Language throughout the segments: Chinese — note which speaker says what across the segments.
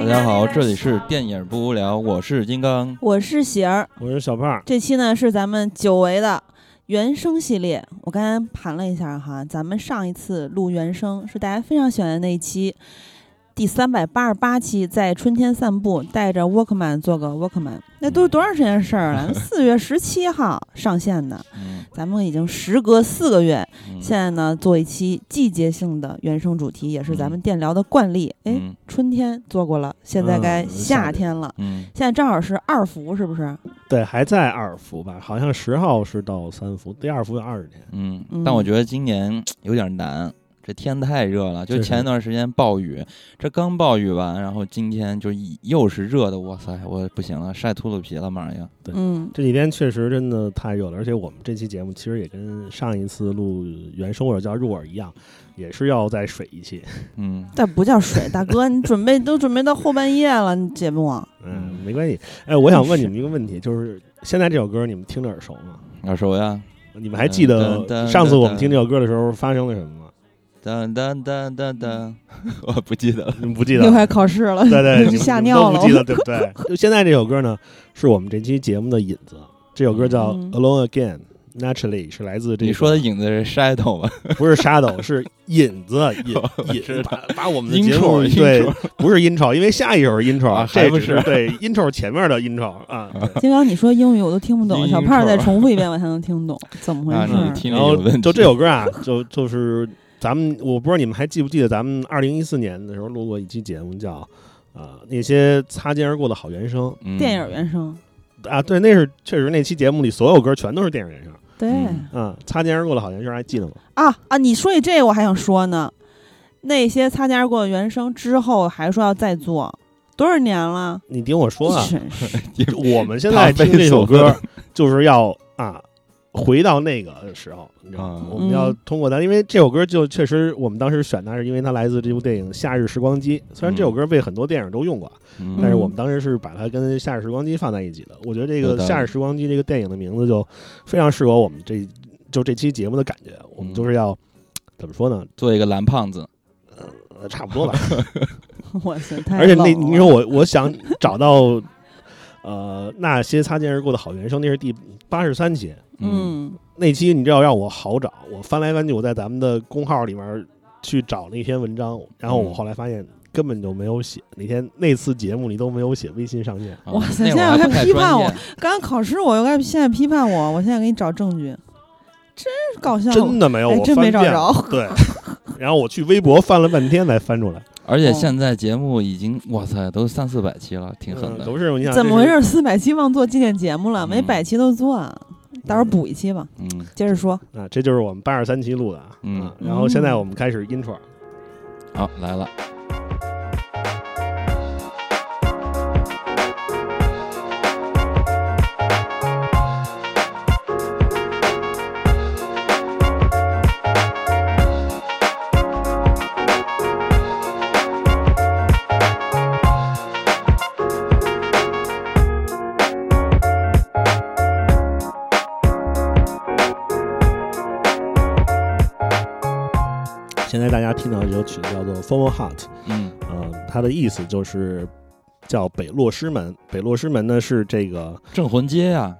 Speaker 1: 大家好，这里是电影不无聊，我是金刚。
Speaker 2: 我是喜儿，
Speaker 3: 我是小胖，
Speaker 2: 这期呢是咱们久违的原声系列。我刚才盘了一下哈，咱们上一次录原声是大家非常喜欢的那一期，第三百八十八期，在春天散步，带着 Walkman 做个 Walkman，那都是多长时间的 事儿啊？四月十七号上线的，
Speaker 1: 嗯，
Speaker 2: 咱们已经时隔四个月，
Speaker 1: 嗯
Speaker 2: 现在呢做一期季节性的原声主题，也是咱们电聊的惯例。哎，
Speaker 1: 嗯
Speaker 2: 春天做过了，现在该
Speaker 3: 嗯
Speaker 2: 夏天了。
Speaker 1: 嗯，
Speaker 2: 现在正好是二伏，是不是？
Speaker 3: 对，还在二伏吧？好像十号是到三伏，第二伏有二十天。
Speaker 1: 嗯，
Speaker 2: 嗯
Speaker 1: 但我觉得今年有点难，这天太热了。就
Speaker 3: 确实
Speaker 1: 前一段时间暴雨，这刚暴雨完，然后今天就一又是热的，哇塞，我不行了，晒秃噜皮了，马上要。
Speaker 3: 对
Speaker 2: 嗯，
Speaker 3: 这几天确实真的太热了，而且我们这期节目其实也跟上一次录原声或者叫入耳一样，也是要再水一期。
Speaker 1: 嗯，
Speaker 2: 这不叫水，大哥，你准备都准备到后半夜了，你节目啊
Speaker 3: 嗯，没关系。哎，我想问你们一个问题，就是现在这首歌你们听着耳熟吗？
Speaker 1: 耳熟呀，
Speaker 3: 你们还记得
Speaker 1: 嗯对
Speaker 3: 上次我们听这首歌的时候发生了什么吗？
Speaker 1: 当当当当
Speaker 2: 嗯
Speaker 1: 当，我不记得了。
Speaker 3: 你们不记得
Speaker 2: 又
Speaker 3: 了？
Speaker 2: 快考试 了，
Speaker 3: 对对，你们
Speaker 2: 吓
Speaker 3: 你们
Speaker 2: 尿了
Speaker 3: 都不 记得对不对？就现在这首歌呢，是我们这期节目的引子。这首歌叫
Speaker 2: 嗯
Speaker 3: 《Alone Again》，Naturally 是来自这
Speaker 1: 你
Speaker 3: 个
Speaker 1: 说的影子是 shadow 吧？
Speaker 3: 不是 shadow，是引子 引引把把我们的节目
Speaker 1: Intro，
Speaker 3: 对
Speaker 1: intro，
Speaker 3: 不是 intro，因为下一首是 intro，
Speaker 1: 啊
Speaker 3: 这
Speaker 1: 还不
Speaker 3: 只
Speaker 1: 是
Speaker 3: 对 intro 前面的 intro 啊。 对
Speaker 2: 金刚，你说英语我都听不懂，
Speaker 1: 英语
Speaker 2: 小胖再
Speaker 1: 口
Speaker 2: 重复一遍我才能听懂，怎么回
Speaker 1: 啊，
Speaker 2: 事
Speaker 1: 你
Speaker 2: 儿？
Speaker 1: 听
Speaker 3: 嗯然
Speaker 1: 着
Speaker 3: 后
Speaker 1: 有问题。
Speaker 3: 就这首歌啊，就就是咱们我不知道你们还记不记得咱们二零一四年的时候录过一期节目叫。啊、那些擦肩而过的好原声
Speaker 1: 嗯
Speaker 2: 电影原声，
Speaker 3: 啊，对，那是确实那期节目里所有歌全都是电影原声
Speaker 2: 对、
Speaker 1: 嗯
Speaker 3: 啊，擦肩而过的好原声还记得吗？
Speaker 2: 啊啊！你说起这个我还想说呢，那些擦肩而过的原声之后还说要再做，多少年了？
Speaker 3: 你听我说啊，
Speaker 2: 真是
Speaker 3: 我们现在听这首歌，就是要啊，回到那个时候，你知道吗
Speaker 1: 嗯？
Speaker 3: 我们要通过它，因为这首歌就确实我们当时选它，是因为它来自这部电影《夏日时光机》。虽然这首歌被很多电影都用过，
Speaker 1: 嗯
Speaker 3: 但是我们当时是把它跟《夏日时光机》放在一起的。我觉得这
Speaker 1: 有
Speaker 3: 个
Speaker 1: 道
Speaker 3: 《
Speaker 1: 理
Speaker 3: 夏日时光机》这个电影的名字就非常适合我们这就这期节目的感觉。我们就是要怎么说呢？
Speaker 1: 做一个蓝胖子，
Speaker 3: 呃差不多吧。
Speaker 2: 我操！太
Speaker 3: 而且那
Speaker 2: 冷了
Speaker 3: 你说我我想找到，呃，那些擦肩而过的好原声，那是第八十三期，
Speaker 2: 嗯，
Speaker 3: 那期你知道让我好找，我翻来翻去，我在咱们的公号里面去找那篇文章，然后我后来发现根本就没有写，那天那次节目里都没有写微信上线，
Speaker 1: 啊
Speaker 2: 哇塞
Speaker 1: 那会儿
Speaker 2: 现在
Speaker 1: 还
Speaker 2: 还
Speaker 1: 不太
Speaker 2: 批判
Speaker 1: 专
Speaker 2: 我
Speaker 1: 业
Speaker 2: 刚刚考试我又该现在批判我，我现在给你找证据，真是搞笑。
Speaker 3: 真的没有，
Speaker 2: 哎
Speaker 3: 我
Speaker 2: 真没
Speaker 3: 翻
Speaker 2: 找
Speaker 3: 遍 了
Speaker 2: 着
Speaker 3: 对，然后我去微博翻了半天才翻出来，
Speaker 1: 而且现在节目已经，哇塞，都三四百期了，挺狠
Speaker 3: 嗯
Speaker 1: 的。
Speaker 3: 都是你想
Speaker 2: 怎么回？
Speaker 3: 这是
Speaker 2: 事？四百期忘做纪念节目了，没
Speaker 1: 嗯
Speaker 2: 百期都做，啊，到时候补一期吧。
Speaker 1: 嗯，
Speaker 2: 接着说，
Speaker 3: 啊，这就是我们八十三期录的啊，
Speaker 1: 嗯
Speaker 3: 啊然后现在我们开始 intro，
Speaker 1: 好，来了。
Speaker 3: 现在大家听到这首曲子叫做《Formal Heart》。
Speaker 1: 嗯
Speaker 3: 嗯，它的意思就是叫北洛师门。北洛师门呢是这 个，，
Speaker 1: 镇魂街呀，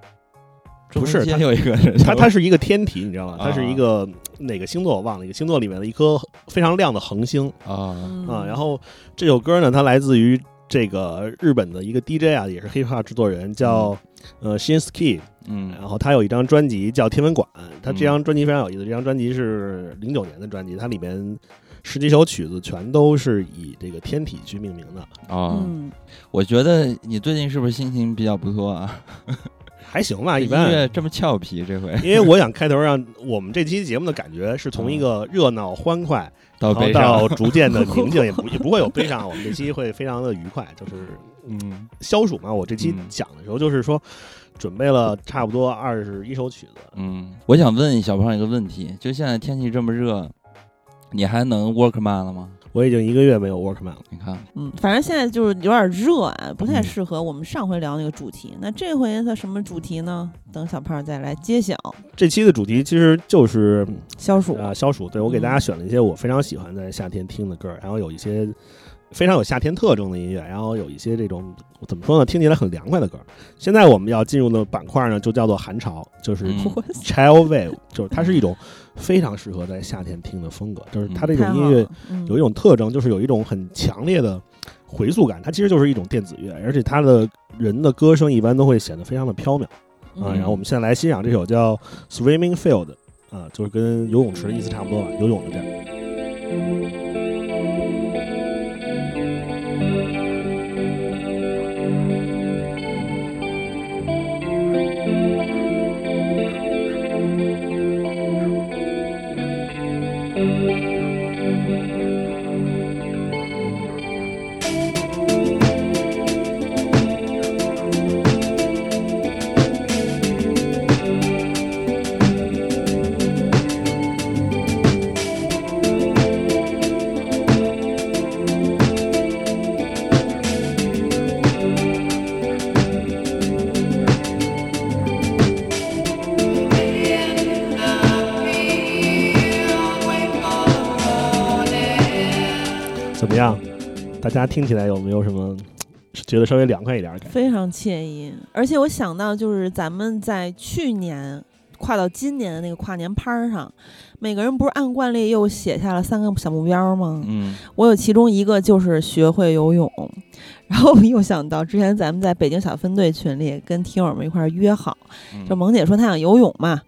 Speaker 1: 镇
Speaker 3: 不
Speaker 1: 魂
Speaker 3: 是
Speaker 1: 街
Speaker 3: 它
Speaker 1: 有一个人，
Speaker 3: 它它是一个天体，你知道吗？它是一
Speaker 1: 啊
Speaker 3: 个哪个星座我忘了，一个星座里面的一颗非常亮的恒星
Speaker 1: 啊，
Speaker 2: 嗯
Speaker 3: 啊。然后这首歌呢，它来自于这个日本的一个 DJ 啊，也是 hip hop 制作人，叫呃 Shinsky。然
Speaker 1: 嗯
Speaker 3: 后他有一张专辑叫《天文馆》，他
Speaker 1: 嗯
Speaker 3: 这张专辑非常有意思，这张专辑是零九年的专辑，它里面十几首曲子全都是以这个天体去命名的，
Speaker 1: 啊，
Speaker 2: 嗯，
Speaker 1: 我觉得你最近是不是心情比较不错啊？
Speaker 3: 还行吧，啊一
Speaker 1: 音
Speaker 3: 般。
Speaker 1: 乐这么俏皮，这回
Speaker 3: 因为我想开头让我们这期节目的感觉是从一个热闹欢快，
Speaker 1: 到
Speaker 3: 然
Speaker 1: 嗯
Speaker 3: 后
Speaker 1: 哦悲伤
Speaker 3: 到，逐 渐的宁静，也不也不会有悲伤。我们这期会非常的愉快，就是
Speaker 1: 嗯
Speaker 3: 消暑嘛。我这期
Speaker 1: 嗯
Speaker 3: 讲的时候就是说，准备了差不多二十一首曲子，
Speaker 1: 嗯。我想问小胖一个问题，就现在天气这么热，你还能 workman 了吗？
Speaker 3: 我已经一个月没有 Workman 了。
Speaker 1: 你看，
Speaker 2: 嗯，反正现在就是有点热啊，不
Speaker 3: 嗯
Speaker 2: 太适合我们上回聊那个主题。那这回它什么主题呢？等小胖再来揭晓。
Speaker 3: 这期的主题其实就是
Speaker 2: 消暑，
Speaker 3: 啊消暑，对我给
Speaker 2: 嗯
Speaker 3: 大家选了一些我非常喜欢在夏天听的歌，然后有一些非常有夏天特征的音乐，然后有一些这种怎么说呢，听起来很凉快的歌。现在我们要进入的板块呢，就叫做寒潮，就是
Speaker 1: 嗯
Speaker 3: chill wave，就是它是一种非常适合在夏天听的风格，就是它这
Speaker 2: 太
Speaker 3: 种
Speaker 2: 好
Speaker 3: 音乐
Speaker 2: 了，嗯
Speaker 3: 有一种特征，就是有一种很强烈的回溯感，它其实就是一种电子乐，而且它的人的歌声一般都会显得非常的飘渺啊。
Speaker 2: 嗯
Speaker 3: 然后我们现在来欣赏这首叫《Swimming Field》啊，就是跟游泳池的意思差不多吧，游泳的地儿。怎么样？大家听起来有没有什么觉得稍微凉快一点的感觉？
Speaker 2: 嗯非常惬意。而且我想到，就是咱们在去年跨到今年的那个跨年拍儿上，每个人不是按惯例又写下了三个小目标吗？
Speaker 1: 嗯
Speaker 2: 我有其中一个就是学会游泳， 然后我又想到之前咱们在北京小分队群里跟听友们一块儿约好，
Speaker 1: 嗯
Speaker 2: 就萌姐说她想游泳嘛，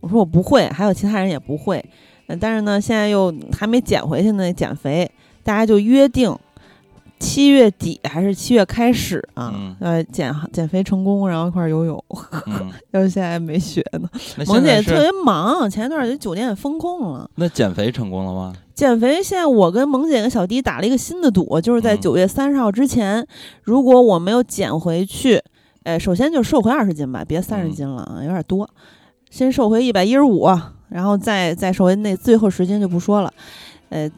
Speaker 2: 我说我不会，还有其他人也不会，呃但是呢现在又还没减回去呢，减肥，大家就约定七月底还是七月开始啊，
Speaker 1: 嗯
Speaker 2: 呃减减肥成功，然后一块儿游泳，
Speaker 1: 嗯，
Speaker 2: 要是现在还没学呢。
Speaker 1: 那
Speaker 2: 萌
Speaker 1: 现
Speaker 2: 姐
Speaker 1: 在
Speaker 2: 特
Speaker 1: 是
Speaker 2: 别忙，前一段儿就酒店也封控了。
Speaker 1: 那减肥成功了吗？
Speaker 2: 减肥，现在我跟萌姐跟小迪打了一个新的赌，就是在
Speaker 1: 嗯
Speaker 2: 九月三十号之前，如果我没有减回去，呃，首先就瘦回二十斤吧，别三十
Speaker 1: 嗯
Speaker 2: 斤了啊，有点多，先瘦回一百一十五，然后再再瘦回那最后十斤就不说了，呃，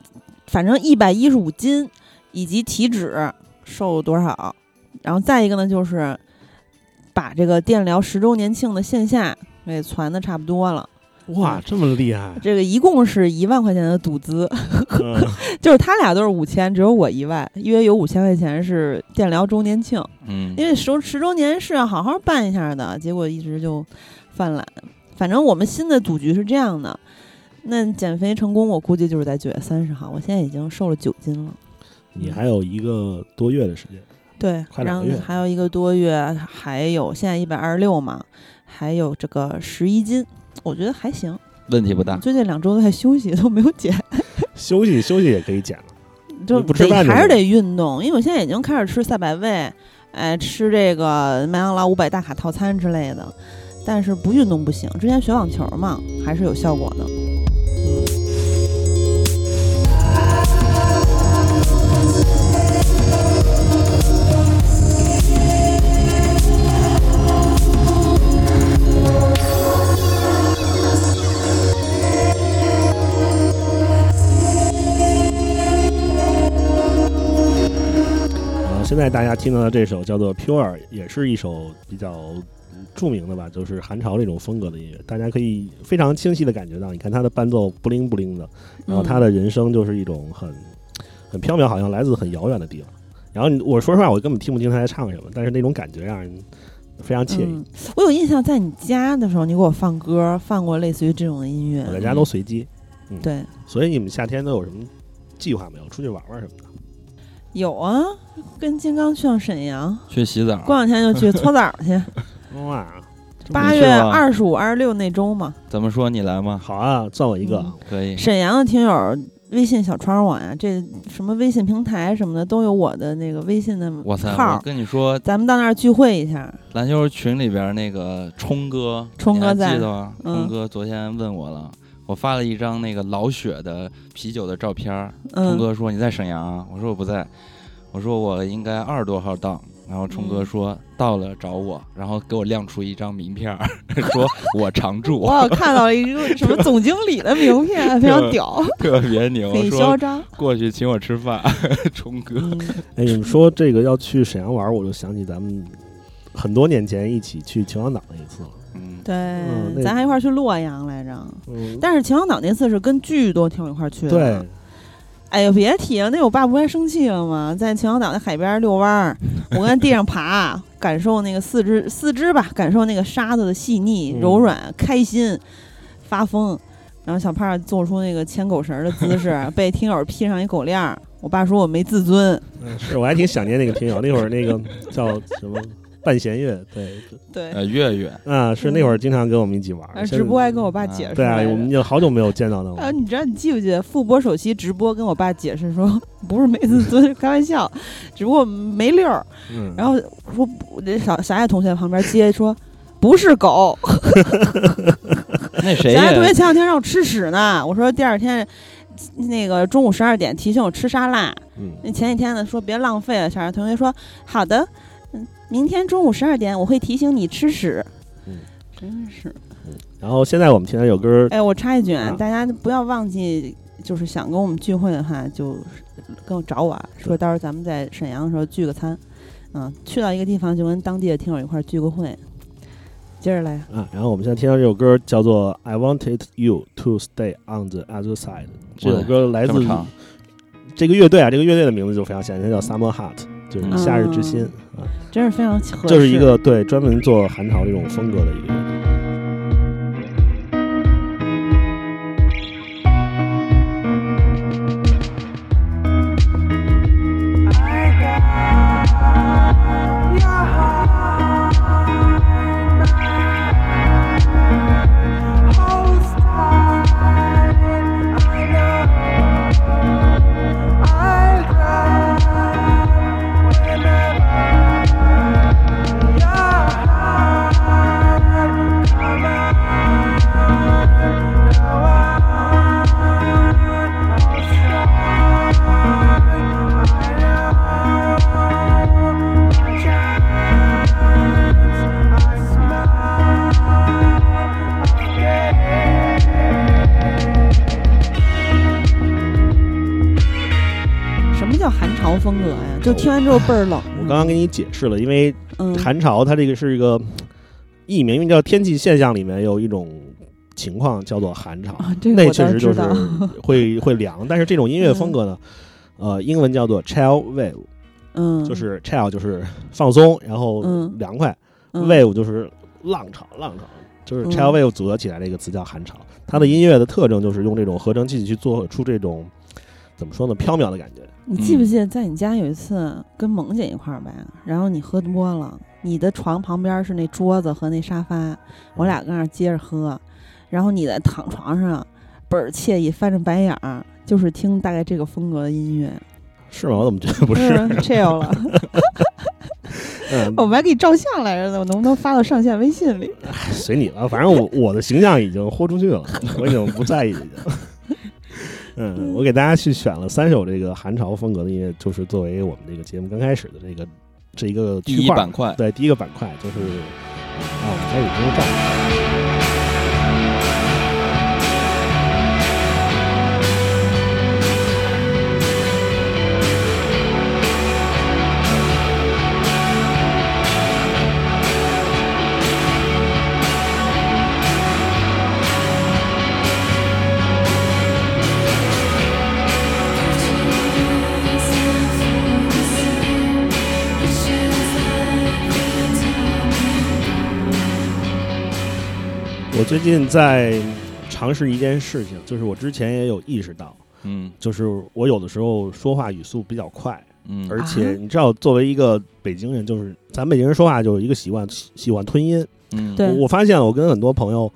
Speaker 2: 反正一百一十五斤以及体脂瘦多少，然后再一个呢就是把这个电疗十周年庆的线下给攒的差不多了，
Speaker 3: 哇，这么厉害！
Speaker 2: 这个一共是一万块钱的赌资。
Speaker 3: 嗯
Speaker 2: 就是他俩都是五千，只有我一万，因为有五千块钱是电疗周年庆，
Speaker 1: 嗯，
Speaker 2: 因为十十周年是要好好办一下的，结果一直就犯懒。反正我们新的赌局是这样的，那减肥成功，我估计就是在九月三十号。我现在已经瘦了九斤了，
Speaker 3: 你还有一个多月的时间，
Speaker 2: 对，
Speaker 3: 快
Speaker 2: 然
Speaker 3: 两
Speaker 2: 后
Speaker 3: 个月
Speaker 2: 还有一个多月，还有现在一百二十六嘛，还有这个十一斤，我觉得还行。
Speaker 1: 问题不大。
Speaker 2: 最近两周都在休息，都没有减。
Speaker 3: 休息休息也可以减了。
Speaker 2: 就
Speaker 3: 不吃
Speaker 2: 得
Speaker 3: 饭就
Speaker 2: 还是
Speaker 3: 行
Speaker 2: 得运动，因为我现在已经开始吃赛百味，哎，吃这个麦当劳五百大卡套餐之类的，但是不运动不行。之前学网球嘛，还是有效果的。
Speaker 3: 啊，现在大家听到的这首叫做《Pure》，也是一首比较嗯著名的吧，就是韩潮这种风格的音乐。大家可以非常清晰的感觉到，你看它的伴奏不灵不灵的，然后
Speaker 2: 嗯
Speaker 3: 它的人声就是一种很很缥缈，好像来自很遥远的地方。然后你我说实话，我根本听不清他在唱什么，但是那种感觉让人非常惬意。
Speaker 2: 嗯，我有印象，在你家的时候，你给我放歌，放过类似于这种的音乐嗯
Speaker 3: 我。在家都随机，
Speaker 2: 对，
Speaker 3: 所以你们夏天都有什么计划没有？出去玩玩什么的？
Speaker 2: 有啊，跟金刚去趟沈阳，
Speaker 3: 啊
Speaker 1: 去洗澡，
Speaker 2: 过两天就去搓澡儿 去。
Speaker 3: 哇，
Speaker 2: 嗯八
Speaker 1: 你
Speaker 2: 月
Speaker 1: 去吗
Speaker 2: 二十五、二十六那周嘛，
Speaker 1: 怎么说你来吗？
Speaker 3: 好啊，算我一个啊。
Speaker 1: 可以，
Speaker 2: 沈阳的听友微信小窗网呀，这什么微信平台什么的都有我的那个微信的
Speaker 1: 哇塞！我
Speaker 2: 号，
Speaker 1: 跟你说，
Speaker 2: 咱们到那儿聚会一下。
Speaker 1: 篮球群里边那个冲哥，
Speaker 2: 冲哥
Speaker 1: 你
Speaker 2: 在
Speaker 1: 还记得吗？
Speaker 2: 嗯
Speaker 1: 冲哥昨天问我了，我发了一张那个老雪的啤酒的照片儿。冲
Speaker 2: 嗯，
Speaker 1: 哥说你在沈阳啊，我说我不在，我说我应该二十多号到。然后冲哥
Speaker 2: 嗯
Speaker 1: 说、到了找我，然后给我亮出一张名片儿， 说我常驻
Speaker 2: 我，好像看到了一个什么总经理的名 片，啊非常屌，
Speaker 1: 特别牛
Speaker 2: 很，嚣
Speaker 1: 说
Speaker 2: 张。
Speaker 3: 嗯
Speaker 1: 过去请我吃饭， 冲哥，
Speaker 3: 哎，你们说这个要去沈阳玩儿，我就想起咱们很多年前一起去秦皇岛那一次了。
Speaker 1: 嗯，
Speaker 2: 对，
Speaker 3: 嗯那
Speaker 2: 咱还一块儿去洛阳来着。
Speaker 3: 嗯，
Speaker 2: 但是秦皇岛那次是跟巨多听友一块儿去的。
Speaker 3: 对，，
Speaker 2: 哎呀，别提了，那我爸不还生气了吗？在秦皇岛那海边遛弯儿，我跟地上爬，感受那个四肢四肢吧，感受那个沙子的细腻
Speaker 3: 嗯
Speaker 2: 柔软，开心，发疯。然后小胖做出那个牵狗绳儿的姿势，被听友披上一狗链儿。我爸说我没自尊，
Speaker 3: 是我还挺想念那个听友，那会儿那个叫什么半弦乐，对，
Speaker 2: 对，
Speaker 3: 哎
Speaker 1: 呃，月月，
Speaker 3: 啊，是那会儿经常跟我们一起玩儿。
Speaker 2: 然后
Speaker 3: 现
Speaker 2: 呃直播还跟我爸
Speaker 1: 啊
Speaker 2: 解释
Speaker 3: 对啊，
Speaker 2: 来着
Speaker 3: 我们就好久没有见到那
Speaker 2: 啊，
Speaker 3: 了。
Speaker 2: 你知道你记不记得复播首席直播跟我爸解释说， 不是没自尊，开玩笑，只不过没溜儿。
Speaker 3: 嗯，
Speaker 2: 然后说不这小小爱同学旁边接 说。不是狗，
Speaker 1: 那谁
Speaker 2: 小爱同学
Speaker 1: 也
Speaker 2: 前两天让我吃屎呢。我说第二天，那个中午十二点提醒我吃沙拉。
Speaker 3: 嗯，
Speaker 2: 那前几天呢说别浪费了，小爱同学说好的，嗯，明天中午十二点我会提醒你吃屎。
Speaker 3: 嗯，
Speaker 2: 真是。
Speaker 3: 然后现在我们现在有歌儿，
Speaker 2: 哎，我插一句啊
Speaker 3: 啊，
Speaker 2: 大家不要忘记，就是想跟我们聚会的话，就跟我找我啊，说到时候咱们在沈阳的时候聚个餐，嗯，去到一个地方就跟当地的听友一块儿聚个会。接着来，
Speaker 3: 啊，然后我们现在听到这首歌叫做《I Wanted You to Stay on the Other Side》，这首歌来
Speaker 1: 这
Speaker 3: 自
Speaker 1: 么长，
Speaker 3: 这个乐队啊，这个乐队的名字就非常显然，它叫 Summer Heart，就是
Speaker 2: 嗯
Speaker 3: 夏日之心啊，
Speaker 2: 真是非常合适，
Speaker 3: 就是一个对专门做韩潮这种风格的一个乐队。
Speaker 2: 什么叫韩潮风格呀？就听完之后倍儿冷。
Speaker 3: 我刚刚给你解释了，因为
Speaker 2: 嗯，
Speaker 3: 寒潮它这个是一个艺名，因为叫天气现象里面有一种情况叫做寒潮，
Speaker 2: 啊，这个
Speaker 3: 那
Speaker 2: 我
Speaker 3: 确
Speaker 2: 倒
Speaker 3: 实就
Speaker 2: 知
Speaker 3: 是
Speaker 2: 道。
Speaker 3: 会会凉，但是这种音乐风格呢，呃，英文叫做 chill wave，
Speaker 2: 嗯，
Speaker 3: 就是 chill 就是放松，然后
Speaker 2: 嗯
Speaker 3: 凉快、
Speaker 2: 嗯
Speaker 3: w a v e 就是浪潮，浪潮。就是
Speaker 2: 嗯
Speaker 3: chill wave 组合起来这个词叫寒潮，它的音乐的特征就是用这种合成器去做出这种怎么说呢，飘渺的感觉。
Speaker 2: 你记不
Speaker 1: 嗯
Speaker 2: 记得在你家有一次跟萌姐一块儿吧，然后你喝多了，你的床旁边是那桌子和那沙发，我俩跟那儿接着喝，然后你在躺床上倍儿惬意，翻着白眼儿，就是听大概这个风格的音乐，
Speaker 3: 是吗？我怎么觉得不
Speaker 2: 不
Speaker 3: 是？
Speaker 2: chill 了。
Speaker 3: 嗯，
Speaker 2: 我们还给你照相来着呢，我能不能发到上线微信里？
Speaker 3: 随你了，反正我我的形象已经豁出去了，我已经不在意了。 嗯，我给大家去选了三首这个韩潮风格的音乐，就是作为我们这个节目刚开始的这个这一个
Speaker 1: 第
Speaker 3: 区
Speaker 1: 一
Speaker 3: 块儿
Speaker 1: 板块，
Speaker 3: 对第一个板块就是啊，我们开始进入正题。我最近在尝试一件事情，就是我之前也有意识到，
Speaker 1: 嗯
Speaker 3: 就是我有的时候说话语速比较快，
Speaker 1: 嗯，
Speaker 3: 而且你知道，作为一个北京人，就是咱北京人说话就有一个习惯，喜喜欢吞音。
Speaker 1: 嗯
Speaker 2: 对
Speaker 3: 我我发现我跟很多朋友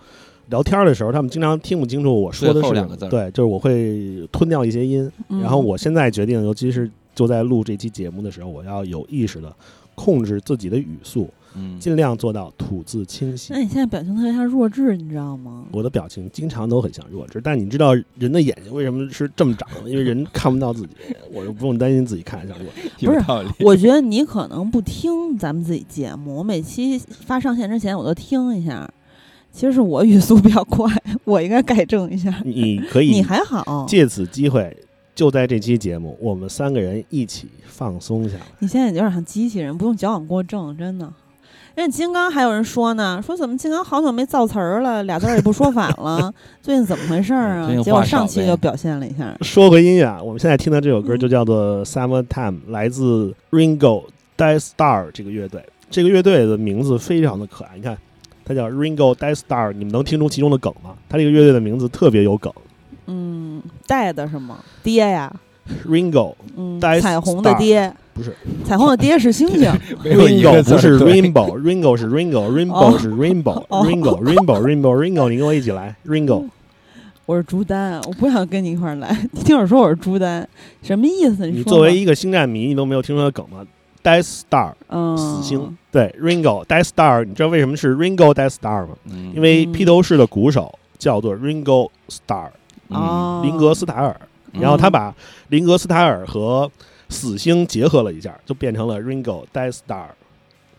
Speaker 3: 聊天的时候，他们经常听不清楚我说的
Speaker 1: 最后
Speaker 3: 是
Speaker 1: 两个字儿
Speaker 3: 对，就是我会吞掉一些音。
Speaker 2: 嗯
Speaker 3: 然后我现在决定，尤其是就在录这期节目的时候，我要有意识的控制自己的语速，
Speaker 1: 嗯，
Speaker 3: 尽量做到吐字清晰
Speaker 2: 那。你现在表情特别像弱智，你知道吗？
Speaker 3: 我的表情经常都很像弱智，但你知道人的眼睛为什么是这么长的？因为人看不到自己，我就不用担心自己看着像弱智。
Speaker 1: 有
Speaker 2: 不是
Speaker 1: 道理。
Speaker 2: 我觉得你可能不听咱们自己节目，我每期发上线之前我都听一下。其实是我语速比较快，我应该改正一下。
Speaker 3: 你可以
Speaker 2: 你还好，
Speaker 3: 借此机会，就在这期节目，我们三个人一起放松下来。
Speaker 2: 你现在有点像机器人，不用矫枉过正，真的。人家金刚还有人说呢，说怎么金刚好久没造词儿了，俩字儿也不说反了，最近怎么回事儿啊
Speaker 1: 最近？
Speaker 2: 结果
Speaker 1: 话少
Speaker 2: 上期
Speaker 1: 呗
Speaker 2: 就表现了一下，
Speaker 3: 说回音乐，啊，我们现在听的这首歌
Speaker 2: 嗯
Speaker 3: 就叫做《Summertime》，来自 Ringo Die Star 这个乐队。这个乐队的名字非常的可爱，你看，它叫 Ringo Die Star，你们能听出其中的梗吗？它这个乐队的名字特别有梗
Speaker 2: 嗯，带的是吗？爹呀，
Speaker 3: ，Ringo
Speaker 2: 嗯，
Speaker 3: Dice
Speaker 2: 彩虹的
Speaker 3: Star
Speaker 2: 爹，
Speaker 3: 不是
Speaker 2: 彩虹的爹是星星，
Speaker 1: 没有一
Speaker 3: Ringo
Speaker 1: 个字
Speaker 3: 不
Speaker 1: 儿
Speaker 3: 是
Speaker 1: 对
Speaker 3: Rainbow，Ringo 是 Ringo，Rainbow
Speaker 2: 哦
Speaker 3: 是 Rainbow，Ringo
Speaker 2: 哦嗯
Speaker 3: Rainbow Rainbow Ringo，你跟我一起来，Ringo
Speaker 2: 我是朱丹，我不想跟你一块儿来。 听友说我是朱丹，什么意思？
Speaker 3: 你
Speaker 2: 说
Speaker 3: 作
Speaker 2: 吧
Speaker 3: 为一个星战迷，你都没有听说的梗吗？Death Star
Speaker 2: 嗯
Speaker 3: 死星，对 Ringo Death Star，你知道为什么是 Ringo Death Star 吗？
Speaker 1: 嗯
Speaker 3: 因为
Speaker 2: 嗯
Speaker 3: 披头士的鼓手叫做 Ringo Star，
Speaker 1: 嗯
Speaker 2: 哦，
Speaker 3: 林格斯塔尔，
Speaker 1: 嗯
Speaker 3: 然后他把林格斯塔尔和死星结合了一下，就变成了 Ringo Death Star，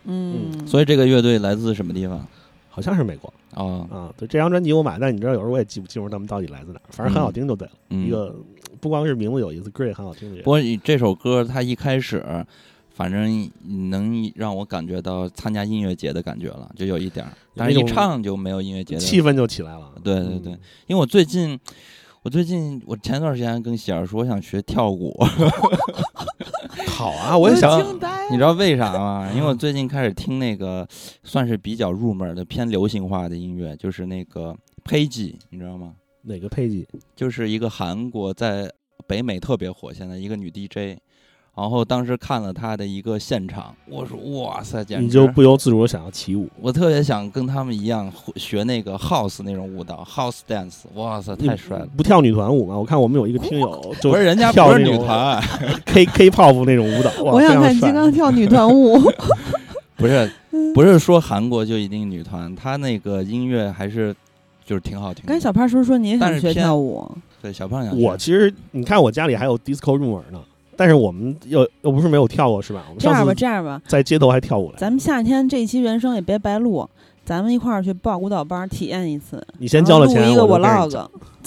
Speaker 2: 嗯，
Speaker 1: 所以这个乐队来自什么地方？
Speaker 3: 好像是美国
Speaker 1: 哦，
Speaker 3: 啊。对，这张专辑我买，但你知道有时候我也记不清楚他们到底来自哪儿，反正很好听就对了。
Speaker 1: 嗯，
Speaker 3: 一个不光是名字有意思，Grey 很好听的乐
Speaker 1: 不过你这首歌它一开始，反正能让我感觉到参加音乐节的感觉了，就有一点儿。但是
Speaker 3: 那
Speaker 1: 一
Speaker 3: 种
Speaker 1: 唱就没有音乐节
Speaker 3: 队，
Speaker 1: 的
Speaker 3: 气氛就起来了。
Speaker 1: 对对对
Speaker 3: 嗯，
Speaker 1: 因为我最近，我最近我前段时间跟喜儿说我想学跳舞，
Speaker 3: 好啊，我也
Speaker 1: 就
Speaker 3: 想
Speaker 1: 想
Speaker 2: 惊呆
Speaker 1: 你知道为啥吗？因为我最近开始听那个算是比较入门的偏流行化的音乐，就是那个 Page，你知道吗？
Speaker 3: 哪个配置？
Speaker 1: 就是一个韩国在北美特别火，现在一个女 DJ。然后当时看了她的一个现场，我说哇塞，简直！
Speaker 3: 你就不由自主地想要起舞。
Speaker 1: 我特别想跟他们一样学那个 house 那种舞蹈，house dance，哇塞，太帅了！
Speaker 3: 不跳女团舞吗？我看我们有一个听友就
Speaker 1: 不是人家
Speaker 3: 跳
Speaker 1: 不是
Speaker 3: 那
Speaker 1: 女
Speaker 3: 种
Speaker 1: 团，啊
Speaker 3: K K pop 那种舞蹈，哇
Speaker 2: 我想
Speaker 3: 非常
Speaker 2: 看
Speaker 3: 帅
Speaker 2: 金刚跳女团 舞，
Speaker 1: 不 是不是说韩国就一定女团，她那个音乐还是就是挺好听
Speaker 2: 跟
Speaker 1: 的。
Speaker 2: 小胖叔说你也
Speaker 1: 但
Speaker 2: 想
Speaker 1: 是
Speaker 2: 学
Speaker 1: 偏
Speaker 2: 跳舞，
Speaker 1: 对，小胖想学
Speaker 3: 我其实你看我家里还有 disco 入门呢，但是我们又又不是没有跳过是吧？我们
Speaker 2: 这样
Speaker 3: 上
Speaker 2: 吧，
Speaker 3: 次
Speaker 2: 这样吧，
Speaker 3: 在街头还跳舞来。
Speaker 2: 咱们夏天这一期原声也别白录，咱们一块儿去报舞蹈班儿体验一次，
Speaker 3: 你先交了钱
Speaker 2: 然，后录一个
Speaker 3: 我就跟你
Speaker 2: vlog，怎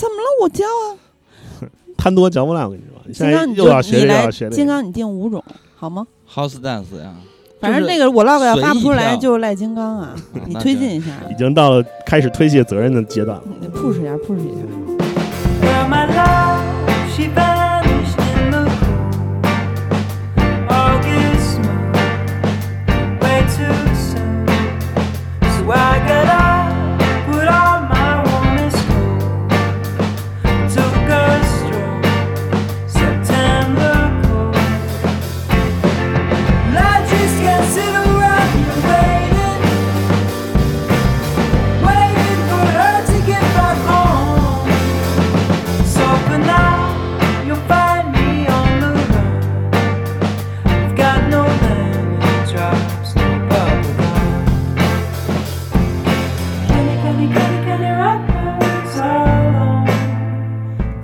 Speaker 2: 么了？我教啊，
Speaker 3: 贪多嚼不烂，我跟你说，你现
Speaker 2: 金
Speaker 3: 在
Speaker 2: 刚你
Speaker 3: 又要
Speaker 2: 就
Speaker 3: 学
Speaker 2: 你
Speaker 3: 这个又
Speaker 2: 来，
Speaker 3: 要学这
Speaker 2: 金
Speaker 3: 个。
Speaker 2: 刚你定五种好吗？
Speaker 1: house dance 呀，
Speaker 2: 反正那
Speaker 1: 个
Speaker 2: 个 vlog 要
Speaker 1: 随
Speaker 2: 发不
Speaker 1: 意
Speaker 2: 出来
Speaker 1: 跳
Speaker 2: 就赖金刚 啊，你推进一下，啊
Speaker 3: 已经到了开始推卸责任的阶段了。
Speaker 2: 你 push 一下，push 一下。
Speaker 4: Well, my love, she vanished in the cool August moon, way too soon. So I got up, put on my warmest coat, took a stroll. September cold. Well, I just can't sit around here waiting, waiting for her to get back home. So for now, you'll find me on the run. I've got no lemon drops, no bubble gum. Candy, candy, candy, candy wrappers all on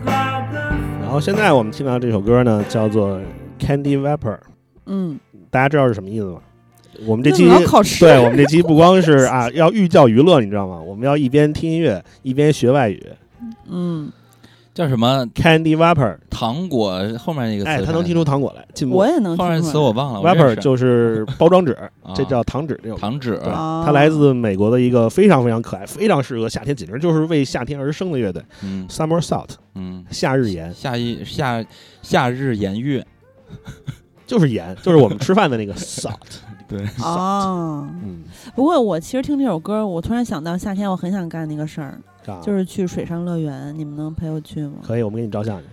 Speaker 4: cloud the
Speaker 3: 然后现在我们听到这首歌呢，叫做 Candy Wrapper，
Speaker 2: 嗯，
Speaker 3: 大家知道是什么意思吗？我们这期
Speaker 2: 老考试，
Speaker 3: 对我们这期不光是啊要寓教于乐，你知道吗？我们要一边听音乐一边学外语。
Speaker 2: 嗯，
Speaker 1: 叫什么
Speaker 3: Candy Wrapper，
Speaker 1: 糖果后面那个词，
Speaker 3: 哎，他能听。出糖果来，进步
Speaker 2: 我。也能
Speaker 1: 后面词
Speaker 2: 听出来哦
Speaker 1: 我忘了我
Speaker 3: Wrapper
Speaker 1: 认识
Speaker 3: 就是包装纸，
Speaker 1: 啊
Speaker 3: 这叫糖纸这种。
Speaker 1: 糖纸，
Speaker 3: 对，
Speaker 2: 啊
Speaker 3: 它来自美国的一个非常非常可爱、非常适合夏天，简直就是为夏天而生的乐队
Speaker 1: 嗯
Speaker 3: Summer Salt
Speaker 1: 嗯，
Speaker 3: 夏日盐，
Speaker 1: 夏一夏夏日盐浴，
Speaker 3: 就是盐，就是我们吃饭的那个 salt。
Speaker 1: 对，
Speaker 2: 啊。
Speaker 3: 嗯，
Speaker 2: 不过我其实听这首歌，我突然想到夏天我很想干的一个事儿，
Speaker 3: 啊
Speaker 2: 就是去水上乐园。你们能陪我去吗？
Speaker 3: 可以，我们给你照相去，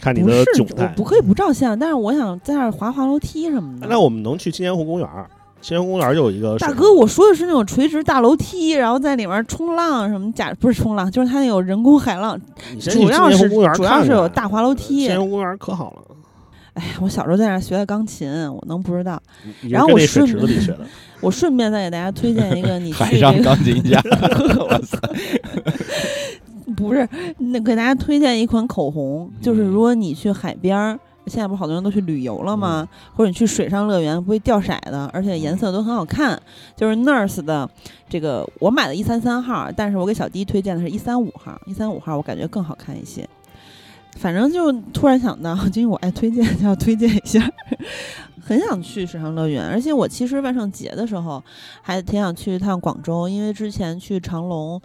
Speaker 3: 看你
Speaker 2: 不
Speaker 3: 的
Speaker 2: 是
Speaker 3: 窘，
Speaker 2: 我
Speaker 3: 态。
Speaker 2: 不可以不照相，但是我想在那儿滑滑楼梯什么的。
Speaker 3: 那我们能去青年湖公园儿，青年湖公园儿有一个
Speaker 2: 大
Speaker 3: 水
Speaker 2: 哥，我说的是那种垂直大楼梯，然后在里面冲浪什么假，不是冲浪，就是它那有人工海浪，
Speaker 3: 你先去
Speaker 2: 主
Speaker 3: 青
Speaker 2: 要
Speaker 3: 年湖
Speaker 2: 是
Speaker 3: 公园儿
Speaker 2: 主要
Speaker 3: 看
Speaker 2: 是有
Speaker 3: 看
Speaker 2: 大滑楼
Speaker 3: 青
Speaker 2: 梯
Speaker 3: 年。湖公园儿可好了，
Speaker 2: 哎，我小时候在那儿学的钢琴，我能不知道？
Speaker 3: 你你是
Speaker 2: 然后
Speaker 3: 跟
Speaker 2: 我
Speaker 3: 那
Speaker 2: 顺
Speaker 3: 水池子里学 的，
Speaker 2: 我顺便再给大家推荐一个，你
Speaker 1: 海
Speaker 2: 去
Speaker 1: 上
Speaker 2: 这个
Speaker 1: 钢琴家，我操！
Speaker 2: 不是，那给大家推荐一款口红，就是
Speaker 1: 嗯
Speaker 2: 如果你去海边儿，现在不是好多人都去旅游了吗？
Speaker 1: 嗯
Speaker 2: 或者你去水上乐园，不会掉色的，而且颜色都很好看。就是 Nurse 的这个，我买的一三三号，但是我给小迪推荐的是一三五号，一三五号我感觉更好看一些。反正就突然想到，因为我爱推荐，就要推荐一下， 很想去水上乐园。而且我其实万圣节的时候还挺想去一趟广州，因为之前去长隆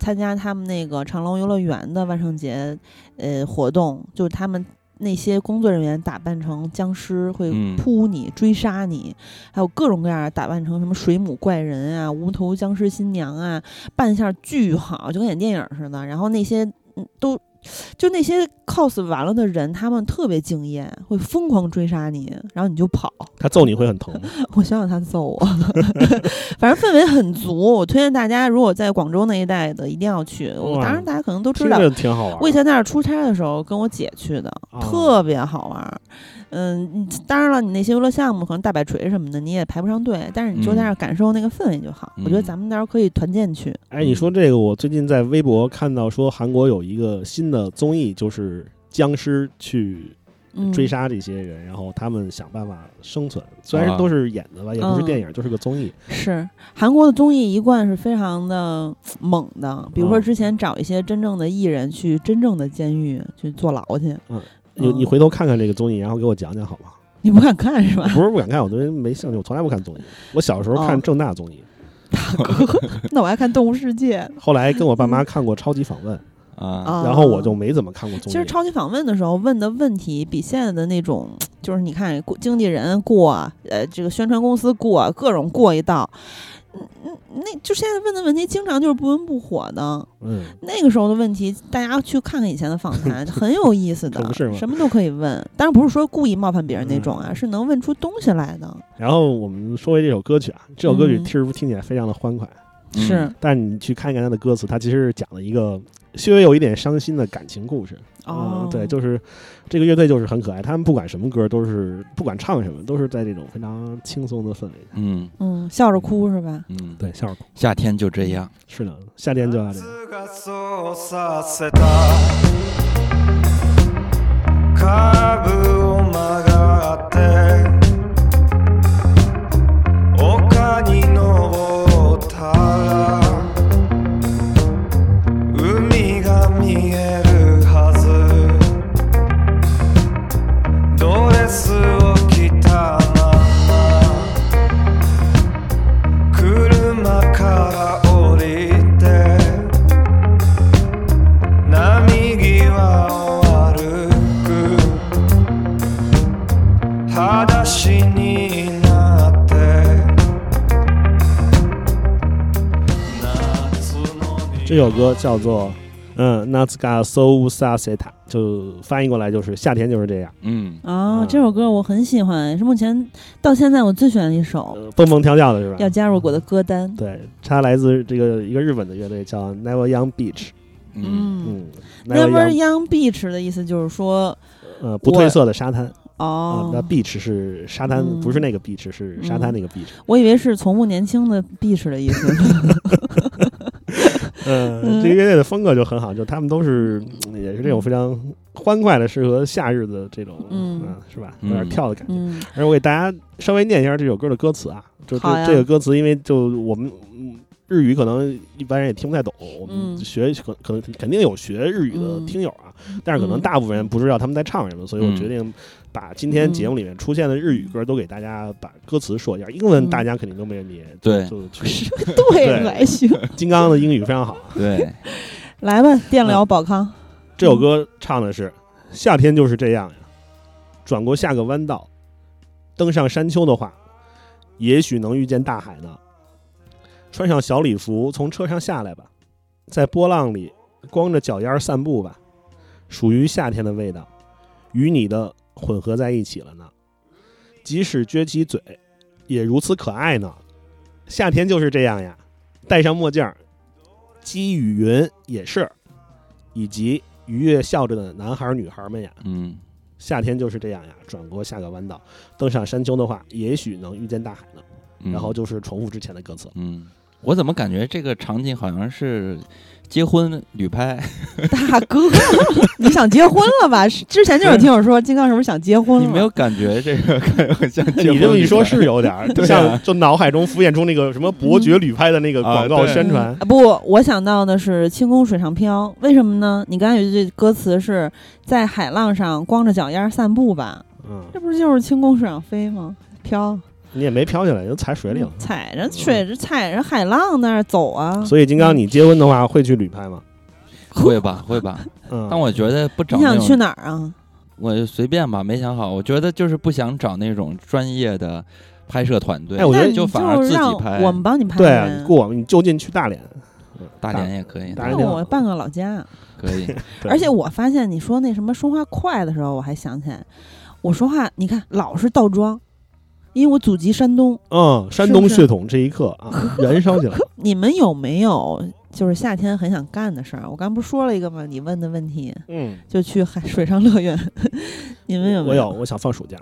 Speaker 2: 参加他们那个长隆游乐园的万圣节呃活动，就是他们那些工作人员打扮成僵尸会
Speaker 1: 嗯
Speaker 2: 扑你、追杀你，还有各种各样打扮成什么水母怪人啊、无头僵尸新娘啊，扮相巨好，就跟演电影似的。然后那些嗯都。就那些 cos 完了的人，他们特别敬业，会疯狂追杀你，然后你就跑。
Speaker 3: 他揍你会很疼吗。
Speaker 2: 我想想他揍我， 反正氛围很足。我推荐大家，如果在广州那一带的，一定要去。我
Speaker 3: 哇
Speaker 2: 当然大家可能都知
Speaker 3: 听
Speaker 2: 道，
Speaker 3: 着挺好玩儿。
Speaker 2: 我以前在那儿出差的时候，跟我姐去的，
Speaker 3: 啊
Speaker 2: 特别好玩儿。嗯，你当然了，你那些游乐项目可能大摆锤什么的，你也排不上队，但是你就在那
Speaker 3: 嗯
Speaker 2: 儿感受那个氛围就好。我觉得
Speaker 1: 嗯
Speaker 2: 咱们到时候可以团建去。
Speaker 3: 哎，你说这个，我最近在微博看到说韩国有一个新的综艺，就是僵尸去
Speaker 2: 嗯，
Speaker 3: 追杀这些人，然后他们想办法生存。虽然
Speaker 1: 啊
Speaker 3: 都是演的吧，也不是
Speaker 2: 嗯
Speaker 3: 电影，就是个综艺。
Speaker 2: 是韩国的综艺一贯是非常的猛的，比如
Speaker 3: 哦
Speaker 2: 说之前找一些真正的艺人去真正的监狱去坐牢去，
Speaker 3: 你你
Speaker 2: 嗯
Speaker 3: 回头看看这个综艺，然后给我讲讲好吗？
Speaker 2: 你不敢看 是吧？
Speaker 3: 不是不敢看，我对人没兴趣，我从来不看综艺。我小时候看
Speaker 2: 哦
Speaker 3: 正大综艺，
Speaker 2: 那我爱看《动物世界》。
Speaker 3: 后来跟我爸妈看过《超级访问》，
Speaker 1: 啊，
Speaker 2: 嗯啊，
Speaker 3: 然后我就没怎么看过综
Speaker 2: 其
Speaker 3: 艺。
Speaker 2: 实超级访问的时候问的问题比现在的那种，就是你看过经纪人过，呃，这个宣传公司过，啊各种过一道。嗯嗯，那就现在问的问题，经常就是不温不火的。
Speaker 3: 嗯，
Speaker 2: 那个时候的问题，大家去看看以前的访 谈，很有意思的
Speaker 3: 可不 是，吗嗯
Speaker 2: 什么都可以问。当然不是说故意冒犯别人那种啊，是能问出东西来的。
Speaker 3: 然后我们说回这首歌曲啊，这首歌曲
Speaker 2: 嗯
Speaker 3: 听着听起来非常的欢快，
Speaker 1: 嗯
Speaker 2: 是
Speaker 3: 但是你去看一看它的歌词，它其实是讲了一个稍微有一点伤心的感情故事。
Speaker 2: 哦
Speaker 3: 嗯，，对，就是这个乐队就是很可爱，他们不管什么歌都是不管唱什么，都是在这种非常轻松的氛围下。
Speaker 1: 嗯
Speaker 2: 嗯，笑着哭是吧？
Speaker 1: 嗯，
Speaker 3: 对，笑着哭。
Speaker 1: 夏天就这样，
Speaker 3: 是的，夏天就要这样。
Speaker 5: 夏がそうさせたカーブを曲がって丘に登ったら海が見えるはずドレスを着たまま車から降りて波際を歩く裸足になって夏の
Speaker 3: 这首歌叫做嗯 n a t s g a So Sa Seta，就翻译过来就是夏天就是这样。
Speaker 1: 嗯
Speaker 2: 啊，
Speaker 3: 嗯
Speaker 2: 这首歌我很喜欢，是目前到现在我最喜欢的一首，
Speaker 3: 呃，蹦蹦跳跳的是吧？
Speaker 2: 要加入我的歌单。
Speaker 3: 对，它来自这个一个日本的乐队叫 Never Young Beach，
Speaker 1: 嗯，
Speaker 3: 嗯
Speaker 2: Never
Speaker 3: Young-
Speaker 2: Young Beach 的意思就是说，
Speaker 3: 呃不褪色的沙滩啊
Speaker 2: 哦，，
Speaker 3: 那 beach 是沙滩，
Speaker 2: 嗯
Speaker 3: 不是那个 beach，是沙滩那个 beach。
Speaker 2: 我以为是从不年轻的 Beach 的意思。
Speaker 3: 嗯，这个乐队的风格就很好，就他们都是嗯也是这种非常欢快的，适合夏日的这种，
Speaker 2: 嗯
Speaker 3: 是吧？有
Speaker 1: 嗯
Speaker 3: 点跳的感觉。
Speaker 2: 嗯，
Speaker 3: 而我给大家稍微念一下这首歌的歌词啊，就
Speaker 2: 好
Speaker 3: 这
Speaker 2: 呀
Speaker 3: 这个歌词，因为就我们。嗯日语可能一般人也听不太懂，我们
Speaker 2: 嗯
Speaker 3: 学可可能肯定有学日语的
Speaker 2: 嗯
Speaker 3: 听友啊，但是可能
Speaker 2: 嗯
Speaker 3: 大部分人不知道他们在唱什么，所以我
Speaker 1: 嗯
Speaker 3: 决定把今天节目里面出现的日语歌都给大家把歌词说一下。英文
Speaker 2: 嗯
Speaker 3: 大家肯定都没问题，
Speaker 1: 对
Speaker 3: 就去
Speaker 2: 对，
Speaker 3: 对
Speaker 2: 还行。
Speaker 3: 金刚的英语非常好。
Speaker 1: 对，
Speaker 2: 来吧，电疗宝康。
Speaker 3: 这首歌唱的是夏天就是这样呀，转过下个弯道，登上山丘的话，也许能遇见大海呢。穿上小礼服，从车上下来吧，在波浪里光着脚丫儿散步吧，属于夏天的味道，与你的混合在一起了呢。即使撅起嘴，也如此可爱呢。夏天就是这样呀，戴上墨镜儿，积雨云也是，以及愉悦笑着的男孩儿女孩儿们呀，
Speaker 1: 嗯
Speaker 3: 夏天就是这样呀，转过下个弯道，登上山丘的话，也许能遇见大海呢。
Speaker 1: 嗯
Speaker 3: 然后就是重复之前的歌 词，
Speaker 1: 嗯，我怎么感觉这个场景好像是结婚旅拍？
Speaker 2: 大哥， 你想结婚了吧？是之前就有听友说金刚是不是想结婚了？
Speaker 1: 你没有感觉这个 很像结婚旅拍？
Speaker 3: 你这么一说，是有点 儿
Speaker 1: 对啊
Speaker 3: 像就脑海中浮现出那个什么伯爵旅拍的那个广告
Speaker 1: 啊对
Speaker 3: 宣传
Speaker 2: 嗯。啊不，我想到的是《清宫水上漂》，为什么呢？你刚才有一句歌词是在海浪上光着脚丫散步吧，
Speaker 3: 嗯，
Speaker 2: 这不是就是清宫水上飞吗？飘嗯
Speaker 3: 你也没飘起来，就踩水里了。
Speaker 2: 踩着水，踩着海浪那儿走啊。
Speaker 3: 所以金刚，你结婚的话会去旅拍吗？
Speaker 1: 会吧会吧，
Speaker 3: 嗯，
Speaker 1: 但我觉得不找
Speaker 2: 你
Speaker 1: 那
Speaker 2: 想去
Speaker 1: 种，
Speaker 2: 哪儿啊？
Speaker 1: 我就随便吧，没想好。我觉得就是不想找那种专业的拍摄团队，
Speaker 3: 哎我觉得
Speaker 2: 那你
Speaker 1: 就反而自己
Speaker 2: 让
Speaker 1: 拍
Speaker 2: 我们帮你拍
Speaker 3: 对
Speaker 2: 呗。
Speaker 3: 啊，你雇我们，你就近去大连，嗯
Speaker 1: 大连也可以，
Speaker 3: 大
Speaker 2: 那
Speaker 3: 连挺好
Speaker 2: 我半个老家。
Speaker 1: 可以，
Speaker 3: 对
Speaker 2: 而且我发现你说那什么说话快的时候，我还想起来，我说话你看老是倒装，因为我祖籍山东。
Speaker 3: 嗯，山东血统这一刻啊， 燃烧起来。
Speaker 2: 你们有没有就是夏天很想干的事儿？我刚不是说了一个吗？你问的问题
Speaker 3: 嗯，
Speaker 2: 就去海 水上乐园，你们有没
Speaker 3: 我有，我想放暑假。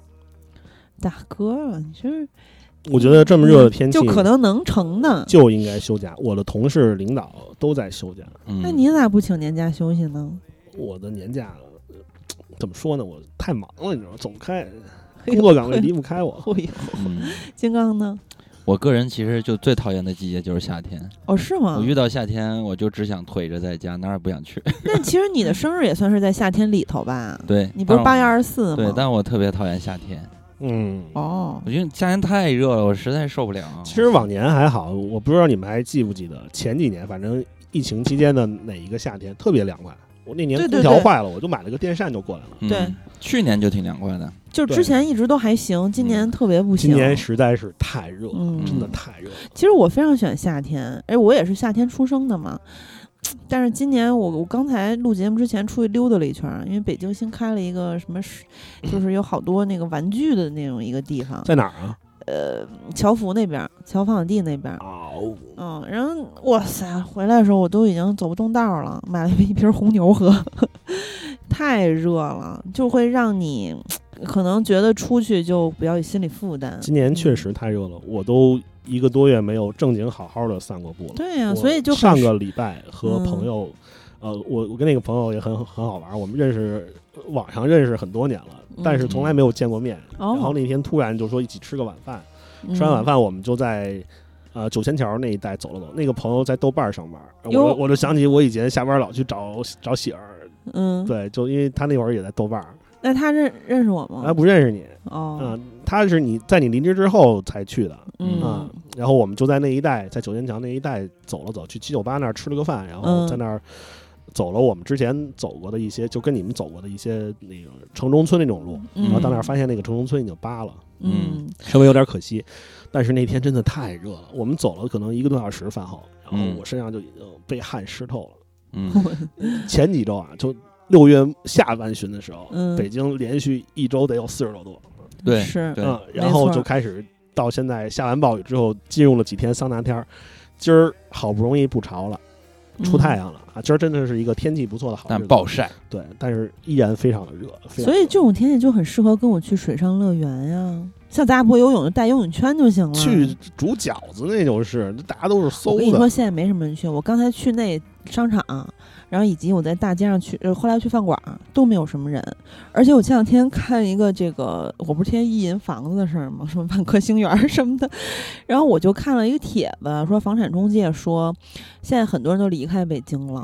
Speaker 2: 大哥了，你这是
Speaker 3: 我觉得这么热的天气，
Speaker 2: 嗯就可能能成的。
Speaker 3: 就应该休假。我的同事、领导都在休假，
Speaker 1: 嗯，
Speaker 2: 那你咋不请年假休息 呢？
Speaker 3: 我的年假呃怎么说呢？我太忙了，你知道吗，走不开，工作岗位离不开我。
Speaker 2: 哎呦
Speaker 1: 嗯，
Speaker 2: 金刚呢？
Speaker 1: 我个人其实就最讨厌的季节就是夏天。
Speaker 2: 哦，是吗
Speaker 1: 我？遇到夏天，我就只想腿着在家，哪儿也不想 去。
Speaker 2: 那其实你的生日也算是在夏天里头吧？
Speaker 1: 对，
Speaker 2: 你不是八
Speaker 1: 但
Speaker 2: 月
Speaker 1: 我
Speaker 2: 二十四吗？
Speaker 1: 对，但我特别讨厌夏天，
Speaker 3: 嗯，
Speaker 2: 哦，
Speaker 1: 我觉得夏天太热了，我实在受不了。啊
Speaker 3: 其实往年还好，我不知道你们还记不记得前几年，反正疫情期间的哪一个夏天特别凉快。我那年
Speaker 2: 对对
Speaker 3: 空调
Speaker 2: 对
Speaker 3: 坏了，我就买了个电扇就过来了。
Speaker 1: 嗯
Speaker 2: 对
Speaker 1: 去年就挺凉快的，
Speaker 2: 就
Speaker 3: 对嗯
Speaker 2: 之前一直都还行，今年特别不行。
Speaker 3: 今年实在是太热了，
Speaker 2: 嗯
Speaker 3: 真的太热了。
Speaker 2: 其实我非常喜欢夏天，哎，我也是夏天出生的嘛。但是今年我我刚才录节目之前出去溜达了一圈儿，因为北京新开了一个什么是，就是有好多那个玩具的那种一个地方，
Speaker 3: 在哪儿啊？
Speaker 2: 呃，侨服那边儿，侨房地那边儿。
Speaker 3: 哦，
Speaker 2: 嗯，然后哇塞，回来的时候我都已经走不动道儿了，买了一瓶红牛喝， 太热了，就会让你可能觉得出去就不要有心理负担。嗯
Speaker 3: 今年确实太热了，我都一个多月没有正经好好的散过步了。
Speaker 2: 对呀、
Speaker 3: 我
Speaker 2: 嗯所以就很
Speaker 3: 上
Speaker 2: 是嗯
Speaker 3: 个礼拜和朋友，呃，我我跟那个朋友也很很好玩儿，我们认识网上认识很多年了，但是从来没有见过面。
Speaker 2: 嗯哦
Speaker 3: 然后那天突然就说一起吃个晚饭，
Speaker 2: 嗯
Speaker 3: 吃完晚、饭我们就在。呃，九仙桥那一带走了走，那个朋友在豆瓣儿上班，我
Speaker 2: 哟
Speaker 3: 就我就想起我以前下班老去找找喜儿，
Speaker 2: 嗯，嗯，
Speaker 3: 对，就因为他那会儿也在豆瓣儿，啊
Speaker 2: 那他认认识我吗？
Speaker 3: 哎他不认识你，
Speaker 2: 哦，
Speaker 3: 嗯，他是你在你离职之后才去的，
Speaker 2: 嗯
Speaker 3: 啊，然后我们就在那一带，在九仙桥那一带走了走，去七九八那儿吃了个饭，然后
Speaker 2: 嗯
Speaker 3: 在那儿走了我们之前走过的一些，就跟你们走过的一些那个城中村那种路，
Speaker 2: 嗯
Speaker 3: 然后到那儿发现那个城中村已经扒了，
Speaker 2: 嗯，
Speaker 3: 稍微有点可惜，但是那天真的太热了，我们走了可能一个多小时饭后，然后
Speaker 1: 嗯
Speaker 3: 我身上就已经被汗湿透了。
Speaker 1: 嗯，
Speaker 3: 前几周啊，就六月下半旬的时候，
Speaker 2: 嗯
Speaker 3: 北京连续一周得有四十多度，
Speaker 1: 对，
Speaker 2: 是
Speaker 1: 对，
Speaker 3: 嗯，然
Speaker 2: 没
Speaker 3: 后
Speaker 2: 错
Speaker 3: 就开始到现在下完暴雨之后，进入了几天桑拿天儿。今儿好不容易不潮了，
Speaker 2: 嗯
Speaker 3: 出太阳了、啊！今儿真的是一个天气不错的好日
Speaker 1: 但
Speaker 3: 子，
Speaker 1: 暴晒，
Speaker 3: 对，但是依然非常的热。非常
Speaker 2: 所以
Speaker 3: 热
Speaker 2: 这种天气就很适合跟我去水上乐园呀、像咱俩不会游泳，就带游泳圈就行了。
Speaker 3: 去煮饺子那种是，大家都是
Speaker 2: 我
Speaker 3: 馊
Speaker 2: 跟你说，
Speaker 3: 的。
Speaker 2: 现在没什么人去。我刚才去那商场，然后以及我在大街上去，呃，后来去饭馆儿都没有什么人。而且我前两天看一个这个，我不是天天意淫房子的事儿吗？ 什么万科星园儿什么的，然后我就看了一个帖子，说房产中介说，现在很多人都离开北京了。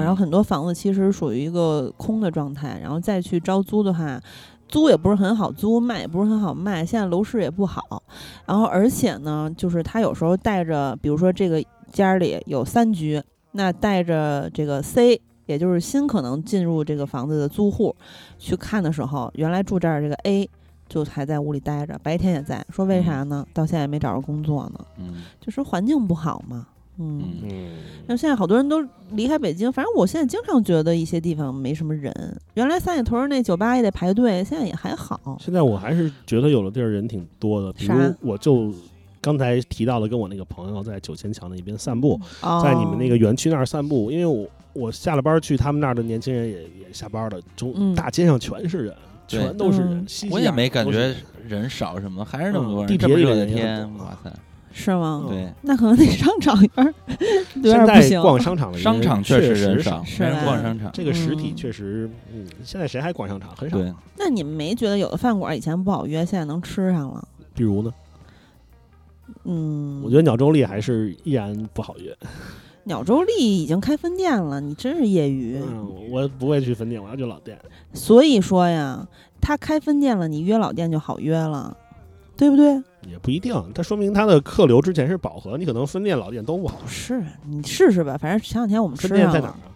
Speaker 1: 嗯
Speaker 2: 然后很多房子其实属于一个空的状态，然后再去招租的话，租也不是很好租，卖也不是很好卖，现在楼市也不好，然后而且呢，就是他有时候带着，比如说这个家儿里有三居，那带着这个 C，也就是新可能进入这个房子的租户去看的时候，原来住这儿这个 A 就还在屋里待着，白天也在，说为啥呢？到现在也没找着工作呢，
Speaker 1: 嗯
Speaker 2: 就说环境不好嘛，嗯。
Speaker 1: 嗯
Speaker 3: 嗯，
Speaker 2: 那现在好多人都离开北京，反正我现在经常觉得一些地方没什么人。原来三里屯儿那酒吧也得排队，现在也还好。
Speaker 3: 现在我还是觉得有的地儿人挺多的，比如
Speaker 2: 啥
Speaker 3: 我就刚才提到的，跟我那个朋友在九仙桥那边散步，
Speaker 2: 哦、
Speaker 3: 在你们那个园区那儿散步，因为我我下了班去他们那儿的年轻人也也下班了，中
Speaker 2: 嗯
Speaker 3: 大街上全是人，
Speaker 1: 对
Speaker 3: 全都是人
Speaker 2: 嗯，
Speaker 3: 西
Speaker 1: 我
Speaker 3: 西
Speaker 1: 也
Speaker 3: 雅
Speaker 1: 没感
Speaker 3: 都是
Speaker 1: 觉
Speaker 3: 人
Speaker 1: 人少什么的，还是那么
Speaker 3: 嗯
Speaker 1: 多人。
Speaker 3: 地
Speaker 1: 这
Speaker 3: 铁
Speaker 1: 么
Speaker 3: 里
Speaker 1: 热的
Speaker 3: 人也很
Speaker 1: 天，
Speaker 3: 多嗯
Speaker 1: 哇塞！
Speaker 2: 是吗？
Speaker 1: 对，
Speaker 2: 那可能得商场有点儿有点
Speaker 3: 现
Speaker 2: 儿不
Speaker 3: 在
Speaker 2: 行。
Speaker 3: 逛商场的
Speaker 1: 商场
Speaker 3: 确
Speaker 1: 实人
Speaker 3: 少，
Speaker 2: 是
Speaker 1: 没人
Speaker 2: 吧
Speaker 1: 逛商场。
Speaker 3: 这个实体
Speaker 2: 嗯
Speaker 3: 确实，嗯，现在谁还逛商场？很少。
Speaker 1: 对，
Speaker 2: 那你们没觉得有的饭馆以前不好约，现在能吃上了？
Speaker 3: 比如呢，
Speaker 2: 嗯，
Speaker 3: 我觉得鸟周丽还是依然不好约。
Speaker 2: 鸟周丽已经开分店了，你真是业余。
Speaker 3: 嗯，我不会去分店，我要去老店。
Speaker 2: 所以说呀，他开分店了，你约老店就好约了，对不对？
Speaker 3: 也不一定，它说明它的客流之前是饱和，你可能分店老店都不好。
Speaker 2: 不是，你试试吧，反正前两天我们吃
Speaker 3: 分店
Speaker 2: 上
Speaker 3: 在哪儿
Speaker 2: 了，
Speaker 3: 啊？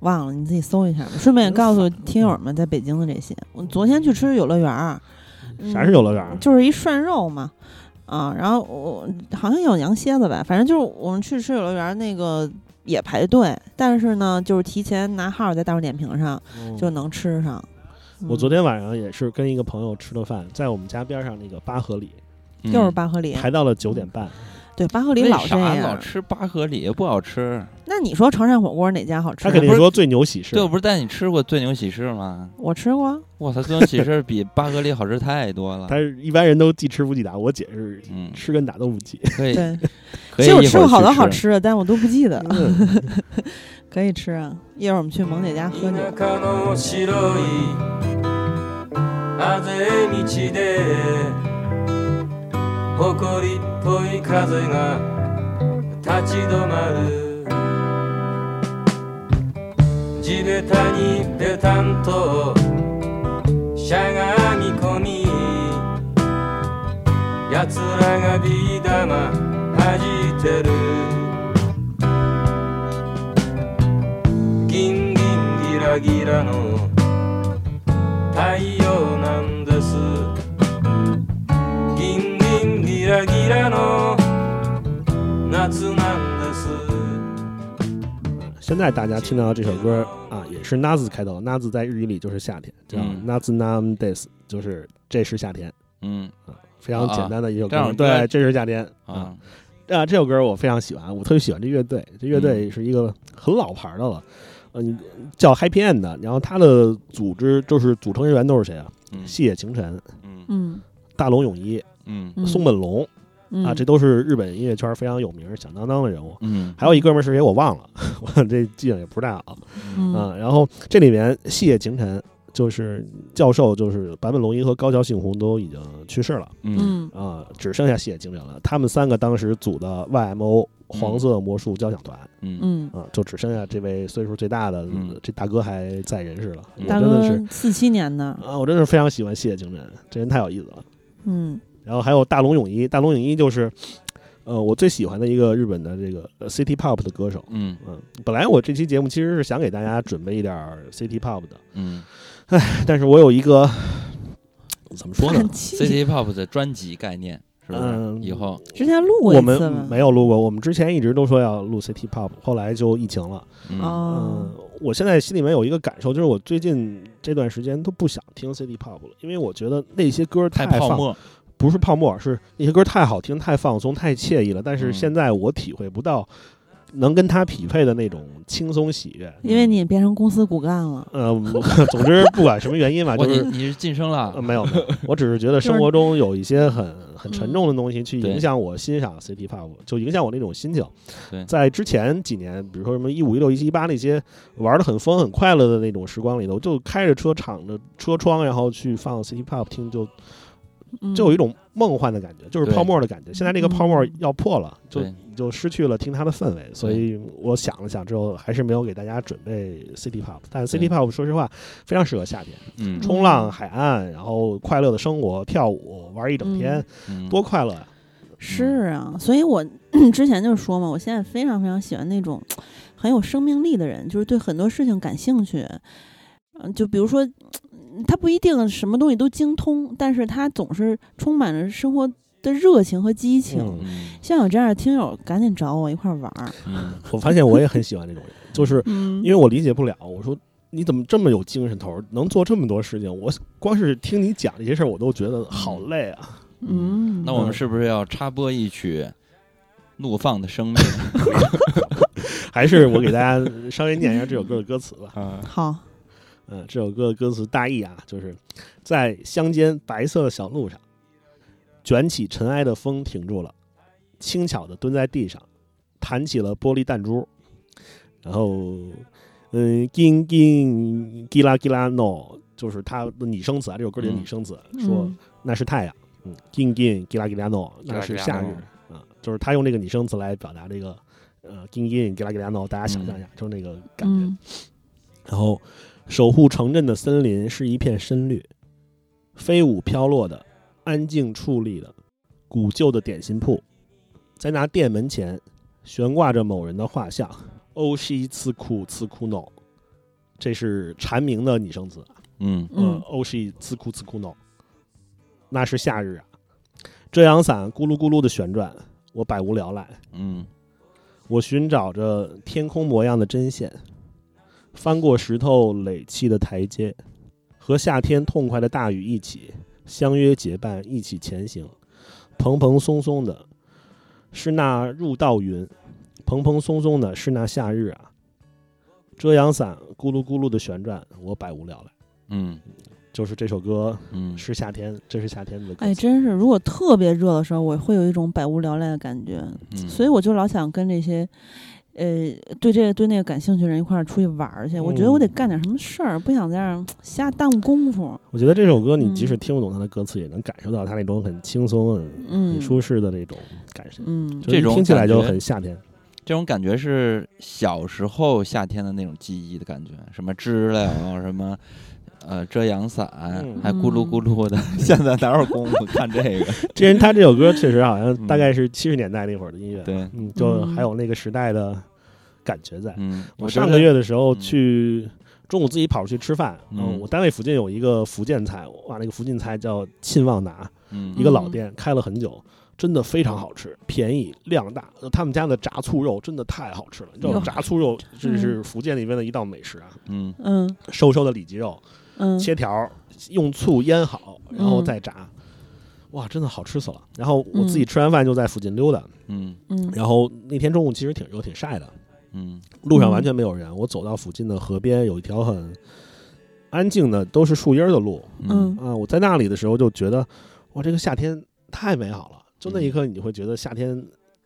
Speaker 2: 忘了你自己搜一下吧。顺便也告诉听友们，在北京的这些，我昨天去吃游乐园儿，嗯
Speaker 3: 啥是游乐园啊？
Speaker 2: 就是一涮肉嘛，啊，然后我好像有羊蝎子吧，反正就是我们去吃游乐园那个也排队，但是呢，就是提前拿号在大众点评上
Speaker 3: 嗯
Speaker 2: 就能吃上。
Speaker 1: 嗯
Speaker 3: 我昨
Speaker 2: 天、
Speaker 3: 天晚上也是跟一个朋友吃了饭，在我们家边上那个八合里，
Speaker 1: 嗯
Speaker 2: 就是八合里，
Speaker 3: 排到了九点半。
Speaker 2: 对八合里
Speaker 1: 为
Speaker 2: 老这
Speaker 1: 啥老
Speaker 2: 样。
Speaker 1: 吃八合里不好吃？
Speaker 2: 那你说潮汕火锅哪家好吃啊
Speaker 3: 他？肯定说最牛喜事
Speaker 1: 对，，我不是带你吃过最牛喜事吗？
Speaker 2: 我吃过，啊
Speaker 1: 我操，最牛喜事比八合里好吃太多 了。
Speaker 3: 他是一般人都既吃不记打，我姐是
Speaker 1: 嗯，
Speaker 3: 吃跟打都不记。
Speaker 1: 可以，
Speaker 2: 对，
Speaker 1: 可
Speaker 2: 其
Speaker 1: 以一
Speaker 2: 实
Speaker 1: 会儿去吃
Speaker 2: 我吃过好多好。吃的，但我都不记得。
Speaker 3: 嗯
Speaker 2: 可以吃啊，一会儿我们去萌姐家喝酒。
Speaker 5: 田舎の白いあぜ道で誇りっぽい風が立ち止まる地べたにぺたんとしゃがみ込み奴らがビー玉弾いてるギンギンギラギラの太陽なんですギンギンギラギラの夏なんです
Speaker 3: 现在大家听到这首歌啊，也是 Naz 开头，Naz 在日语里就是夏天，叫
Speaker 1: 嗯
Speaker 3: Naz Nam Days，就是这是夏天
Speaker 1: 嗯
Speaker 3: 啊，非常简单的一首歌。
Speaker 1: 啊这样
Speaker 3: 对，这是夏天啊
Speaker 2: 嗯
Speaker 1: 啊，
Speaker 3: 啊，这首歌我非常喜欢，我特别喜欢这乐队，这乐队是一个很老牌的了，嗯、叫 Happy End，的然后它的组织就是组成人员都是谁啊？
Speaker 1: 嗯
Speaker 3: 细野晴臣、
Speaker 1: 嗯
Speaker 2: 嗯
Speaker 3: 大龙泳一、
Speaker 1: 嗯
Speaker 2: 嗯
Speaker 3: 松本龙
Speaker 2: 嗯
Speaker 3: 啊，这都是日本音乐圈非常有名、响当当的人物。
Speaker 1: 嗯，
Speaker 3: 还有一哥们儿是谁我忘了， 我这记性也不是太好。
Speaker 2: 嗯
Speaker 3: 啊，然后这里面细野晴臣就是教授，就是坂本龙一和高桥幸宏都已经去世了
Speaker 1: 嗯
Speaker 2: 嗯
Speaker 3: 啊，只剩下细野晴臣了。他们三个当时组的 YMO 黄色魔术交响团
Speaker 1: 嗯
Speaker 2: 嗯，
Speaker 3: 啊，就只剩下这位岁数最大的、
Speaker 1: 嗯
Speaker 3: 这大哥还在人世了。我
Speaker 2: 大
Speaker 3: 真的
Speaker 2: 哥
Speaker 3: 是
Speaker 2: 四七年的，
Speaker 3: 啊，我真的是非常喜欢细野晴臣，这人太有意思了。
Speaker 2: 嗯
Speaker 3: 然后还有大龙泳一，大龙泳一就是呃我最喜欢的一个日本的这个呃 City Pop 的歌手。
Speaker 1: 嗯
Speaker 3: 嗯，本来我这期节目其实是想给大家准备一点儿 City Pop 的。
Speaker 1: 嗯
Speaker 3: 但是我有一个怎么说呢
Speaker 2: 很？气
Speaker 1: ，City Pop 的专辑概念是不是？
Speaker 3: 嗯
Speaker 1: 以后
Speaker 2: 之前录过
Speaker 3: 我
Speaker 2: 一次
Speaker 3: 们
Speaker 2: 吧？
Speaker 3: 没有录过，我们之前一直都说要录 City Pop，后来就疫情了。
Speaker 1: 嗯
Speaker 2: 哦
Speaker 3: 嗯，，我现在心里面有一个感受，就是我最近这段时间都不想听 City Pop 了，因为我觉得那些歌
Speaker 1: 太
Speaker 3: 放，
Speaker 1: 泡沫，
Speaker 3: 不是泡沫，是那些歌太好听、太放松、太惬意了。但是
Speaker 1: 嗯
Speaker 3: 现在我体会不到能跟它匹配的那种轻松喜悦。
Speaker 2: 因为你变成公司骨干了，
Speaker 3: 呃，我总之不管什么原 因吧，
Speaker 1: 我
Speaker 3: 啊就
Speaker 1: 你
Speaker 3: 是
Speaker 1: 你是晋升
Speaker 3: 呃，
Speaker 1: 了，
Speaker 3: 没有，没有我只是觉得生活中有一些很很沉重的东西去
Speaker 1: 对
Speaker 3: 影响我欣赏 City Pop，就影响我那种心情
Speaker 1: 对。
Speaker 3: 在之前几年，比如说什么一五一六一七一八那些玩的很疯很快乐的那种时光里头，我就开着车敞着车窗，然后去放 City Pop 听，就
Speaker 2: 嗯
Speaker 3: 就有一种梦幻的感觉，就是
Speaker 1: 对
Speaker 3: 泡沫的感觉。现在这个泡沫要破了，就
Speaker 1: 对
Speaker 3: 你就失去了听它的氛围。所以我想了想之后，还是没有给大家准备 City Pop，但
Speaker 1: 对
Speaker 3: City Pop 说实话非常适合夏天。
Speaker 1: 嗯
Speaker 3: 冲浪、海岸，然后快乐的生活、跳舞、玩一整天，
Speaker 1: 嗯
Speaker 3: 多快乐呀！
Speaker 2: 是啊，所以我 之前就说嘛，我现在非常非常喜欢那种很有生命力的人，就是对很多事情感兴趣。嗯，就比如说，他不一定什么东西都精通，但是他总是充满着生活的热情和激情。
Speaker 3: 嗯
Speaker 1: 嗯
Speaker 2: 像有这样的听友，赶紧找我一块儿玩儿。
Speaker 1: 嗯
Speaker 3: 我发现我也很喜欢这种人， 就是
Speaker 2: 嗯
Speaker 3: 因为我理解不了，我说你怎么这么有精神头儿，能做这么多事情？我光是听你讲这些事儿，我都觉得好累啊！
Speaker 2: 嗯，
Speaker 1: 那我们是不是要插播一曲《怒放的生命》 嗯
Speaker 3: 还是我给大家稍微念一下这首歌的歌词吧。
Speaker 1: 啊？
Speaker 2: 好，
Speaker 3: 嗯，这首歌的歌词大意啊，就是在乡间白色的小路上，卷起尘埃的风停住了，轻巧地蹲在地上，弹起了玻璃弹珠，然后，嗯，金金吉拉吉拉 no，就是它的拟声词啊，这首歌里的拟声词、说
Speaker 2: 嗯
Speaker 3: 那是太阳，嗯，金金吉拉吉拉 no，那是夏日
Speaker 5: Gilagilano
Speaker 3: 啊，就是他用这个拟声词来表达这个，呃，金金吉拉吉拉 no，大家想象一下，就是那个感觉。
Speaker 2: 嗯
Speaker 3: 然后，守护城镇的森林是一片深绿，飞舞飘落的，安静矗立的，古旧的点心铺，在那店门前悬挂着某人的画像。欧西茨库茨库诺，这是蝉鸣的拟声词。
Speaker 1: 嗯
Speaker 3: 呃
Speaker 2: 嗯，
Speaker 3: 欧西茨库茨库诺，那是夏日啊。遮阳伞咕噜咕噜的旋转，我百无聊赖。
Speaker 1: 嗯
Speaker 3: 我寻找着天空模样的针线，翻过石头垒砌的台阶，和夏天痛快的大雨一起相约结伴，一起前行。蓬蓬松松的，是那入道云；蓬蓬松松的是那夏日啊。遮阳伞咕噜咕噜的旋转，我百无聊赖。
Speaker 1: 嗯
Speaker 3: 就是这首歌
Speaker 1: 嗯，
Speaker 3: 是夏天，这是夏天的歌词。
Speaker 2: 哎，真是，如果特别热的时候，我会有一种百无聊赖的感觉，
Speaker 1: 嗯
Speaker 2: 所以我就老想跟这些，呃，对这个对那个感兴趣的人一块儿出去玩儿去。我觉得我得
Speaker 3: 嗯
Speaker 2: 干点什么事儿，不想在这儿瞎耽误功夫。
Speaker 3: 我觉得这首歌你
Speaker 2: 嗯
Speaker 3: 即使听不懂它的歌词，也能感受到它那种很轻松、很
Speaker 2: 嗯
Speaker 3: 很，舒适的那种感受。
Speaker 2: 嗯，
Speaker 3: 就是
Speaker 1: 这种
Speaker 3: 听起来
Speaker 1: 感
Speaker 3: 就
Speaker 1: 觉
Speaker 3: 很夏天。
Speaker 1: 这种感觉是小时候夏天的那种记忆的感觉，什么知了，什么呃遮阳伞，
Speaker 3: 嗯
Speaker 1: 还咕噜咕噜的。 现在哪有功夫看这 个？
Speaker 3: 这人他这首歌确实好像
Speaker 1: 嗯
Speaker 3: 大概是七十年代那会儿的音乐，
Speaker 1: 对，
Speaker 3: 嗯，就还有那个时代的感觉在。
Speaker 1: 嗯，
Speaker 3: 我
Speaker 1: 觉得
Speaker 3: 上个月的时候
Speaker 1: 嗯
Speaker 3: 去中午自己跑出去吃饭，
Speaker 1: 嗯
Speaker 3: 嗯，我单位附近有一个福建菜，哇，那个福建菜叫沁旺达，
Speaker 1: 嗯
Speaker 3: 一个老店开了很久。真的非常好吃，便宜量大，呃他们家的炸醋肉真的太好吃了。你知道
Speaker 2: 哟
Speaker 3: 炸醋肉这是福建那边的一道美食啊，
Speaker 1: 嗯
Speaker 2: 嗯
Speaker 3: 瘦瘦的里脊肉，
Speaker 2: 嗯，
Speaker 3: 切条儿，用醋腌好，然后
Speaker 2: 嗯
Speaker 3: 再炸。哇，真的好吃死了！然后我自己吃完饭就在附近溜达，
Speaker 1: 嗯
Speaker 2: 嗯
Speaker 3: 然后那天中午其实挺热挺晒的，
Speaker 1: 嗯
Speaker 3: 路上
Speaker 2: 嗯
Speaker 3: 完全没有人。我走到附近的河边，有一条很安静的都是树荫儿的路
Speaker 2: 嗯
Speaker 3: 啊。我在那里的时候就觉得，哇，这个夏天太美好了！就
Speaker 2: 嗯
Speaker 3: 那一刻，你会觉得夏天。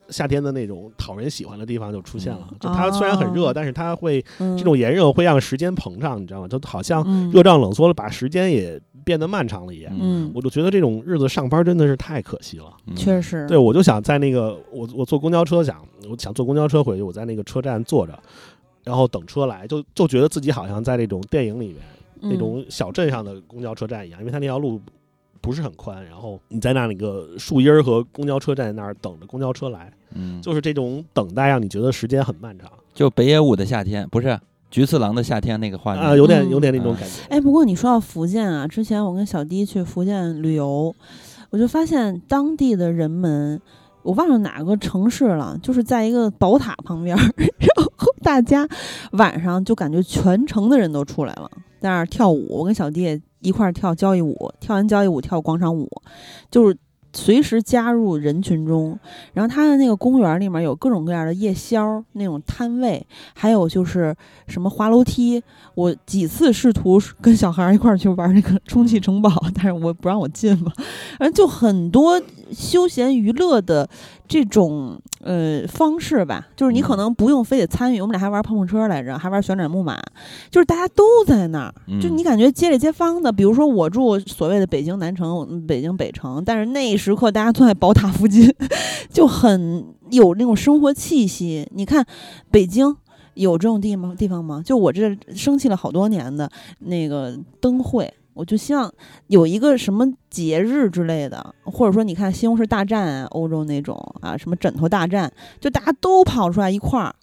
Speaker 3: 夏天的那种讨人喜欢的地方就出现了
Speaker 1: 嗯，
Speaker 3: 就它虽然很热，
Speaker 2: 哦
Speaker 3: 但是它会
Speaker 2: 嗯
Speaker 3: 这种炎热会让时间膨胀，你知道吗？就好像
Speaker 2: 嗯
Speaker 3: 热胀冷缩了，把时间也变得漫长了一样。
Speaker 2: 嗯，
Speaker 3: 我就觉得这种日子上班真的是太可惜了。
Speaker 1: 嗯
Speaker 2: 确实
Speaker 3: 对，我就想在那个我我坐公交车想，我想坐公交车回去，我在那个车站坐着，然后等车来，就就觉得自己好像在那种电影里面
Speaker 2: 嗯
Speaker 3: 那种小镇上的公交车站一样，因为它那条路不是很宽，然后你在那那个树荫儿和公交车站那儿等着公交车来，
Speaker 1: 嗯，
Speaker 3: 就是这种等待让你觉得时间很漫长
Speaker 1: 就北野武的夏天，不是菊次郎的夏天那个画面
Speaker 3: 啊，有点
Speaker 2: 嗯
Speaker 3: 有点那种感觉。
Speaker 2: 哎，不过你说到福建啊，之前我跟小迪去福建旅游，我就发现当地的人们，我忘了哪个城市了，就是在一个宝塔旁边儿， 然后大家晚上就感觉全城的人都出来了，在那儿跳舞。我跟小迪也一块儿跳交谊舞，跳完交谊舞跳广场舞，就是。随时加入人群中，然后它的那个公园里面有各种各样的夜宵那种摊位，还有就是什么滑楼梯，我几次试图跟小孩儿一块儿去玩那个充气城堡，但是我不让我进嘛。反正就很多休闲娱乐的这种呃方式吧，就是你可能不用非得参与。我们俩还玩碰碰车来着，还玩旋转木马，就是大家都在那儿，
Speaker 1: 嗯
Speaker 2: 就你感觉街里街坊的。比如说我住所谓的北京南城，我们北京北城，但是那一时刻大家都在宝塔附近， 就很有那种生活气息。你看北京。有这种地方地方吗？就我这生气了好多年的那个灯会，我就希望有一个什么节日之类的，或者说你看西红柿大战啊，欧洲那种啊，什么枕头大战，就大家都跑出来一块儿，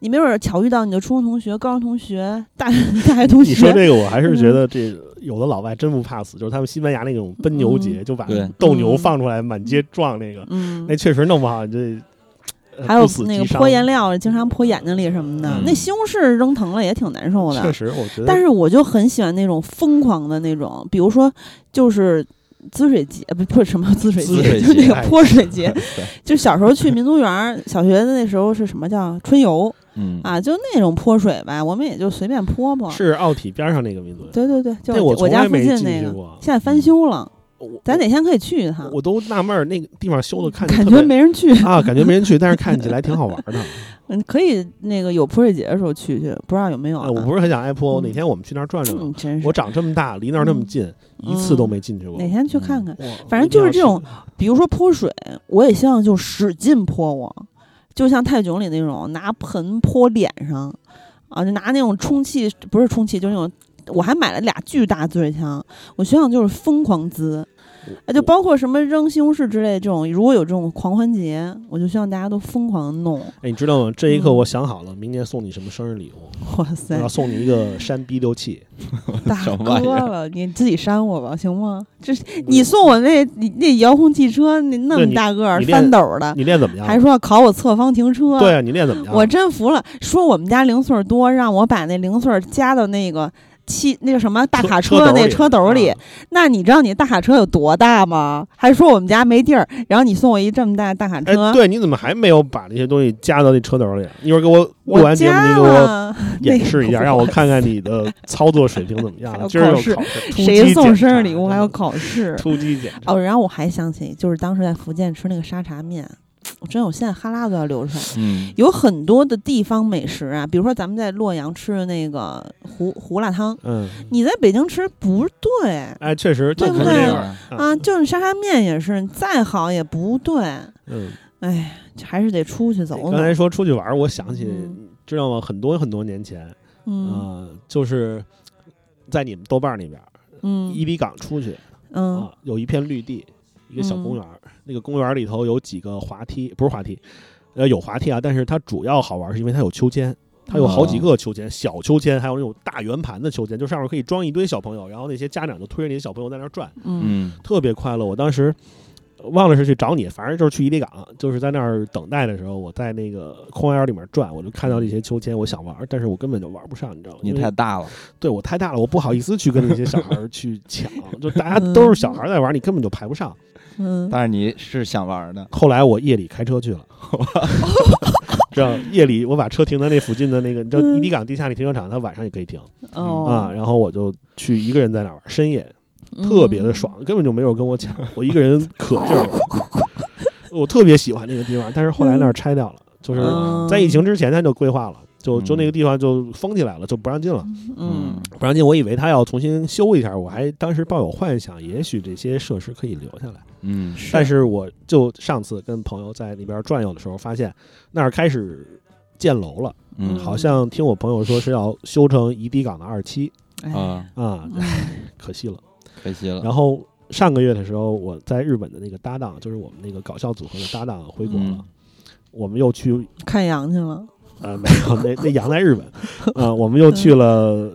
Speaker 2: 你没准儿巧遇到你的初中同学、高中同学、大大学 同
Speaker 3: 你说
Speaker 2: 学，
Speaker 3: 这个，我还是觉得这有的老外真不怕死，就是他们西班牙那种奔牛节，就把
Speaker 1: 对
Speaker 3: 斗牛放出来满街撞，那个
Speaker 2: 嗯
Speaker 3: 那，确实弄不好你这呃
Speaker 2: 还有
Speaker 3: 不死
Speaker 2: 那个
Speaker 3: 即伤
Speaker 2: 泼颜料，经常泼眼睛里什么的，
Speaker 1: 嗯
Speaker 2: 那西红柿扔疼了也挺难受的，
Speaker 3: 确实，我觉得，
Speaker 2: 但是我就很喜欢那种疯狂的那种，比如说就是滋水节，呃不不是什么滋水
Speaker 1: 滋水
Speaker 2: 就
Speaker 1: 节，
Speaker 2: 那
Speaker 3: 哎
Speaker 2: 个泼水节
Speaker 1: 对，
Speaker 2: 就小时候去民族园儿，小学的那时候是什么叫春游
Speaker 1: 嗯，
Speaker 2: 啊？就那种泼水吧，我们也就随便泼泼。
Speaker 3: 是奥体边上那个民族园，
Speaker 2: 对对对，就
Speaker 3: 那
Speaker 2: 我
Speaker 3: 从
Speaker 2: 家
Speaker 3: 来
Speaker 2: 附
Speaker 3: 没
Speaker 2: 近
Speaker 3: 进
Speaker 2: 那
Speaker 3: 去
Speaker 2: 个，
Speaker 3: 过。
Speaker 2: 现在翻修了，
Speaker 3: 我
Speaker 2: 咱哪天可以去一趟？
Speaker 3: 我都纳闷儿，那个地方修的看着
Speaker 2: 感
Speaker 3: 特
Speaker 2: 觉
Speaker 3: 别
Speaker 2: 没人去，
Speaker 3: 啊，感觉没人去，但是看起来挺好玩的。
Speaker 2: 嗯，可以那个有泼水节的时候去去，不知道有没有、啊
Speaker 3: 啊，我不是很想挨泼，
Speaker 2: 嗯
Speaker 3: 哪天我们去那儿转转吧。
Speaker 2: 嗯，真是
Speaker 3: 我长这么大，离那儿那么近，一次都没进去过
Speaker 2: 哪。天去看看。
Speaker 3: 哇
Speaker 2: 反正就是这种
Speaker 3: 我一定要去
Speaker 2: 嗯比如说泼水，我也希望就使劲泼我，就像泰囧里那种拿盆泼脸上，啊，就拿那种充气不是充气，就是那种。我还买了俩巨大滋水枪，我希望就是疯狂滋，啊，就包括什么扔西红柿之类这种，如果有这种狂欢节，我就希望大家都疯狂弄。
Speaker 3: 哎，你知道吗？这一刻
Speaker 2: 嗯
Speaker 3: 我想好了，明年送你什么生日礼物？
Speaker 2: 哇
Speaker 3: 我
Speaker 2: 塞
Speaker 3: 要，送你一个山逼六气。
Speaker 2: 大
Speaker 1: 什么玩意
Speaker 2: 哥
Speaker 1: 儿
Speaker 2: 了，你自己扇我吧，行吗？这是你送我那你那遥控汽车，你嗯那
Speaker 3: 对
Speaker 2: 么
Speaker 3: 你
Speaker 2: 大个儿
Speaker 3: 你练
Speaker 2: 翻斗儿的，
Speaker 3: 你练怎么样？
Speaker 2: 啊
Speaker 3: 啊
Speaker 2: 还说要考我侧方停车，
Speaker 3: 对啊，你练怎么样？
Speaker 2: 我真服了，说我们家零碎儿多，让我把那零碎儿加到那个汽那个什么大卡
Speaker 3: 车
Speaker 2: 车
Speaker 3: 斗
Speaker 2: 那
Speaker 3: 里
Speaker 2: 车斗里
Speaker 3: 啊。
Speaker 2: 那你知道你大卡车有多大吗？还说我们家没地儿，然后你送我一这么大的大卡
Speaker 3: 哎
Speaker 2: 车，，
Speaker 3: 对，你怎么还没有把那些东西加到那车斗里？啊一会儿给我录
Speaker 2: 我
Speaker 3: 完节目，
Speaker 2: 加
Speaker 3: 你给我
Speaker 2: 了，
Speaker 3: 演示一
Speaker 2: 那
Speaker 3: 下，
Speaker 2: 个
Speaker 3: 让我看看你的操作水平怎么
Speaker 2: 还
Speaker 3: 样。啊
Speaker 2: 有
Speaker 3: 今儿
Speaker 2: 考
Speaker 3: 有
Speaker 2: 试
Speaker 3: 考试，突
Speaker 2: 谁
Speaker 3: 击
Speaker 2: 送
Speaker 3: 检
Speaker 2: 生
Speaker 3: 查
Speaker 2: 日礼物还要
Speaker 3: 真的
Speaker 2: 考 试？
Speaker 3: 突击检查。
Speaker 2: 哦，然后我还想起，就是当时在福建吃那个沙茶面，我真的我现在哈喇子都要流出来。
Speaker 1: 嗯，
Speaker 2: 有很多的地方美食啊，比如说咱们在洛阳吃的那个胡胡辣汤，
Speaker 3: 嗯，
Speaker 2: 你在北京吃不对，
Speaker 3: 哎，确实，
Speaker 2: 对
Speaker 3: 就
Speaker 2: 不
Speaker 3: 不是
Speaker 2: 对
Speaker 3: 那
Speaker 1: 这
Speaker 3: 样
Speaker 1: 样
Speaker 2: 啊，就是沙茶面也是，你再好也不对，
Speaker 3: 嗯，
Speaker 2: 哎，还是得出去走
Speaker 3: 刚
Speaker 2: 走。
Speaker 3: 才说出去玩儿，我想起
Speaker 2: 嗯
Speaker 3: 知道吗？很多很多年前，
Speaker 2: 嗯
Speaker 3: 啊，就是在你们豆瓣儿里边儿，
Speaker 2: 嗯
Speaker 3: 伊犁港出去
Speaker 2: 嗯
Speaker 3: 啊，有一片绿地，一个小
Speaker 2: 嗯
Speaker 3: 公园儿，那个公园儿里头有几个滑梯，不是滑梯，呃，有滑梯啊，但是它主要好玩儿是因为它有秋千。它有好
Speaker 1: 哦
Speaker 3: 几个秋千，小秋千，还有那种大圆盘的秋千，就上面可以装一堆小朋友，然后那些家长就推着那些小朋友在那儿转，
Speaker 2: 嗯
Speaker 1: 嗯
Speaker 3: 特别快乐。我当时呃忘了是去找你，反正就是去伊犁港，就是在那儿等待的时候，我在那个公园里面转，我就看到这些秋千，我想玩儿，但是我根本就玩不上，你知道吗？
Speaker 1: 你
Speaker 3: 因为
Speaker 1: 太大了，
Speaker 3: 对我太大了，我不好意思去跟那些小孩儿 去抢，就大家都是小孩儿在玩，你根本就排不上。
Speaker 2: 嗯，
Speaker 1: 但是你是想玩的，
Speaker 3: 后来我夜里开车去 了，知道夜里我把车停在那附近的那个，你知道伊犁港地下那停车场，它晚上也可以停啊。
Speaker 2: 嗯哦，
Speaker 3: 然后我就去一个人在那儿玩，深夜
Speaker 2: 嗯
Speaker 3: 特别的。爽，根本就没有人跟我抢，我一个人可劲儿玩。 我特别喜欢那个地方，但是后来那儿拆掉了，就是
Speaker 2: 嗯
Speaker 3: 在疫情之前他就规划了，就就
Speaker 1: 嗯
Speaker 3: 那个地方就封起来了，就不让进了。
Speaker 2: 嗯，
Speaker 3: 不然进，我以为他要重新修一下，我还当时抱有幻想，也许这些设施可以留下来。
Speaker 1: 嗯，
Speaker 3: 但是我就上次跟朋友在那边转悠的时候，发现那儿开始建楼了，
Speaker 1: 嗯
Speaker 3: 好像听我朋友说是要修成怡堤港的二期
Speaker 2: 哎
Speaker 1: 啊，
Speaker 3: 啊，
Speaker 2: 嗯
Speaker 3: 可惜了。
Speaker 1: 可惜了，
Speaker 3: 然后上个月的时候，我在日本的那个搭档，就是我们那个搞笑组合的搭档回国了
Speaker 1: 嗯，
Speaker 3: 我们又去
Speaker 2: 看羊去了。
Speaker 3: 呃没有那那羊在日本，呃我们又去了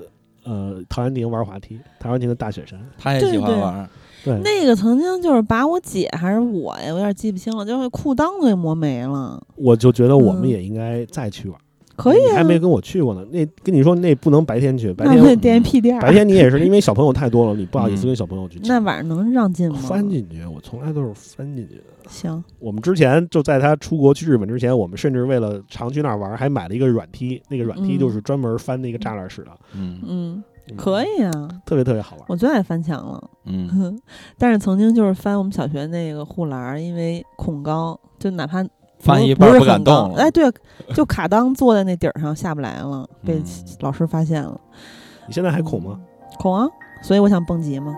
Speaker 3: 呃陶然亭玩滑梯，陶然亭的大雪山，
Speaker 1: 他也
Speaker 2: 对
Speaker 1: 喜欢
Speaker 2: 对
Speaker 1: 玩，
Speaker 3: 对，
Speaker 2: 那个曾经就是把我姐还是我呀，我有点记不清了，就是裤裆都给磨没了。
Speaker 3: 我就觉得我们
Speaker 2: 嗯
Speaker 3: 也应该再去玩。
Speaker 2: 可以
Speaker 3: 你还
Speaker 2: 啊，
Speaker 3: 没跟我去过呢。那跟你说，那不能白天去，白
Speaker 2: 那我也
Speaker 3: 天
Speaker 2: 垫屁垫儿。
Speaker 3: 白天你也是因为小朋友太多了，你不好意思跟小朋友去。
Speaker 2: 那晚上能让进吗？
Speaker 3: 翻进去，我从来都是翻进去的。
Speaker 2: 行，
Speaker 3: 我们之前就在他出国去日本之前，我们甚至为了常去那儿玩，还买了一个软梯，那个软梯
Speaker 2: 嗯
Speaker 3: 就是专门翻那个栅栏式的，
Speaker 1: 嗯
Speaker 2: 嗯，
Speaker 3: 嗯
Speaker 2: 可，以啊，
Speaker 3: 特别特别好玩。
Speaker 2: 我最爱翻墙了。
Speaker 1: 嗯，
Speaker 2: 但是曾经就是翻我们小学那个护栏儿，因为恐高，就哪怕
Speaker 1: 翻一
Speaker 2: 不
Speaker 1: 半
Speaker 2: 是
Speaker 1: 儿不
Speaker 2: 很
Speaker 1: 敢
Speaker 2: 高
Speaker 1: 动了，
Speaker 2: 哎，对，就卡裆坐在那顶儿上下不来了，被
Speaker 1: 嗯
Speaker 2: 老师发现了，
Speaker 3: 你现在还恐吗？？
Speaker 2: 恐啊！所以我想蹦极嘛。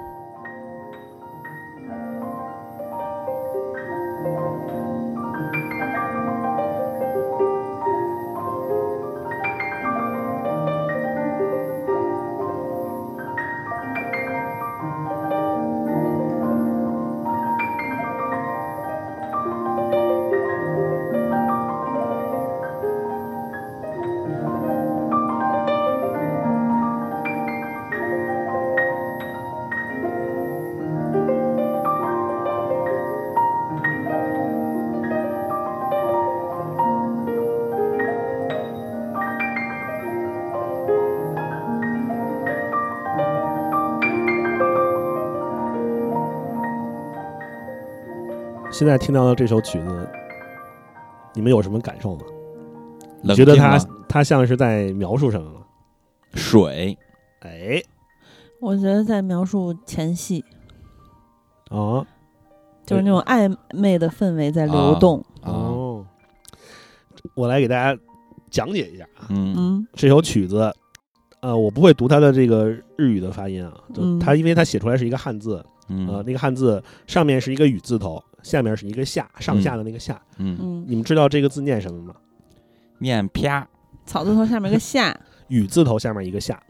Speaker 3: 现在听到的这首曲子，你们有什么感受吗？
Speaker 1: 冷
Speaker 3: 觉得
Speaker 1: 静
Speaker 3: 它
Speaker 1: 吗
Speaker 3: 它像是在描述什么吗？
Speaker 1: 水
Speaker 3: 哎，
Speaker 2: 我觉得在描述前戏，
Speaker 3: 啊，
Speaker 2: 就是那种暧昧的氛围在流
Speaker 1: 啊
Speaker 2: 动。
Speaker 1: 啊，
Speaker 3: 哦，我来给大家讲解一下啊，
Speaker 1: 嗯
Speaker 2: 嗯
Speaker 3: 这首曲子，呃，我不会读它的这个日语的发音啊，就
Speaker 2: 嗯
Speaker 3: 它因为它写出来是一个汉字，呃，
Speaker 1: 嗯
Speaker 3: 那个汉字上面是一个雨字头，下面是一个下，上下的那个下，
Speaker 1: 嗯，
Speaker 2: 嗯，
Speaker 3: 你们知道这个字念什么吗？
Speaker 1: 念啪，
Speaker 2: 草字头下面一个下，
Speaker 3: 雨字头下面一个下，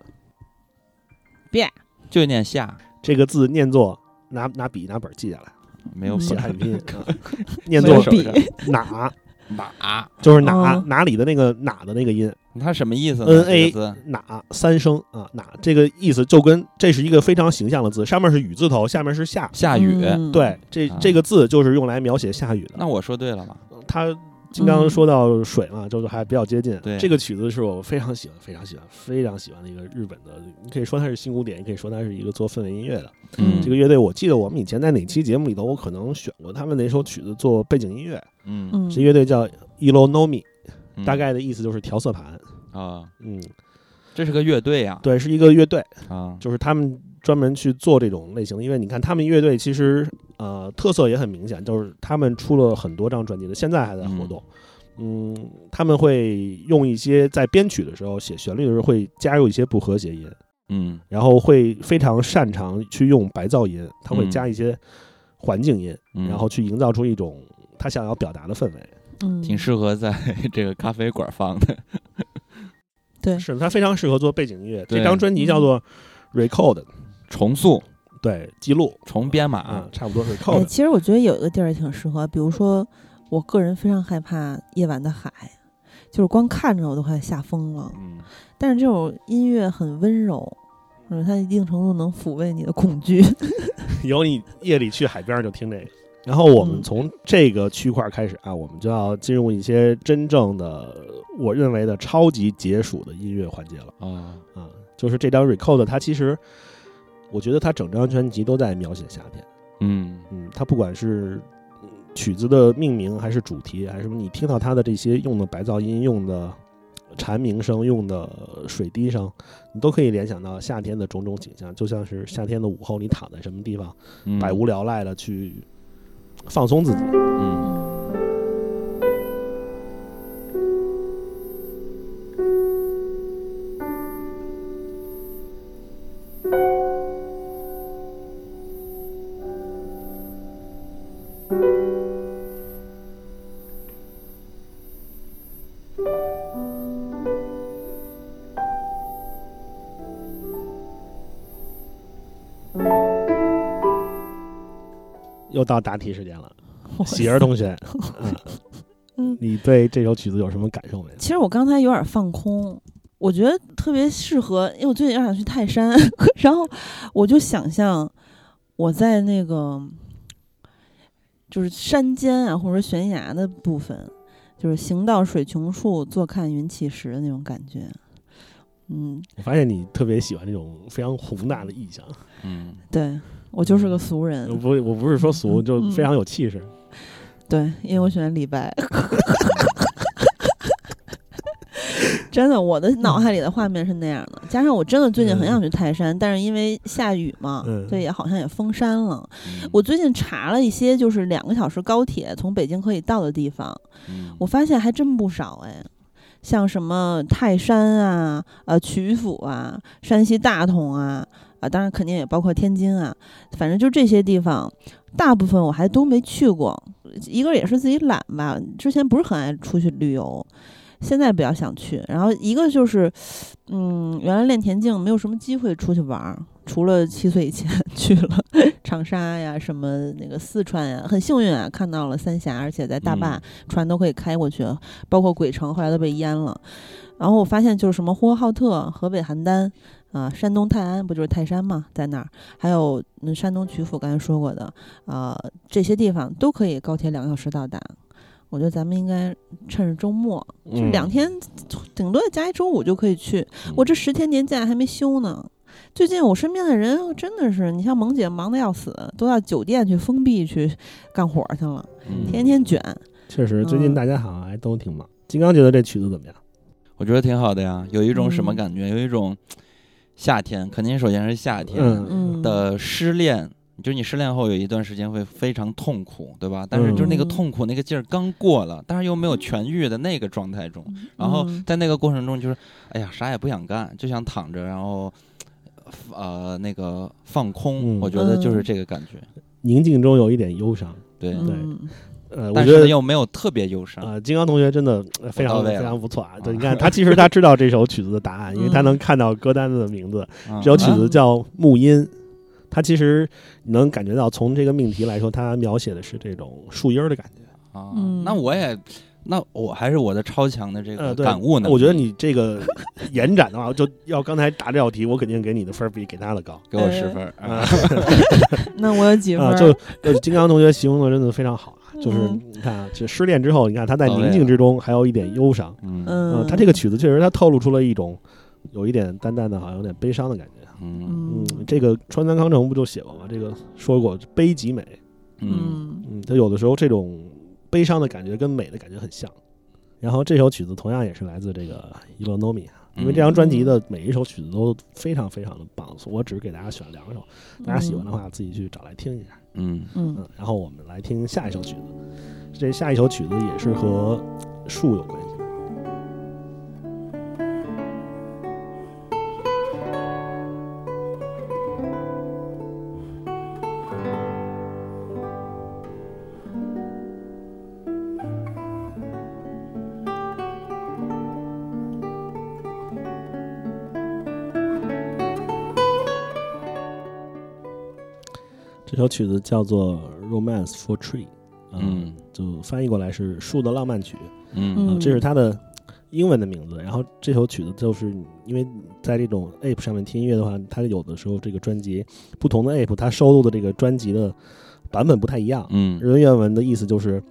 Speaker 2: 别
Speaker 1: 就念下，
Speaker 3: 这个字念作拿拿笔拿本记下来，
Speaker 1: 没有
Speaker 2: 嗯
Speaker 3: 写
Speaker 1: 本
Speaker 3: 汉语拼 音，啊
Speaker 2: 没
Speaker 3: 念
Speaker 1: 做
Speaker 3: 作
Speaker 2: 有
Speaker 1: 手
Speaker 2: 笔
Speaker 1: 上，
Speaker 3: 哪，
Speaker 1: 哪？
Speaker 3: 就是哪
Speaker 2: 哦
Speaker 3: 哪里的那个哪的那个音，
Speaker 1: 它什么意思呢
Speaker 3: N
Speaker 1: 这
Speaker 3: A
Speaker 1: 个字
Speaker 3: 哪三声啊哪这个意思就跟这是一个非常形象的字，上面是雨字头，下面是下。
Speaker 1: 下雨，
Speaker 2: 嗯
Speaker 3: 对，这
Speaker 1: 啊
Speaker 3: 这个字就是用来描写下雨的。
Speaker 1: 那我说对了吧？
Speaker 3: 他经常
Speaker 2: 嗯
Speaker 3: 说到水嘛，就是还比较接近。
Speaker 1: 对
Speaker 3: 这个曲子是我非常喜欢、非常喜欢、非常喜欢的一个日本的，你可以说它是新古典，也可以说它是一个做氛围音乐的。
Speaker 1: 嗯，
Speaker 3: 这个乐队，我记得我们以前在哪期节目里头，我可能选过他们那首曲子做背景音乐。
Speaker 1: 嗯，
Speaker 2: 嗯
Speaker 3: 这乐队叫 Elonomi，
Speaker 1: 嗯
Speaker 3: 大概的意思就是调色盘。
Speaker 1: 啊，
Speaker 3: 嗯，
Speaker 1: 这是个乐队呀，
Speaker 3: 对，是一个乐队。
Speaker 1: 啊，
Speaker 3: 就是他们专门去做这种类型的，因为你看他们乐队其实呃特色也很明显，就是他们出了很多张专辑的，现在还在活动。嗯他们会用一些在编曲的时候写旋律的时候会加入一些不和谐音，
Speaker 1: 嗯
Speaker 3: 然后会非常擅长去用白噪音，他会加一些环境音，
Speaker 1: 嗯，
Speaker 3: 然后去营造出一种他想要表达的氛围。
Speaker 2: 嗯
Speaker 1: 挺适合在这个咖啡馆放的，
Speaker 2: 对，
Speaker 3: 是他非常适合做背景音乐。
Speaker 1: 对
Speaker 3: 这张专辑叫做 Record，
Speaker 1: 重塑、
Speaker 3: 对，记录
Speaker 1: 重编
Speaker 3: 啊
Speaker 1: 码，，
Speaker 3: 差不多是
Speaker 2: 哎，
Speaker 3: Record。
Speaker 2: 其实我觉得有一个地儿也挺适合，比如说，我个人非常害怕夜晚的海，就是光看着我都快吓疯了。
Speaker 1: 嗯，
Speaker 2: 但是这种音乐很温柔，嗯，它一定程度能抚慰你的恐惧。
Speaker 3: 有你夜里去海边儿就听这个。然后我们
Speaker 2: 嗯
Speaker 3: 从这个区块开始啊，我们就要进入一些真正的我认为的超级解暑的音乐环节了
Speaker 1: 啊，
Speaker 3: 啊。就是这张 Record，它其实我觉得它整张专辑都在描写夏天。
Speaker 1: 嗯
Speaker 3: 嗯，它不管是嗯曲子的命名，还是主题，还是什么，你听到它的这些用的白噪音、用的蝉鸣声、用的水滴声，你都可以联想到夏天的种种景象，就像是夏天的午后，你躺在什么地方。
Speaker 1: 嗯，
Speaker 3: 百无聊赖的去放松自己。
Speaker 1: 嗯，
Speaker 3: 又到答题时间了，
Speaker 2: 我
Speaker 3: 喜儿 同学，嗯
Speaker 2: 嗯，
Speaker 3: 你对这首曲子有什么感受没有？
Speaker 2: 其实我刚才有点放空，我觉得特别适合，因为我最近有点想去泰山， 然后我就想象我在那个就是山间啊，或者说悬崖的部分，就是行到水穷处，坐看云起时的那种感觉。嗯，
Speaker 3: 我发现你特别喜欢这种非常宏大的意象。
Speaker 1: 嗯，
Speaker 2: 对我就是个俗
Speaker 3: 我
Speaker 2: 人，
Speaker 3: 不，我不是说俗，
Speaker 2: 嗯
Speaker 3: 就非常有气势。
Speaker 2: 对，因为我喜欢李白。 真的，我的脑海里的画面是那样的。加上我真的最近很想去泰山，但是因为下雨嘛，
Speaker 3: 嗯
Speaker 2: 对，也好像也封山了。
Speaker 1: 嗯
Speaker 2: 我最近查了一些，就是两个小时高铁从北京可以到的地方，
Speaker 1: 嗯
Speaker 2: 我发现还真不少哎。像什么泰山啊、呃曲阜啊、山西大同啊，啊，当然肯定也包括天津啊，反正就这些地方，大部分我还都没去过。一个也是自己懒吧，之前不是很爱出去旅游，现在比较想去。然后一个就是，嗯，原来练田径没有什么机会出去玩儿，除了七岁以前 去了长沙呀、什么那个四川呀，很幸运啊，看到了三峡，而且在大坝、
Speaker 1: 嗯
Speaker 2: 船都可以开过去，包括鬼城后来都被淹了。然后我发现就是什么呼和浩特、河北邯郸啊、山东泰安不就是泰山嘛，在那儿，还有嗯山东曲阜刚才说过的啊、这些地方都可以高铁两个小时到达。我觉得咱们应该趁着周末，就
Speaker 3: 嗯
Speaker 2: 两天，顶多加一周五就可以去。我这十天年假还没休呢，最近我身边的人哦真的是，你像萌姐忙得要死，都到酒店去封闭去干活去了，
Speaker 1: 嗯
Speaker 2: 天天卷。
Speaker 3: 确实，最近
Speaker 2: 嗯
Speaker 3: 大家好像还都挺忙。金刚觉得这曲子怎么样？
Speaker 1: 我觉得挺好的呀，有一种什么
Speaker 2: 嗯
Speaker 1: 感觉？有一种夏天，肯定首先是夏天
Speaker 3: 嗯
Speaker 2: 嗯，
Speaker 1: 的失恋，就是你失恋后有一段时间会非常痛苦，对吧？但是就是那个
Speaker 2: 嗯
Speaker 1: 痛苦那个劲儿刚过了，但是又没有痊愈的那个状态中，然后
Speaker 2: 嗯
Speaker 1: 在那个过程中就是，哎呀，啥也不想干，就想躺着，然后。呃，那个放空，
Speaker 3: 嗯
Speaker 1: 我觉得就是
Speaker 2: 嗯
Speaker 1: 这个感觉，
Speaker 3: 宁静中有一点忧伤。
Speaker 1: 对。
Speaker 3: 对
Speaker 2: 嗯
Speaker 3: 呃，我
Speaker 1: 但
Speaker 3: 觉
Speaker 1: 是呢
Speaker 3: 得
Speaker 1: 又没有特别忧伤，
Speaker 3: 呃，金刚同学真的呃非
Speaker 1: 到
Speaker 3: 常
Speaker 1: 位
Speaker 3: 非
Speaker 1: 了
Speaker 3: 常不错啊！对，
Speaker 1: 啊
Speaker 3: 你看他其实他知道这首曲子的答 案，因为他
Speaker 2: 嗯
Speaker 3: 能看到歌单的名字。
Speaker 1: 嗯
Speaker 3: 这首曲
Speaker 1: 啊
Speaker 3: 子叫《木音》，它其实你能感觉到，从这个命题来说，它描写的是这种树荫儿的感觉。
Speaker 1: 啊，
Speaker 2: 嗯
Speaker 1: 那我也，那我还是我的超强的这个
Speaker 3: 呃，对，
Speaker 1: 感悟呢。
Speaker 3: 我觉得你这个延展的话，就要刚才答这道题，我肯定给你的分儿比给他的高。
Speaker 1: 给我十分儿
Speaker 3: 呃
Speaker 1: 啊，
Speaker 2: 那我有几分
Speaker 3: 啊，
Speaker 2: 儿？
Speaker 3: 就呃金刚同学形容的真的非常好啊，就是
Speaker 2: 嗯
Speaker 3: 你看啊，就失恋之后，你看他在
Speaker 1: 到位
Speaker 3: 宁静
Speaker 1: 了
Speaker 3: 之中还有一点忧伤。
Speaker 1: 嗯
Speaker 3: 嗯
Speaker 2: 嗯，，
Speaker 3: 他这个曲子确实，他透露出了一种有一点淡淡的，好像有点悲伤的感觉。
Speaker 1: 嗯
Speaker 2: 嗯
Speaker 3: 嗯，这个川端康成不就写过吗？这个说过悲即美。
Speaker 1: 嗯
Speaker 3: 嗯，他有的时候这种悲伤的感觉跟美的感觉很像。然后这首曲子同样也是来自这个伊洛诺米啊，因为这张专辑的每一首曲子都非常非常的棒，所以我只是给大家选两首，大家喜欢的话自己去找来听一下。
Speaker 1: 嗯
Speaker 2: 嗯
Speaker 3: 嗯，然后我们来听下一首曲子，这下一首曲子也是和树有关系。这首曲子叫做《Romance for Tree》，啊
Speaker 1: 嗯，
Speaker 3: 就翻译过来是《树的浪漫曲》
Speaker 1: 嗯
Speaker 3: 啊，这是它的英文的名字。然后这首曲子就是因为在这种 App 上面听音乐的话，它有的时候这个专辑不同的 App 它收录的这个专辑的版本不太一样。
Speaker 1: 嗯
Speaker 3: 日文原文的意思就是，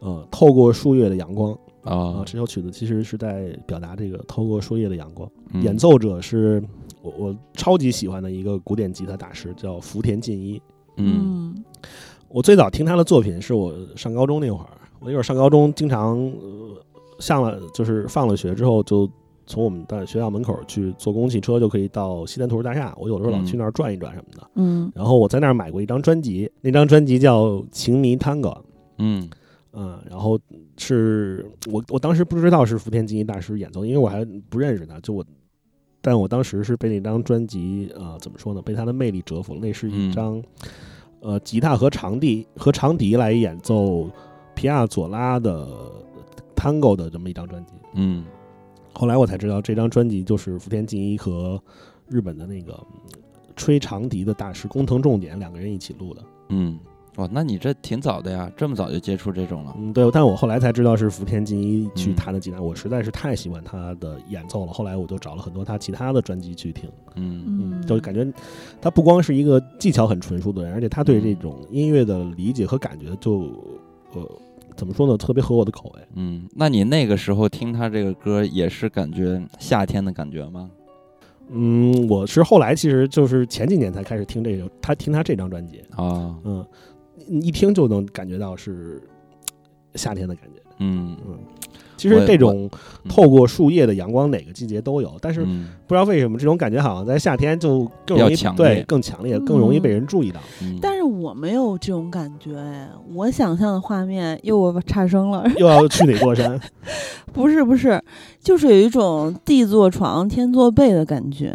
Speaker 3: 呃，透过树叶的阳光啊、
Speaker 1: 啊，
Speaker 3: 这首曲子其实是在表达这个透过树叶的阳光。
Speaker 1: 嗯
Speaker 3: 演奏者是我我超级喜欢的一个古典吉他大师，叫福田进一。
Speaker 1: 嗯
Speaker 3: 我最早听他的作品是我上高中那会儿，我那会儿上高中经常、呃、上了就是放了学之后就从我们的学校门口去坐公共汽车就可以到西单图书大厦，我有时候老
Speaker 1: 嗯
Speaker 3: 去那儿转一转什么的。
Speaker 2: 嗯
Speaker 3: 然后我在那儿买过一张专辑，那张专辑叫《情迷探戈》。
Speaker 1: 嗯
Speaker 3: 嗯，然后是我我当时不知道是福田进一大师演奏，因为我还不认识他，就我，但我当时是被那张专辑呃怎么说呢，被他的魅力折服了。那是一
Speaker 1: 嗯
Speaker 3: 张、呃吉他和长笛和长笛来演奏皮亚佐拉的 tango 的这么一张专辑。
Speaker 1: 嗯
Speaker 3: 后来我才知道，这张专辑就是福田进一和日本的那个嗯吹长笛的大师工藤重典两个人一起录的。
Speaker 1: 嗯，哇，那你这挺早的呀，这么早就接触这种了，
Speaker 3: 嗯，对，但我后来才知道是福田进一去
Speaker 1: 嗯
Speaker 3: 弹的吉他，我实在是太喜欢他的演奏了。后来我就找了很多他其他的专辑去听，
Speaker 1: 嗯
Speaker 2: 嗯，
Speaker 3: 就感觉他不光是一个技巧很纯熟的人，而且他对这
Speaker 1: 嗯
Speaker 3: 种音乐的理解和感觉就呃怎么说呢，特别合我的口味。
Speaker 1: 嗯，那你那个时候听他这个歌也是感觉夏天的感觉吗？
Speaker 3: 嗯，我是后来其实就是前几年才开始听这首，他听他这张专辑，
Speaker 1: 啊，
Speaker 3: 嗯，一听就能感觉到是夏天的感觉。
Speaker 1: 嗯
Speaker 3: 嗯，其
Speaker 1: 我
Speaker 3: 实
Speaker 1: 也
Speaker 3: 这种
Speaker 1: 嗯
Speaker 3: 透过树叶的阳光，哪个季节都有，但是。
Speaker 1: 嗯
Speaker 3: 不知道为什么这种感觉好像在夏天就更容
Speaker 1: 比
Speaker 3: 易
Speaker 1: 较强烈
Speaker 3: 对更强烈，更容易被人注意到。
Speaker 1: 嗯，
Speaker 2: 但是我没有这种感觉哎，我想象的画面又我差生了，
Speaker 3: 又要去哪 座山？
Speaker 2: 不是不是，就是有一种地坐床天坐被的感觉。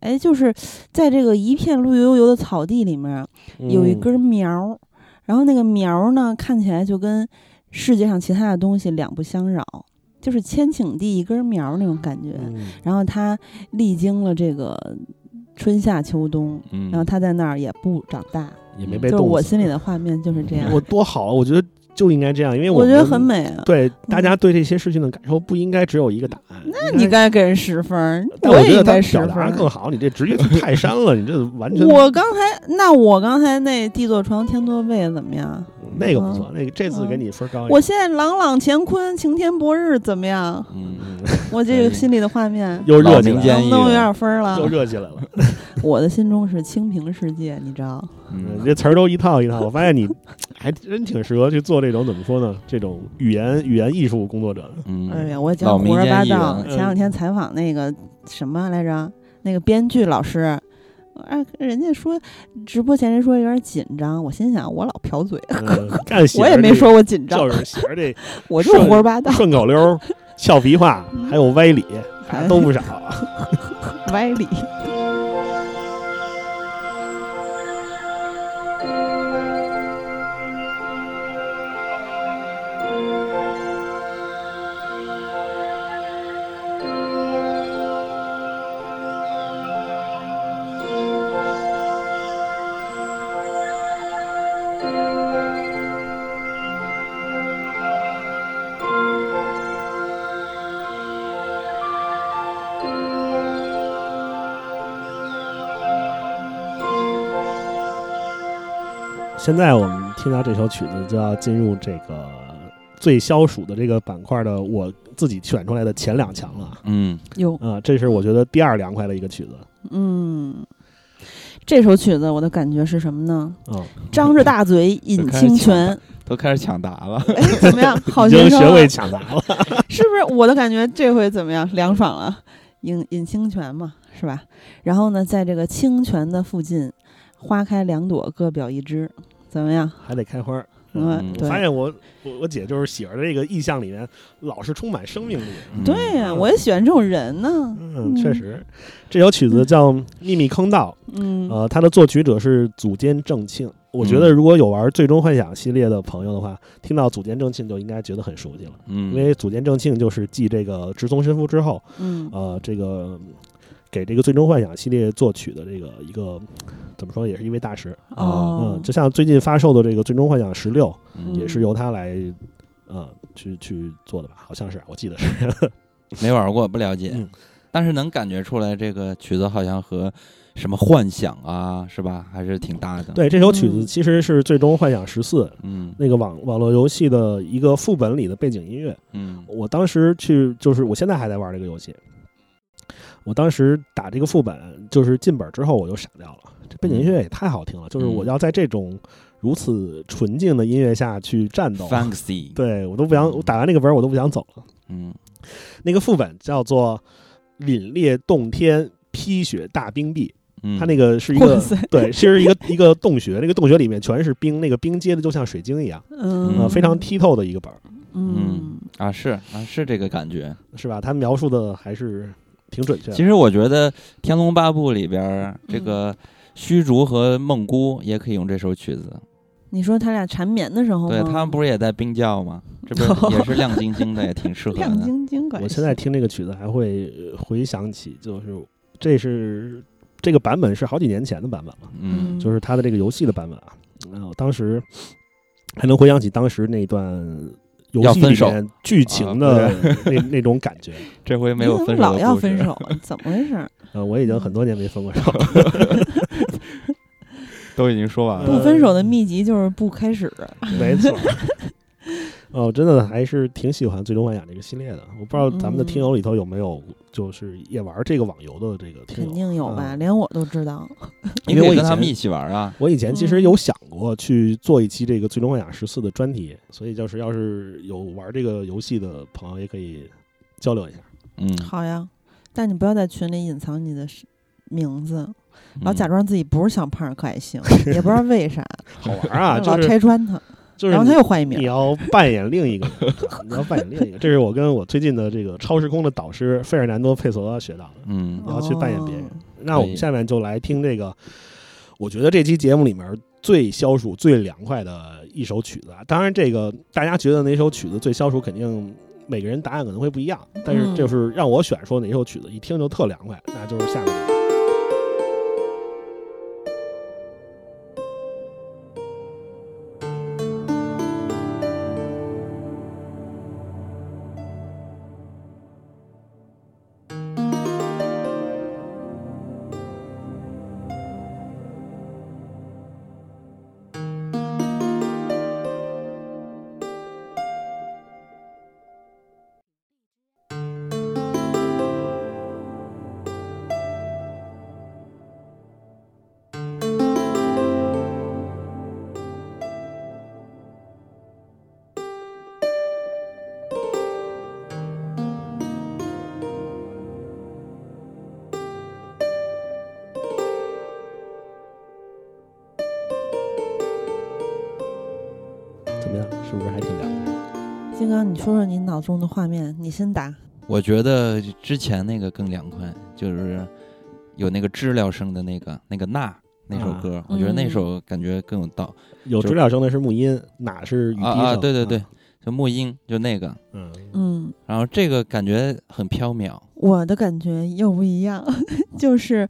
Speaker 2: 哎，就是在这个一片绿油油的草地里面，有
Speaker 1: 嗯
Speaker 3: 嗯
Speaker 2: 一根苗儿，然后那个苗儿呢，看起来就跟世界上其他的东西两不相扰，就是千顷地一根苗儿那种感觉。
Speaker 3: 嗯，
Speaker 2: 然后它历经了这个春夏秋冬，
Speaker 1: 嗯，
Speaker 2: 然后它在那儿也不长大，
Speaker 3: 也没
Speaker 2: 就
Speaker 3: 被
Speaker 2: 是
Speaker 3: 冻死。
Speaker 2: 我心里的画面就是这 样。
Speaker 3: 我多好啊，我觉得就应该这样，因为
Speaker 2: 我觉得
Speaker 3: 们
Speaker 2: 很。美啊。
Speaker 3: 对，大家对这些事情的感受不应该只有一个答案。那
Speaker 2: 嗯你，该给人十分儿，
Speaker 3: 但我觉
Speaker 2: 也
Speaker 3: 得
Speaker 2: 应该
Speaker 3: 他
Speaker 2: 十
Speaker 3: 表
Speaker 2: 分
Speaker 3: 达
Speaker 2: 儿。
Speaker 3: 更好，你这直接去泰山了，你这完 全
Speaker 2: 我刚才那我刚才那地坐床天坐被怎么样？
Speaker 3: 那个不
Speaker 2: 嗯
Speaker 3: 哎错，那个这次给你分高一点。
Speaker 2: 我现在朗朗乾坤，晴天博日怎么样？
Speaker 1: 嗯
Speaker 3: 嗯
Speaker 2: 我这个心里的画面
Speaker 3: 又热
Speaker 1: 老
Speaker 3: 起
Speaker 1: 民
Speaker 3: 来
Speaker 1: 间
Speaker 3: 了，
Speaker 2: 能不能有点分儿
Speaker 3: 又
Speaker 2: 了？
Speaker 3: 热起来了。
Speaker 2: 我的心中是清平世界，你知道？
Speaker 3: 嗯，
Speaker 1: 嗯
Speaker 3: 这词儿都一套一套。我发现你还真挺适合去做这种怎么说呢？这种语言语言艺术工作者的。
Speaker 2: 哎
Speaker 1: 嗯，
Speaker 2: 呀，我
Speaker 1: 老
Speaker 2: 讲胡
Speaker 1: 民
Speaker 2: 说
Speaker 1: 间
Speaker 2: 八
Speaker 1: 艺
Speaker 2: 道。
Speaker 3: 嗯
Speaker 1: 人
Speaker 2: 前两天采访那个什么来着，那个编剧老师，啊，人家说直播前人说有点紧张，我心想我老瓢嘴，
Speaker 3: 嗯，干写
Speaker 2: 我也没说过紧张
Speaker 3: 就，是写这
Speaker 2: 我就是胡说八道，
Speaker 3: 顺口 溜儿、俏皮话，还有歪理，
Speaker 2: 还
Speaker 3: 都不少。
Speaker 2: 嗯歪理。
Speaker 3: 现在我们听到这首曲子，就要进入这个最消暑的这个板块的我自己选出来的前两强了。
Speaker 1: 嗯，
Speaker 2: 哟，
Speaker 3: 啊、这是我觉得第二凉快的一个曲子。
Speaker 2: 嗯，这首曲子我的感觉是什么 呢？
Speaker 3: 嗯，
Speaker 2: 张着大嘴饮
Speaker 1: 开始
Speaker 2: 清
Speaker 1: 抢
Speaker 2: 泉，
Speaker 1: 都开始抢答了，
Speaker 2: 哎，怎么样？好
Speaker 3: 已
Speaker 2: 学
Speaker 3: 经
Speaker 2: 生
Speaker 3: 学
Speaker 2: 啊
Speaker 3: 会抢答了。
Speaker 2: 是不是？我的感觉这回怎么样？凉爽了，饮饮清泉嘛，是吧？然后呢，在这个清泉的附近，花开两朵，各表一枝，怎么样？
Speaker 3: 还得开花儿。
Speaker 1: 嗯
Speaker 2: 嗯，
Speaker 3: 我发
Speaker 2: 对，
Speaker 3: 现我我我姐就是喜欢这个意象里面，老是充满生命力。
Speaker 1: 嗯
Speaker 2: 对呀、我也喜欢这种人呢。
Speaker 3: 嗯，确实，这首曲子叫《秘密坑道》，
Speaker 2: 嗯，
Speaker 3: 呃，它的作曲者是组间正庆。我觉得如果有玩《最终幻想》系列的朋友的话，听到组间正庆就应该觉得很熟悉了，
Speaker 1: 嗯，
Speaker 3: 因为组间正庆就是继这个直松伸夫之后，
Speaker 2: 嗯，
Speaker 3: 呃，这个给这个《最终幻想》系列作曲的这个一个怎么说，也是一位大师。
Speaker 2: 哦
Speaker 3: 嗯，，就像最近发售的这个《最终幻想十六》，
Speaker 1: 嗯
Speaker 3: 也是由他来，呃，去去做的吧？好像是，我记得是。
Speaker 1: 没玩过，不了解，
Speaker 3: 嗯
Speaker 1: 但是能感觉出来这个曲子好像和什么幻想啊，是吧？还是挺搭的。，
Speaker 3: 对，这首曲子
Speaker 2: 嗯
Speaker 3: 其实是《最终幻想十四》
Speaker 1: 嗯
Speaker 3: 那个网网络游戏的一个副本里的背景音乐。
Speaker 1: 嗯
Speaker 3: 我当时去，就是我现在还在玩这个游戏。我当时打这个副本，就是进本之后我就傻掉了，这背景音乐也太好听了，就是我要在这种如此纯净的音乐下去战斗。
Speaker 1: ，Fancy，，
Speaker 3: 对我都不想，我打完那个本我都不想走了。
Speaker 1: 嗯
Speaker 3: 那个副本叫做“凛冽洞天劈雪大冰壁”，
Speaker 1: 嗯，
Speaker 3: 它那个是一
Speaker 2: 哇
Speaker 3: 个
Speaker 2: 塞
Speaker 3: 对，其实是一个一个洞穴，那个洞穴里面全是冰，那个冰结的就像水晶一样，
Speaker 2: 嗯、
Speaker 3: 呃，非常剔透的一个本儿，
Speaker 2: 嗯
Speaker 1: 啊是啊是这个感觉。
Speaker 3: 是吧？它描述的还是挺准确的。
Speaker 1: 其实我觉得《天龙八部》里边儿
Speaker 2: 嗯
Speaker 1: 这个虚竹和梦姑也可以用这首曲子，
Speaker 2: 你说他俩缠绵的时候吗，
Speaker 1: 对他们不是也在冰窖吗？这不是也是亮晶晶的，也挺适合
Speaker 2: 亮
Speaker 1: 的。
Speaker 2: 晶晶管
Speaker 3: 我现在听这个曲子还会呃回想起，就是这是这个版本是好几年前的版本了，
Speaker 1: 嗯
Speaker 3: 就是它的这个游戏的版本啊。然后当时还能回想起当时那段游
Speaker 1: 要
Speaker 3: 戏
Speaker 1: 分
Speaker 3: 里
Speaker 1: 手
Speaker 3: 面剧情的 那那种感觉。
Speaker 1: 这回没有
Speaker 2: 你怎
Speaker 1: 分
Speaker 2: 么
Speaker 1: 手，
Speaker 2: 老要分。手， 怎么回事？
Speaker 3: 呃，我已经很多年没分过手了。
Speaker 1: 都已经说
Speaker 3: 呃
Speaker 1: 完
Speaker 3: 嗯
Speaker 1: 了。
Speaker 2: 不分手的秘籍就是不开始。
Speaker 3: 没错。哦，真的还是挺喜欢《最终幻想》这个系列的。我不知道咱们的听友
Speaker 2: 嗯
Speaker 3: 里头有没有就是也玩这个网游的这个听友。
Speaker 2: 肯定有吧，
Speaker 3: 嗯
Speaker 2: 连我都知道。
Speaker 1: 你
Speaker 3: 因
Speaker 1: 可
Speaker 3: 为我
Speaker 1: 以
Speaker 3: 以
Speaker 1: 跟他们
Speaker 3: 前
Speaker 1: 一起玩啊。
Speaker 3: 我以前其实有想过去做一期这个《最终幻想十四》的专题，所以就是要是有玩这个游戏的朋友，也可以交流一下。
Speaker 1: 嗯，
Speaker 2: 好呀，但你不要在群里隐藏你的是名字，
Speaker 1: 嗯
Speaker 2: 老假装自己不是小胖可还行，也不知道为啥，
Speaker 3: 好玩 啊，
Speaker 2: 老
Speaker 3: 就是
Speaker 2: 拆穿他，
Speaker 3: 就是
Speaker 2: 然后他又换一
Speaker 3: 你
Speaker 2: 名。
Speaker 3: 要扮演另一个人， 你要扮演另一个。这是我跟我最近的这个超时空的导师费尔南多·佩索拉学到的。
Speaker 1: 嗯
Speaker 3: 你要去扮演别人
Speaker 2: 哦
Speaker 3: 那我们下面就来听这个，我觉得这期节目里面最消暑、最凉快的一首曲子啊。当然，这个大家觉得哪首曲子最消暑，肯定每个人答案可能会不一样。但是
Speaker 2: 嗯
Speaker 3: 就是让我选说哪首曲子一听就特凉快，那就是下面这个。
Speaker 4: 「
Speaker 1: 啊
Speaker 2: 金刚，你说说你脑中的画面，你先打。
Speaker 1: 我觉得之前那个更凉快，就是有那个知了声的那个那个呐那
Speaker 2: 啊
Speaker 1: 首歌，我觉得那首感觉更有道。
Speaker 3: 有知了声的是木音，哪是雨滴
Speaker 1: 啊
Speaker 3: 声？
Speaker 1: 啊，对对对，，就木鹰，就那个，
Speaker 3: 嗯，
Speaker 2: 嗯，
Speaker 1: 然后这个感觉很飘渺，
Speaker 2: 我的感觉又不一样， 就是，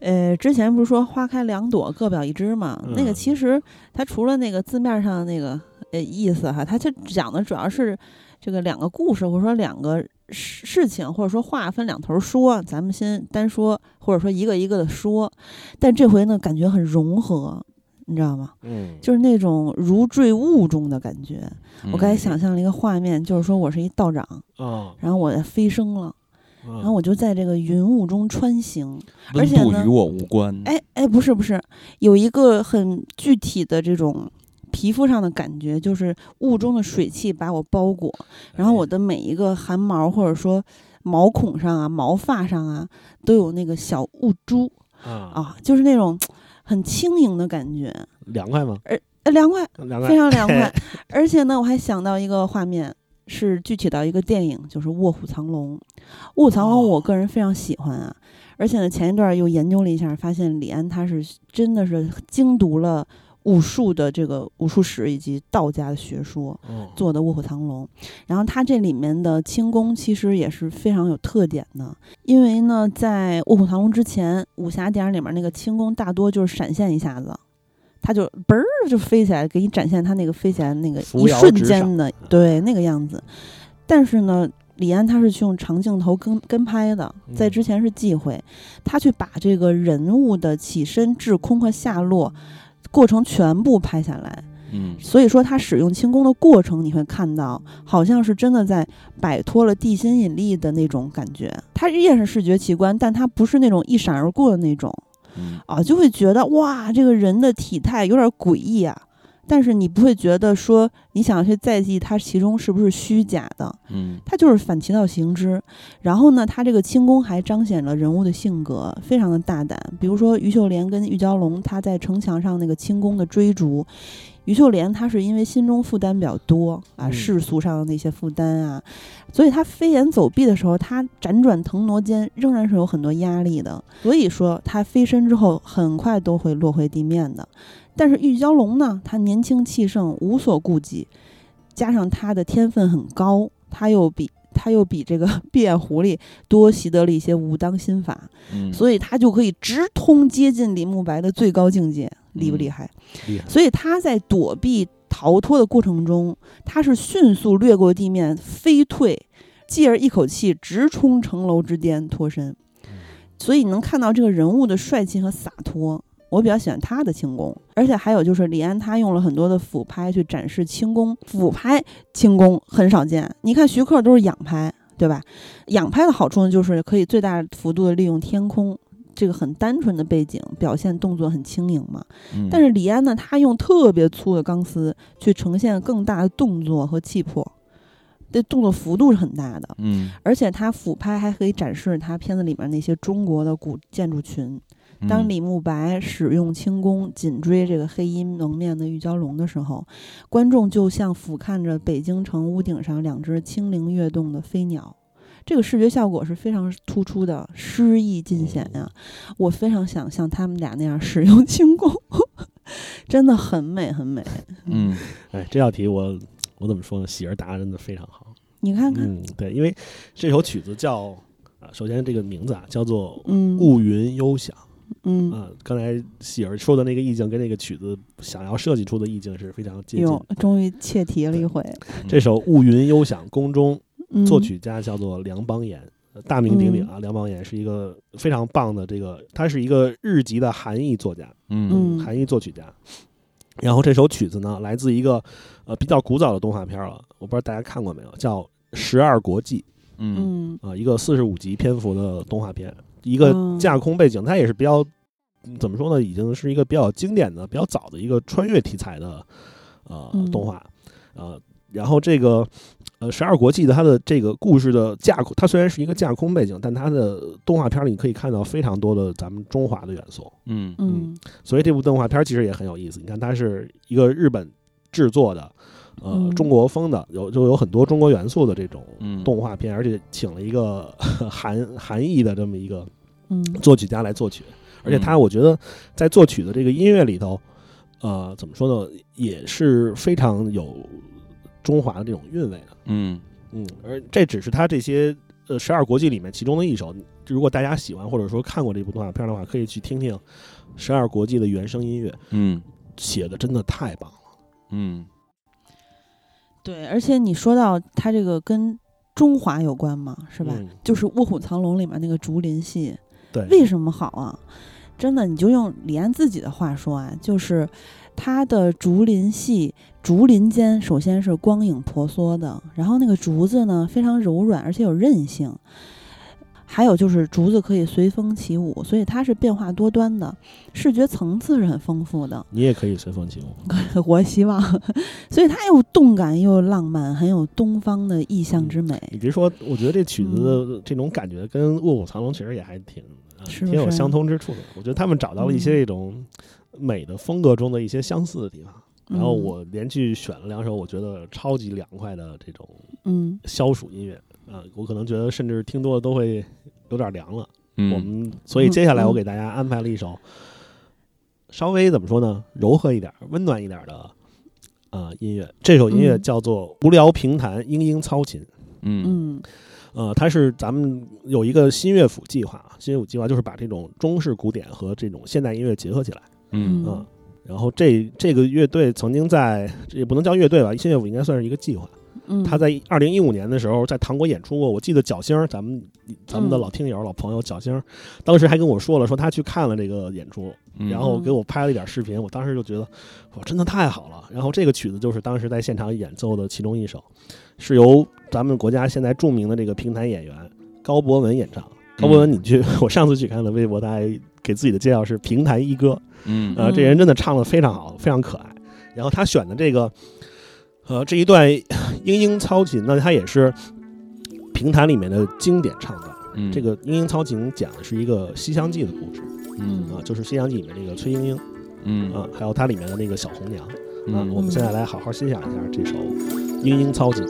Speaker 2: 呃，之前不是说花开两朵，各表一枝嘛？那个
Speaker 3: 嗯
Speaker 2: 其实它除了那个字面上那个呃意思哈，它就讲的主要是这个两个故事，或者说两个事事情，或者说话分两头说，咱们先单说，或者说一个一个的说。但这回呢，感觉很融合，你知道吗？
Speaker 3: 嗯，
Speaker 2: 就是那种如坠雾中的感觉。我
Speaker 1: 嗯
Speaker 2: 刚才想象了一个画面，就是说我是一道长，
Speaker 3: 啊，
Speaker 2: 然后我飞升了。
Speaker 3: 然
Speaker 2: 然啊后我就在这个云雾中穿行。而
Speaker 1: 温
Speaker 2: 且
Speaker 1: 度
Speaker 2: 呢
Speaker 1: 与我无关，
Speaker 2: 哎哎，不是不是，有一个很具体的这种皮肤上的感觉，就是雾中的水汽把我包裹，然后我的每一个汗毛或者说毛孔上啊、毛发上啊，都有那个小雾珠
Speaker 3: 啊，
Speaker 2: 啊，就是那种很轻盈的感觉，
Speaker 3: 凉快吗？
Speaker 2: 呃，凉快，
Speaker 3: 凉快
Speaker 2: 非，常凉 快。而且呢，我还想到一个画面。是具体到一个电影，就是《卧虎藏龙》。《卧虎藏龙》
Speaker 3: 哦
Speaker 2: 我个人非常喜欢啊，而且呢，前一段又研究了一下，发现李安他是真的是精读了武术的这个武术史以及道家的学说
Speaker 3: 哦
Speaker 2: 做的《卧虎藏龙》。然后他这里面的轻功其实也是非常有特点的，因为呢，在《卧虎藏龙》之前，武侠电影里面那个轻功大多就是闪现一下子。他就嘣儿就飞起来，给你展现他那个飞起来那个
Speaker 3: 扶
Speaker 2: 一
Speaker 3: 摇
Speaker 2: 瞬
Speaker 3: 直嗯
Speaker 2: 间
Speaker 3: 上
Speaker 2: 的对那个样子。但是呢，李安他是去用长镜头跟跟拍的，在
Speaker 3: 嗯
Speaker 2: 之前是忌讳，他去把这个人物的起身、滞空和下落过程全部拍下来。
Speaker 1: 嗯，
Speaker 2: 所以说，他使用轻功的过程，你会看到好像是真的在摆脱了地心引力的那种感觉。它依然是视觉奇观，但它不是那种一闪而过的那种
Speaker 1: 嗯
Speaker 2: 啊，就会觉得哇，这个人的体态有点诡异啊。但是你不会觉得说你想去在意它其中是不是虚假的，
Speaker 1: 嗯
Speaker 2: 它就是反其道行之。然后呢，它这个轻功还彰显了人物的性格，非常的大胆。比如说于秀莲跟玉娇龙，她在城墙上那个轻功的追逐，于秀莲她是因为心中负担比较多啊，
Speaker 3: 嗯
Speaker 2: 世俗上的那些负担啊，所以她飞檐走壁的时候，她辗转腾挪间仍然是有很多压力的。所以说，她飞身之后很快都会落回地面的。但是玉娇龙呢，他年轻气盛，无所顾忌，加上他的天分很高，他又比他又比这个 闭眼狐狸多习得了一些武当心法，
Speaker 1: 嗯，
Speaker 2: 所以他就可以直通接近李慕白的最高境界，厉不厉害？
Speaker 3: 厉害，
Speaker 2: 所以他在躲避逃脱的过程中，他是迅速掠过地面，飞退，继而一口气直冲城楼之巅脱身。所以你能看到这个人物的帅气和洒脱。我比较喜欢他的轻功，而且还有就是李安他用了很多的俯拍去展示轻功，俯拍轻功很少见。你看徐克都是仰拍，对吧？仰拍的好处呢，就是可以最大幅度的利用天空这个很单纯的背景，表现动作很轻盈嘛。
Speaker 1: 嗯，
Speaker 2: 但是李安呢，他用特别粗的钢丝去呈现更大的动作和气魄，这动作幅度是很大的，
Speaker 1: 嗯，
Speaker 2: 而且他俯拍还可以展示他片子里面那些中国的古建筑群。
Speaker 1: 嗯
Speaker 2: 当李慕白使用轻功紧追这个黑衣蒙面的玉娇龙的时候，观众就像俯瞰着北京城屋顶上两只轻灵跃动的飞鸟。这个视觉效果是非常突出的，诗意尽显呀、我非常想像他们俩那样使用轻功， 真的很美很美。
Speaker 1: 嗯
Speaker 3: 哎，这道题我我怎么说呢？喜儿答得真的非常好。
Speaker 2: 你 看看，
Speaker 3: 嗯，对，因为这首曲子叫啊，首先这个名字啊叫做《
Speaker 2: 嗯
Speaker 3: 雾云幽响》
Speaker 2: 嗯，
Speaker 3: 啊。刚才喜儿说的那个意境跟那个曲子想要设计出的意境是非常接近
Speaker 2: 哟
Speaker 3: 的。，
Speaker 2: 终于切题了一回。
Speaker 1: 嗯
Speaker 3: 这首《雾云幽响》宫中
Speaker 2: 嗯，
Speaker 3: 作曲家叫做梁邦彦，呃大名鼎鼎啊。梁邦彦是一个非常棒的这个，他是一个日籍的韩裔作家，
Speaker 1: 嗯
Speaker 2: 嗯，
Speaker 3: 韩裔作曲家。然后这首曲子呢，来自一个呃比较古早的动画片了，我不知道大家看过没有，叫《十二国记》。
Speaker 1: 嗯
Speaker 2: 嗯
Speaker 3: 啊、一个四十五集篇幅的动画片，一个
Speaker 2: 嗯
Speaker 3: 架空背景，它也是比较嗯怎么说呢，已经是一个比较经典的、比较早的一个穿越题材的呃
Speaker 2: 嗯
Speaker 3: 动画，呃，然后这个呃《十二国际》的它的这个故事的架空，它虽然是一个架空背景，但它的动画片里你可以看到非常多的咱们中华的元素，
Speaker 1: 嗯
Speaker 2: 嗯
Speaker 3: 所以这部动画片其实也很有意思。你看，它是一个日本制作的，呃、
Speaker 2: 嗯
Speaker 3: 中国风的，有就有很多中国元素的这种
Speaker 1: 嗯，
Speaker 3: 动画片，而且请了一个 韩韩裔的这么一个
Speaker 2: 嗯
Speaker 3: 作曲家来作曲，而且他
Speaker 1: 嗯
Speaker 3: 我觉得在作曲的这个音乐里头，呃，怎么说呢，也是非常有中华的这种韵味的。
Speaker 1: 嗯
Speaker 3: 嗯，而这只是他这些呃十二国际里面其中的一首。如果大家喜欢或者说看过这部动画片的话，可以去听听十二国际的原声音乐，
Speaker 1: 嗯
Speaker 3: 写的真的太棒了。
Speaker 1: 嗯
Speaker 2: 对，而且你说到它这个跟中华有关嘛，是吧？
Speaker 3: 嗯
Speaker 2: 就是《卧虎藏龙》里面那个竹林戏，
Speaker 3: 对，
Speaker 2: 为什么好啊？真的，你就用李安自己的话说啊，就是他的竹林戏，竹林间首先是光影婆娑的，然后那个竹子呢非常柔软，而且有韧性，还有就是竹子可以随风起舞，所以它是变化多端的，视觉层次是很丰富的。
Speaker 3: 你也可以随风起舞。
Speaker 2: 我希望， 所以它又动感又浪漫，很有东方的意
Speaker 3: 嗯
Speaker 2: 象之美。
Speaker 3: 你别说，我觉得这曲子的这种感觉跟《卧虎藏龙》其实也还挺、啊
Speaker 2: 嗯是不
Speaker 3: 挺有
Speaker 2: 是嗯
Speaker 3: 相通之处的。我觉得他们找到了一些这种美的风格中的一些相似的地方。然
Speaker 2: 嗯
Speaker 3: 后我连续选了两首我觉得超级凉快的这种
Speaker 2: 嗯，
Speaker 3: 消暑音乐啊、我可能觉得甚至听多了都会有点凉了。
Speaker 1: 嗯，
Speaker 3: 我们所以接下来
Speaker 2: 嗯
Speaker 3: 我给大家安排了一首稍微怎么说呢，柔和一点、温暖一点的呃音乐。这首音乐
Speaker 2: 嗯
Speaker 3: 叫做《无聊评弹嘤嘤操琴》。
Speaker 1: 嗯
Speaker 2: 嗯
Speaker 3: 呃，它是咱们有一个新乐府计划，啊新乐府计划就是把这种中式古典和这种现代音乐结合起来。
Speaker 1: 嗯
Speaker 3: 嗯，然后这这个乐队曾经在，这也不能叫乐队吧，新乐府应该算是一个计划。
Speaker 2: 嗯，
Speaker 3: 他在二零一五年的时候在糖果演出过，我记得角星儿，咱们咱们的
Speaker 2: 嗯
Speaker 3: 老听友、老朋友角星儿，当时还跟我说了，说他去看了这个演出，
Speaker 1: 嗯
Speaker 3: 然后给我拍了一点视频，我当时就觉得哇，真的太好了。然后这个曲子就是当时在现场演奏的其中一首，是由咱们国家现在著名的这个评弹演员高博文演唱。
Speaker 1: 嗯
Speaker 3: 高博文，你去， 我上次去看的微博，他还给自己的介绍是评弹一哥，
Speaker 1: 嗯
Speaker 3: 呃，这人真的唱的非常好，非常可爱。然后他选的这个，呃，这一段嘤嘤操琴呢，它也是评弹里面的经典唱段。
Speaker 2: 呃
Speaker 1: 嗯
Speaker 3: 这个嘤嘤操琴讲的是一个《西厢记》的故事
Speaker 1: 嗯
Speaker 3: 啊、就是《西厢记》里面那个崔莺莺。
Speaker 1: 嗯
Speaker 2: 呃
Speaker 3: 啊，还有它里面的那个小红娘啊，
Speaker 1: 嗯
Speaker 3: 我们现在来好好欣赏一下这首《嘤嘤操琴》。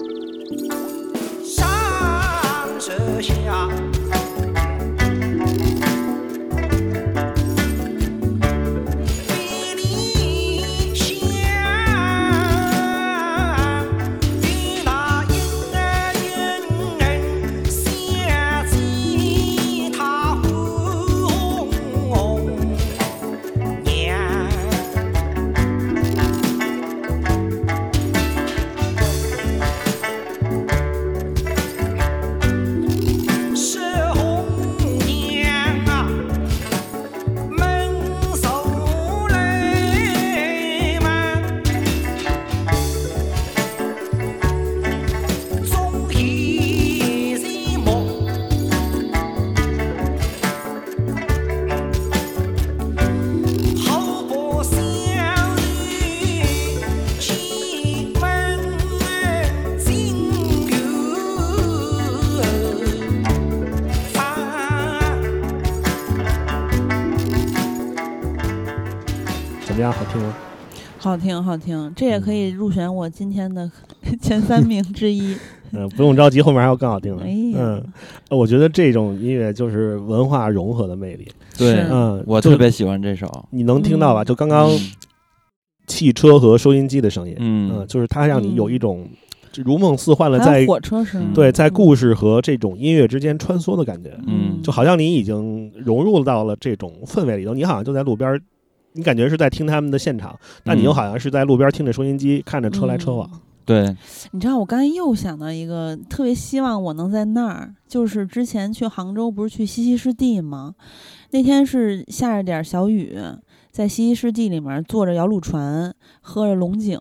Speaker 6: 山舌下，比你香，比那莺儿莺儿相起她红娘。是红娘啊，门首泪满，终于是梦。好不相离，千门今有。啊。
Speaker 3: 怎么样？好听吗？啊
Speaker 2: 好听好听，这也可以入选我今天的前三名之 一。
Speaker 3: 嗯、不用着急，后面还有更好听的。
Speaker 2: 哎呀，
Speaker 3: 嗯，呃我觉得这种音乐就是文化融合的魅力。
Speaker 1: 对
Speaker 2: 是
Speaker 3: 嗯，
Speaker 1: 我
Speaker 3: 就
Speaker 1: 特别喜欢这首，
Speaker 3: 你能听到吧？
Speaker 2: 嗯
Speaker 3: 就刚刚汽车和收音机的声音，呃
Speaker 1: 嗯
Speaker 3: 就是它让你有一
Speaker 2: 嗯
Speaker 3: 种就如梦似幻的
Speaker 2: 还
Speaker 3: 在
Speaker 2: 有火车声，
Speaker 3: 对在故事和这种音乐之间穿梭的感觉，
Speaker 1: 嗯
Speaker 3: 就好像你已经融入到了这种氛围里头，你好像就在路边儿。你感觉是在听他们的现场，但你又
Speaker 1: 嗯
Speaker 3: 好像是在路边儿听着收音机，看着车来车往。
Speaker 2: 嗯
Speaker 1: 对，
Speaker 2: 你知道，我刚才又想到一个，特别希望我能在那儿，就是之前去杭州不是去西溪湿地吗？那天是下着点儿小雨，在西溪湿地里面坐着摇橹船，喝着龙井，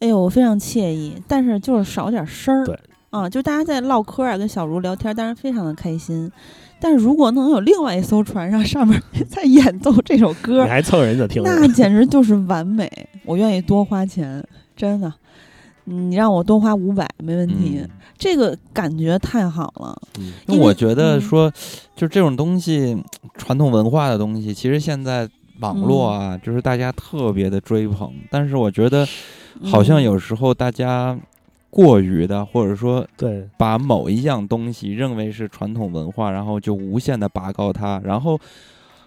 Speaker 2: 哎呦，非常惬意。但是就是少点声儿，
Speaker 3: 对
Speaker 2: 啊，就大家在唠嗑啊，跟小茹聊天，当然非常的开心。但是如果能有另外一艘船上上面 在演奏这首歌，
Speaker 1: 嗯
Speaker 3: 你还蹭人家听呢，
Speaker 2: 那简直就是完美，我愿意多花钱，真的。你让我多花五百没问题，
Speaker 1: 嗯
Speaker 2: 这个感觉太好了。
Speaker 3: 嗯
Speaker 1: 因
Speaker 2: 因
Speaker 1: 为
Speaker 2: 为
Speaker 1: 我觉得
Speaker 2: 嗯
Speaker 1: 说，就这种东西，传统文化的东
Speaker 2: 嗯
Speaker 1: 西，其实现在网络啊，就是大家特别的追捧。但是我觉得，好
Speaker 2: 嗯
Speaker 1: 像有时候大家过于的，或者说
Speaker 3: 对，
Speaker 1: 把某一样东西认为是传统文化，然后就无限的拔高它，然后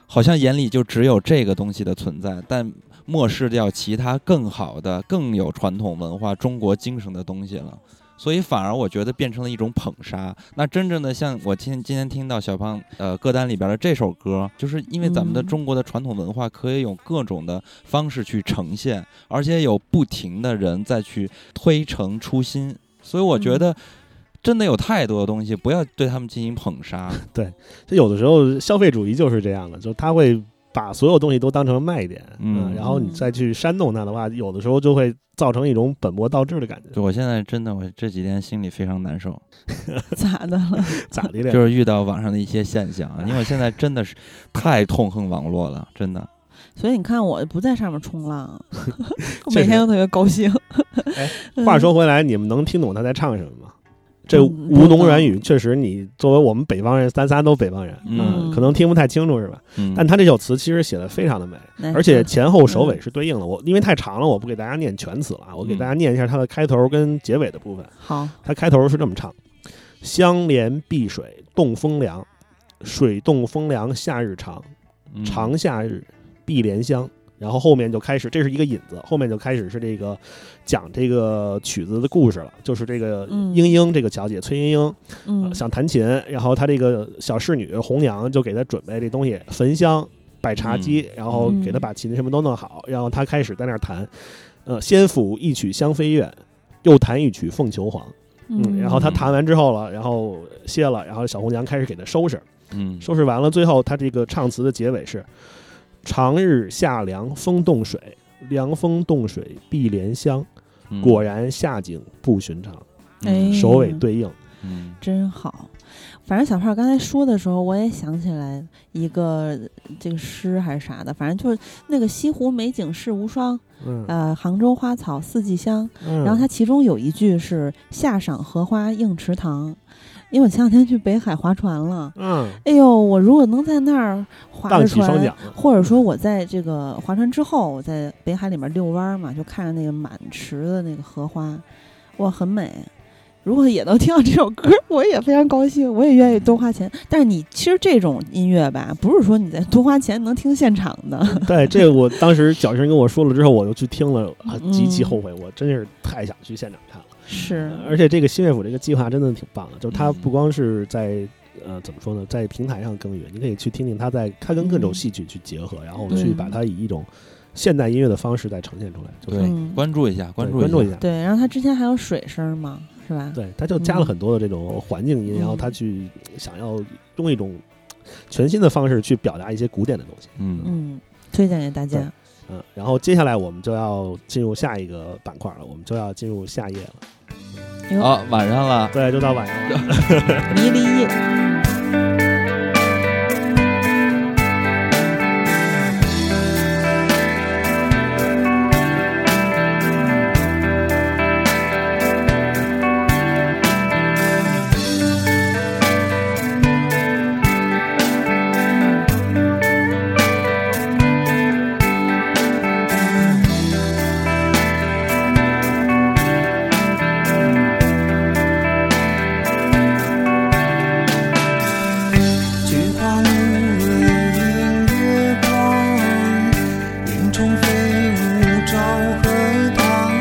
Speaker 1: 好像眼里就只有这个东西的存在，但漠视掉其他更好的、更有传统文化、中国精神的东西了。所以反而我觉得变成了一种捧杀。那真正的像我今今天听到小胖呃歌单里边的这首歌，就是因为咱们的
Speaker 2: 嗯
Speaker 1: 中国的传统文化可以用各种的方式去呈现，而且有不停的人再去推陈出新。所以我觉
Speaker 3: 嗯
Speaker 1: 得真的有太多的东西，不要对他们进行捧杀。
Speaker 3: 就有的时候消费主义就是这样的，就是他会把所有东西都当成卖点，
Speaker 1: 嗯
Speaker 3: 然后你再去煽动它的话，有的时候就会造成一种本末倒置的感觉。
Speaker 1: 就我现在真的，我这几天心里非常难受，
Speaker 2: 咋的了？
Speaker 3: 咋的了？
Speaker 1: 就是遇到网上的一些现象啊，因为我现在真的是太痛恨网络了，真的。
Speaker 2: 所以你看，我不在上面冲 浪，我
Speaker 3: 确
Speaker 2: 每
Speaker 3: 实哎
Speaker 2: 天都特别高兴。
Speaker 3: 话说回来，你们能听懂他在唱什么吗？这
Speaker 2: 嗯
Speaker 3: 吴侬软语，确实你作为我们北方人，咱仨都北方人，
Speaker 1: 嗯
Speaker 3: 可能听不太清楚是吧？
Speaker 1: 嗯，
Speaker 3: 但他这首词其实写的非常的美，
Speaker 2: 嗯，
Speaker 3: 而且前后首尾是对应的。我因为太长了，我不给大家念全词了啊，我给
Speaker 1: 嗯
Speaker 3: 大家念一下它的开头跟结尾的部分。
Speaker 2: 好，
Speaker 3: 它开头是这么唱：相连碧水动风凉，水动风凉夏日长，
Speaker 1: 嗯
Speaker 3: 长夏日碧莲香。然后后面就开始，这是一个引子，后面就开始是这个讲这个曲子的故事了，就是这个
Speaker 2: 嗯
Speaker 3: 英英这个小姐崔莺莺、
Speaker 2: 嗯
Speaker 3: 呃，想弹琴，然后她这个小侍女红娘就给她准备这东西，焚香、摆茶几，
Speaker 1: 嗯
Speaker 3: 然后
Speaker 2: 嗯
Speaker 3: 给她把琴什么都弄好，然后她开始在那儿弹，呃，先抚一曲香飞怨，又弹一曲凤求凰，嗯，然后他
Speaker 1: 嗯
Speaker 3: 弹完之后了，然后谢了，然后小红娘开始给他收拾，
Speaker 1: 嗯
Speaker 3: 收拾完了，最后他这个唱词的结尾是：长日夏凉风冻水，凉风冻水碧莲香，
Speaker 1: 嗯
Speaker 3: 果然夏景不寻常。
Speaker 2: 哎
Speaker 3: 首尾对应，
Speaker 1: 嗯
Speaker 2: 真好。反正小胖刚才说的时候，我也想起来一个呃这个诗还是啥的，反正就是那个西湖美景世无双，
Speaker 3: 嗯，
Speaker 2: 呃，杭州花草四季香。
Speaker 3: 嗯
Speaker 2: 然后它其中有一句是“夏赏荷花映池塘”，因为我前两天去北海划船了，
Speaker 3: 嗯，
Speaker 2: 哎呦，我如果能在那儿划
Speaker 3: 荡
Speaker 2: 着
Speaker 3: 起双
Speaker 2: 船
Speaker 3: 桨，了，
Speaker 2: 或者说我在这个划船之后，我在北海里面遛弯儿嘛，就看着那个满池的那个荷花，哇，很美。如果也能听到这首歌，我也非常高兴，我也愿意多花钱。但是你其实这种音乐吧，不是说你在多花钱能听现场的。
Speaker 3: 对，这个我当时小生跟我说了之后，我就去听了，啊，极其
Speaker 2: 嗯
Speaker 3: 后悔，我真是太想去现场看了。
Speaker 2: 是
Speaker 3: 而且这个新乐府这个计划真的挺棒的，就是
Speaker 2: 嗯
Speaker 3: 它不光是在呃怎么说呢，在平台上耕耘，你可以去听听它在它跟各种戏曲去结合，然后去
Speaker 2: 嗯对
Speaker 3: 把它以一种现代音乐的方式再呈现出来。就
Speaker 1: 对
Speaker 3: 是
Speaker 2: 嗯，
Speaker 1: 关注一下，关
Speaker 3: 对
Speaker 1: 注
Speaker 3: 关注一
Speaker 1: 下，
Speaker 3: 下，
Speaker 2: 对。然后它之前还有水声嘛，是吧？
Speaker 3: 对，它就加了很多的这种环境音，
Speaker 2: 嗯
Speaker 3: 然后它去想要用一种全新的方式去表达一些古典的东西。
Speaker 1: 嗯
Speaker 2: 嗯，推荐给大家。
Speaker 3: 嗯，然后接下来我们就要进入下一个板块了，我们就要进入夏夜了。
Speaker 2: 哟
Speaker 1: 啊，晚上了，
Speaker 3: 对，就到晚上了。
Speaker 2: 迷离夜，
Speaker 6: 菊花落影月光，云中飞舞照荷塘。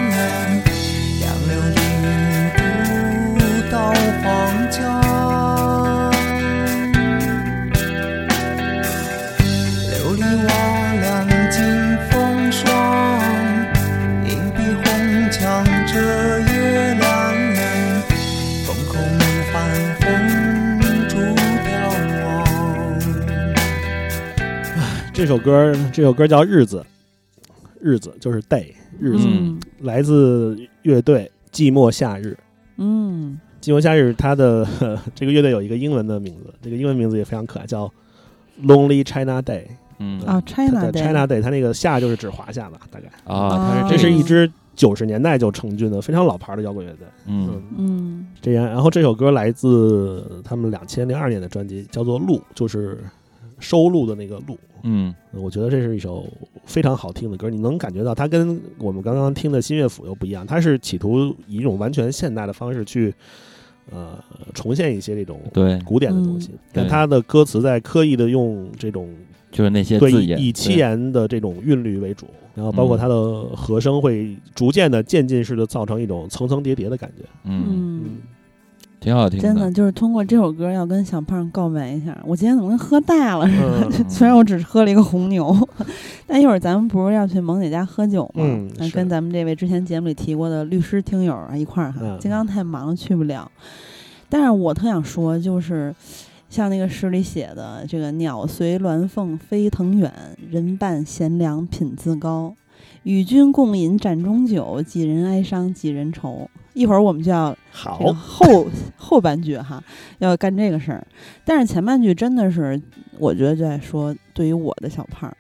Speaker 6: 杨柳引步到黄江，琉璃瓦梁金风霜，银碧红墙遮月亮。风口木帆红烛飘望。
Speaker 3: 这首歌，这首歌叫《日子》，日子就是 day，日子。
Speaker 1: 嗯
Speaker 3: 来自乐队寂寞夏日。
Speaker 2: 嗯
Speaker 3: 寂寞夏日，它的 呵这个乐队有一个英文的名字，这个英文名字也非常可爱，叫 Lonely China Day。
Speaker 1: 嗯
Speaker 2: 啊
Speaker 3: 它
Speaker 2: ，China
Speaker 3: 的
Speaker 2: Day
Speaker 3: China Day，它那个夏就是指华夏吧，大概。
Speaker 1: 啊，它
Speaker 3: 这
Speaker 1: 是这
Speaker 3: 是
Speaker 2: 哦
Speaker 1: 个，
Speaker 3: 一支九十年代就成军的非常老牌的摇滚乐队。
Speaker 1: 嗯，
Speaker 2: 嗯
Speaker 3: 这样，然后这首歌来自他们两千零二年的专辑，叫做《路》，就是收录的那个路，
Speaker 1: 嗯
Speaker 3: 我觉得这是一首非常好听的歌，你能感觉到它跟我们刚刚听的新乐府又不一样，它是企图以一种完全现代的方式去，呃，重现一些这种
Speaker 1: 对，
Speaker 3: 古典的东西
Speaker 2: 嗯，
Speaker 3: 但
Speaker 1: 对
Speaker 3: 它的歌词在刻意的用这种
Speaker 1: 就是那些
Speaker 3: 对
Speaker 1: 字
Speaker 3: 以
Speaker 1: 眼，
Speaker 3: 以啊七
Speaker 1: 对嗯
Speaker 3: 言的这种韵律为主，然后包括它的和声会逐渐的渐进式的造成一种层层叠叠的感觉，
Speaker 1: 嗯，
Speaker 2: 嗯，
Speaker 1: 挺好听
Speaker 2: 真的就是通过这首歌要跟小胖告白一下。我今天怎么跟喝大了似的？
Speaker 3: 嗯。
Speaker 1: 嗯
Speaker 2: 虽然我只喝了一个红牛，但一会儿咱们不是要去萌姐家喝酒吗？
Speaker 3: 嗯
Speaker 2: 那
Speaker 3: 是
Speaker 2: 跟咱们这位之前节目里提过的律师听友啊一块儿哈。
Speaker 3: 嗯
Speaker 2: 金刚太忙了，去不了。但是我特想说，就是像那个诗里写的，这个“鸟随鸾凤飞腾远，人伴贤良品自高。与君共饮盏中酒，几人哀伤几人愁。”一会儿我们就要
Speaker 3: 好
Speaker 2: 这个，后 后半句哈，要干这个事儿。但是前半句真的是，我觉得就在说对于我的小胖儿，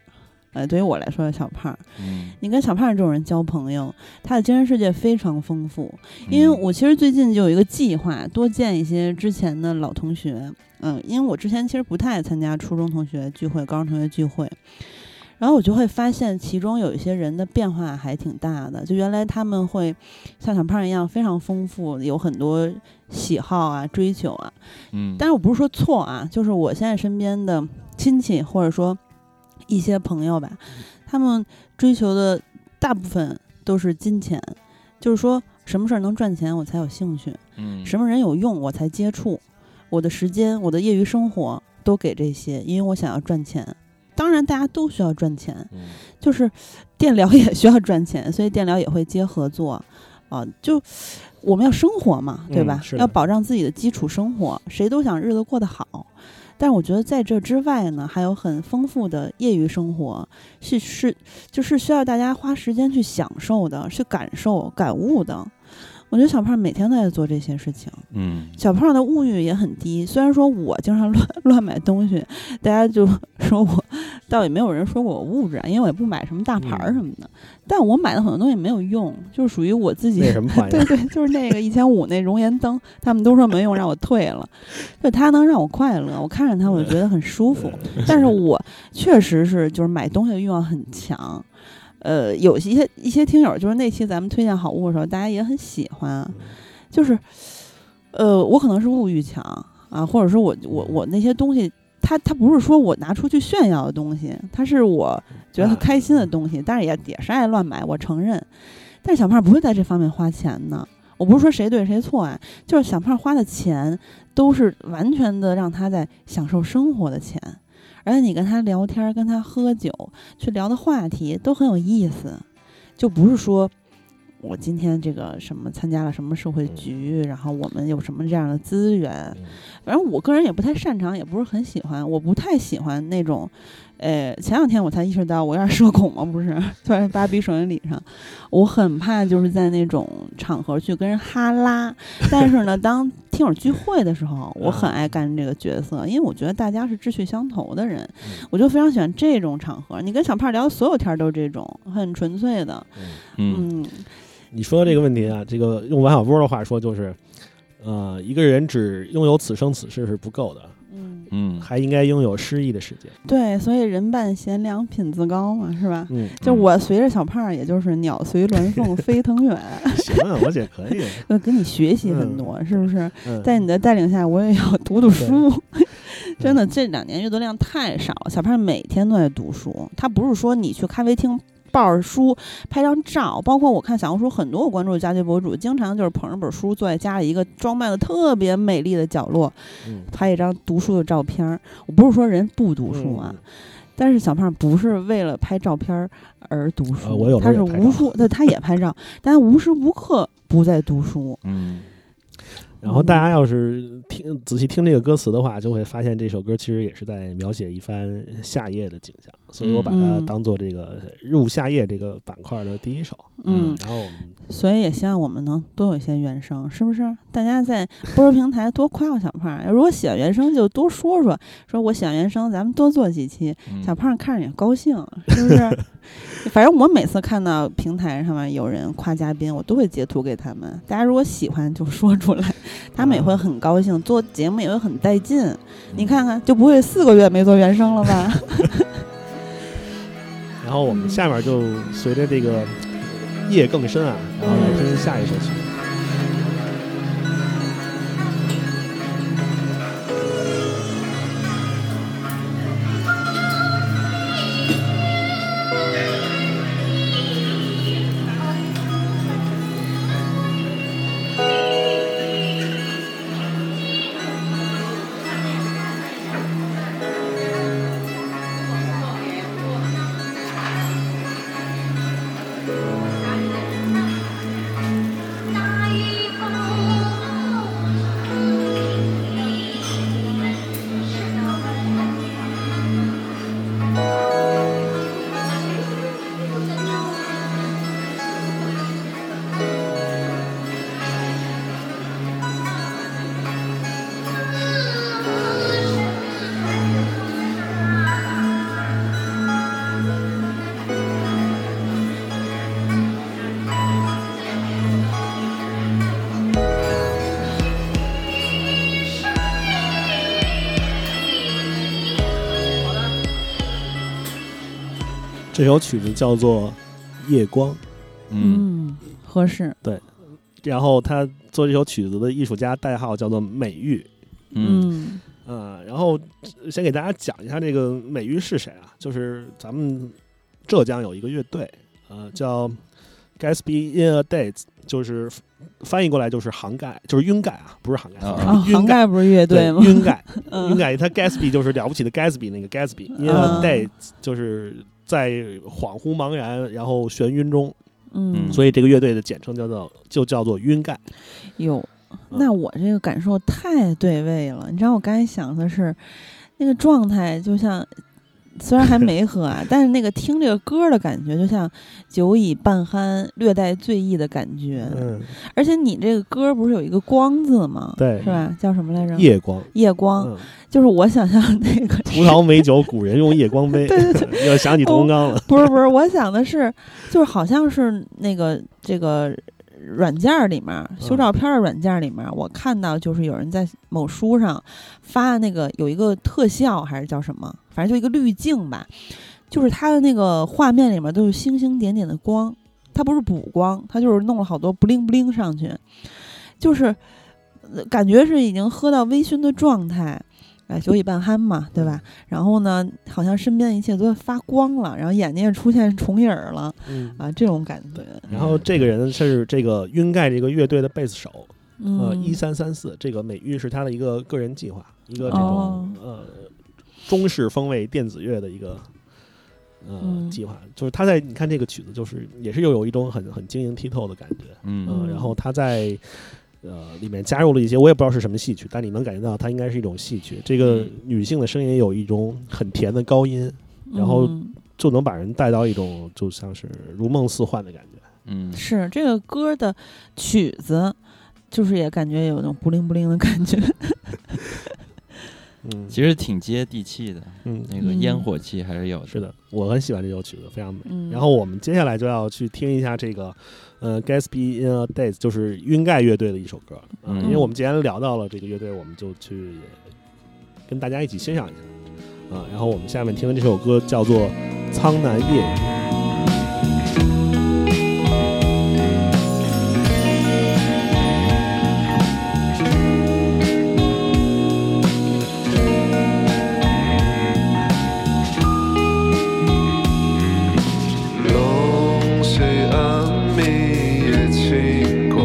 Speaker 2: 呃，对于我来说小胖儿，
Speaker 1: 嗯，
Speaker 2: 你跟小胖儿这种人交朋友，他的精神世界非常丰富。
Speaker 1: 嗯
Speaker 2: 因为我其实最近就有一个计划，多见一些之前的老同学。嗯，因为我之前其实不太爱参加初中同学聚会、高中同学聚会，然后我就会发现其中有一些人的变化还挺大的。就原来他们会像小胖一样非常丰富，有很多喜好啊、追求啊。
Speaker 1: 嗯，
Speaker 2: 但是我不是说错啊，就是我现在身边的亲戚或者说一些朋友吧，他们追求的大部分都是金钱，就是说什么事儿能赚钱我才有兴趣，
Speaker 1: 嗯
Speaker 2: 什么人有用我才接触，我的时间、我的业余生活都给这些，因为我想要赚钱。当然，大家都需要赚钱，
Speaker 1: 嗯
Speaker 2: 就是电疗也 需要赚钱，所以电疗也会接合作，啊，就我们要生活嘛，对
Speaker 3: 嗯
Speaker 2: 吧？
Speaker 3: 是的
Speaker 2: 要保障自己的基础生活，谁都想日子过得好。但是我觉得在这之外呢，还有很丰富的业余生活，是是就是需要大家花时间去享受的，去感受、感悟的。我觉得小胖每天都在做这些事情。
Speaker 1: 嗯
Speaker 2: 小胖的物欲也很低，虽然说我经常乱 乱买东西，大家就说我，倒也没有人说我物质啊，因为我也不买什么大牌
Speaker 3: 嗯
Speaker 2: 儿什么的。但我买的很多东西没有用，就是属于我自己
Speaker 3: 那。什么玩意
Speaker 2: 对
Speaker 3: 儿？
Speaker 2: 对，就是那个一千五那熔岩灯，他们都说没用，让我退了。就它能让我快乐，我看着它我就觉得很舒服。但是我确实是就是买东西的欲望很强。呃，有一些一些听友就是那期咱们推荐好物的时候，大家也很喜欢啊，就是呃，我可能是物欲强啊，或者说我我我那些东西。它它不是说我拿出去炫耀的东西，它是我觉得开心的东西，但是也也是爱乱买，我承认。但是小胖不会在这方面花钱的，我不是说谁对谁错啊，就是小胖花的钱都是完全的让他在享受生活的钱，而且你跟他聊天儿、跟他喝酒，去聊的话题都很有意思，就不是说我今天这个什么参加了什么社会局，然后我们有什么这样的资源，
Speaker 3: 嗯
Speaker 2: 反正我个人也不太擅长，也不是很喜欢，我不太喜欢那种，呃，前两天我才意识到我有点社恐嘛，不是， 突然芭比首映礼上，我很怕就是在那种场合去跟人哈拉，但是呢，当听友聚会的时候，我很爱干这个角色，因为我觉得大家是志趣相投的人，我就非常喜欢这种场合。你跟小胖聊的所有天儿都是这种，很纯粹的，
Speaker 1: 嗯
Speaker 2: 嗯
Speaker 3: 你说这个问题啊，这个用王小波的话说就是，呃，一个人只拥有此生此世是不够的，
Speaker 2: 嗯，
Speaker 1: 嗯，
Speaker 3: 还应该拥有诗意的世界。
Speaker 2: 对，所以人伴贤良品自高嘛，是吧？
Speaker 3: 嗯，
Speaker 2: 就我随着小胖儿，也就是鸟随鸾凤飞腾远，
Speaker 3: 行啊，我姐可 以。
Speaker 2: 就跟你学习很多，是不是？
Speaker 3: 嗯，
Speaker 2: 在你的带领下，我也要读读书。 真的，这两年阅读量太少了，小胖每天都在读书。他不是说你去咖啡厅抱着书拍张照，包括我看小红书很多我关注的家居博主，经常就是捧着本书坐在家里一个装扮的特别美丽的角落，
Speaker 3: 嗯
Speaker 2: 拍一张读书的照片儿。我不是说人不读书
Speaker 3: 嗯
Speaker 2: 啊，但是小胖不是为了拍照片儿而读书，
Speaker 3: 呃我有时
Speaker 2: 他
Speaker 3: 候
Speaker 2: 是
Speaker 3: 也拍
Speaker 2: 无
Speaker 3: 照
Speaker 2: 数，对，他也拍照，但他无时无刻不在读书。
Speaker 1: 嗯
Speaker 3: 然后大家要是听仔细听这个歌词的话，就会发现这首歌其实也是在描写一番夏夜的景象，所以我把它
Speaker 2: 嗯
Speaker 3: 当做这个入夏夜这个板块的第一首。
Speaker 2: 嗯，
Speaker 3: 然后我们
Speaker 2: 所以也希望我们能多有一些原声，是不是？大家在播客平台多夸夸小胖，如果喜欢原声就多说说，说我喜欢原声，咱们多做几期，
Speaker 1: 嗯
Speaker 2: 小胖看着也高兴，是不是？ 反正我每次看到平台上面有人夸嘉宾，我都会截图给他们。大家如果喜欢就说 出来，他们也会很高兴，做
Speaker 1: 嗯
Speaker 2: 节目也会很带劲。你看看，就不会四个月没做原声了吧？
Speaker 3: 然后我们下面就随着这个夜更深啊，然后来听下一首曲。这首曲子叫做《夜光》，
Speaker 1: 嗯
Speaker 2: 嗯，合适，
Speaker 3: 然后他做这首曲子的艺术家代号叫做美玉。
Speaker 1: 嗯
Speaker 3: 啊、然后呃先给大家讲一下这个美玉是谁啊？就是咱们浙江有一个乐队，呃，叫 Gatsby in a Daze，就是翻译过来就是杭盖，就是晕盖啊，不是杭盖，
Speaker 1: 啊
Speaker 2: 啊，
Speaker 3: 晕
Speaker 2: 杭
Speaker 3: 盖。
Speaker 2: 盖不是乐队吗？
Speaker 3: 晕盖，
Speaker 2: 嗯
Speaker 3: 晕盖，他 Gatsby 就是了不起的 Gatsby 那个 Gatsby，因为
Speaker 2: 啊
Speaker 3: Daze 就是在恍惚茫然，然后眩晕中，
Speaker 2: 嗯，
Speaker 3: 所以这个乐队的简称叫做就叫做晕盖。
Speaker 2: 哟，
Speaker 3: 嗯
Speaker 2: 那我这个感受太对位了。你知道我刚才想的是，那个状态就像，虽然还 没喝啊，但是那个听这个歌的感觉，就像酒已半酣，略带醉意的感觉。
Speaker 3: 嗯，
Speaker 2: 而且你这个歌不是有一个“光”字吗？
Speaker 3: 对
Speaker 2: 是，吧？叫什么来着？
Speaker 3: 夜光，
Speaker 2: 夜光，
Speaker 3: 嗯，
Speaker 2: 就是我想象那个
Speaker 3: 葡萄美酒，古人用夜光杯。
Speaker 2: 对哦
Speaker 3: 对对，又想起屠洪刚了。
Speaker 2: 不是不是，我想的是，就是好像是那个这个软件儿里面儿修
Speaker 3: 嗯
Speaker 2: 照片儿的软件儿里面儿，我看到就是有人在某书上发那个有一个特效还是叫什么，反正就一个滤镜吧，就是它的那个画面里面都是星星点点的光，它不是补光，它就是弄了好多不灵不灵上去，就是呃感觉是已经喝到微醺的状态。哎，酒已半酣嘛，对吧？然后呢，好像身边的一切都在发光了，然后眼睛也出现重影儿了
Speaker 3: 嗯，
Speaker 2: 啊，这种感觉。
Speaker 3: 然后这个人是这个晕盖这个乐队的贝斯手，呃，
Speaker 2: 嗯，
Speaker 3: 一三三四，这个美玉是他的一个个人计划，一个这种、
Speaker 2: 哦
Speaker 3: 呃中式风味电子乐的一个。呃，
Speaker 2: 嗯
Speaker 3: 计划就是他在你看这个曲子，就是也是又有一种很很晶莹剔透的感觉，
Speaker 1: 嗯
Speaker 3: 嗯，
Speaker 2: 嗯
Speaker 3: 然后他在呃里面加入了一些我也不知道是什么戏曲，但你能感觉到它应该是一种戏曲。这个
Speaker 1: 嗯
Speaker 3: 女性的声音有一种很甜的高音，然后
Speaker 2: 嗯
Speaker 3: 就能把人带到一种就像是如梦似幻的感觉。
Speaker 1: 嗯，
Speaker 2: 是这个歌的曲子，就是也感觉有那种不灵不灵的感 觉。
Speaker 3: 嗯
Speaker 1: 其实挺接地气的，
Speaker 3: 嗯，
Speaker 1: 那个烟火气还是有的。
Speaker 3: 是的，我很喜欢这首曲子，非常美。
Speaker 2: 嗯，
Speaker 3: 然后我们接下来就要去听一下这个，呃，Gatsby in a Daze，就是晕盖乐队的一首歌。嗯，
Speaker 1: 嗯
Speaker 3: 因为我们既然聊到了这个乐队，我们就去跟大家一起欣赏一下。啊、然后我们下面听的这首歌叫做《苍南夜雨》。
Speaker 7: 龙水岸，明月清光，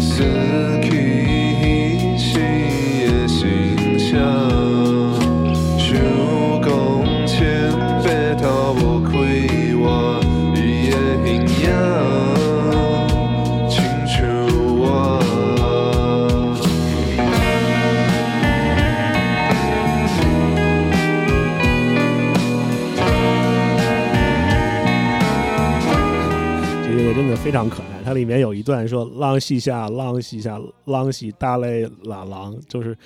Speaker 7: 四季一心也心香。树共千百头无开我伊的形影，亲像啊我。
Speaker 3: 这乐队真的非常可爱。它里面有一段说“浪西下，浪西下，浪西大嘞啦郎”，就是，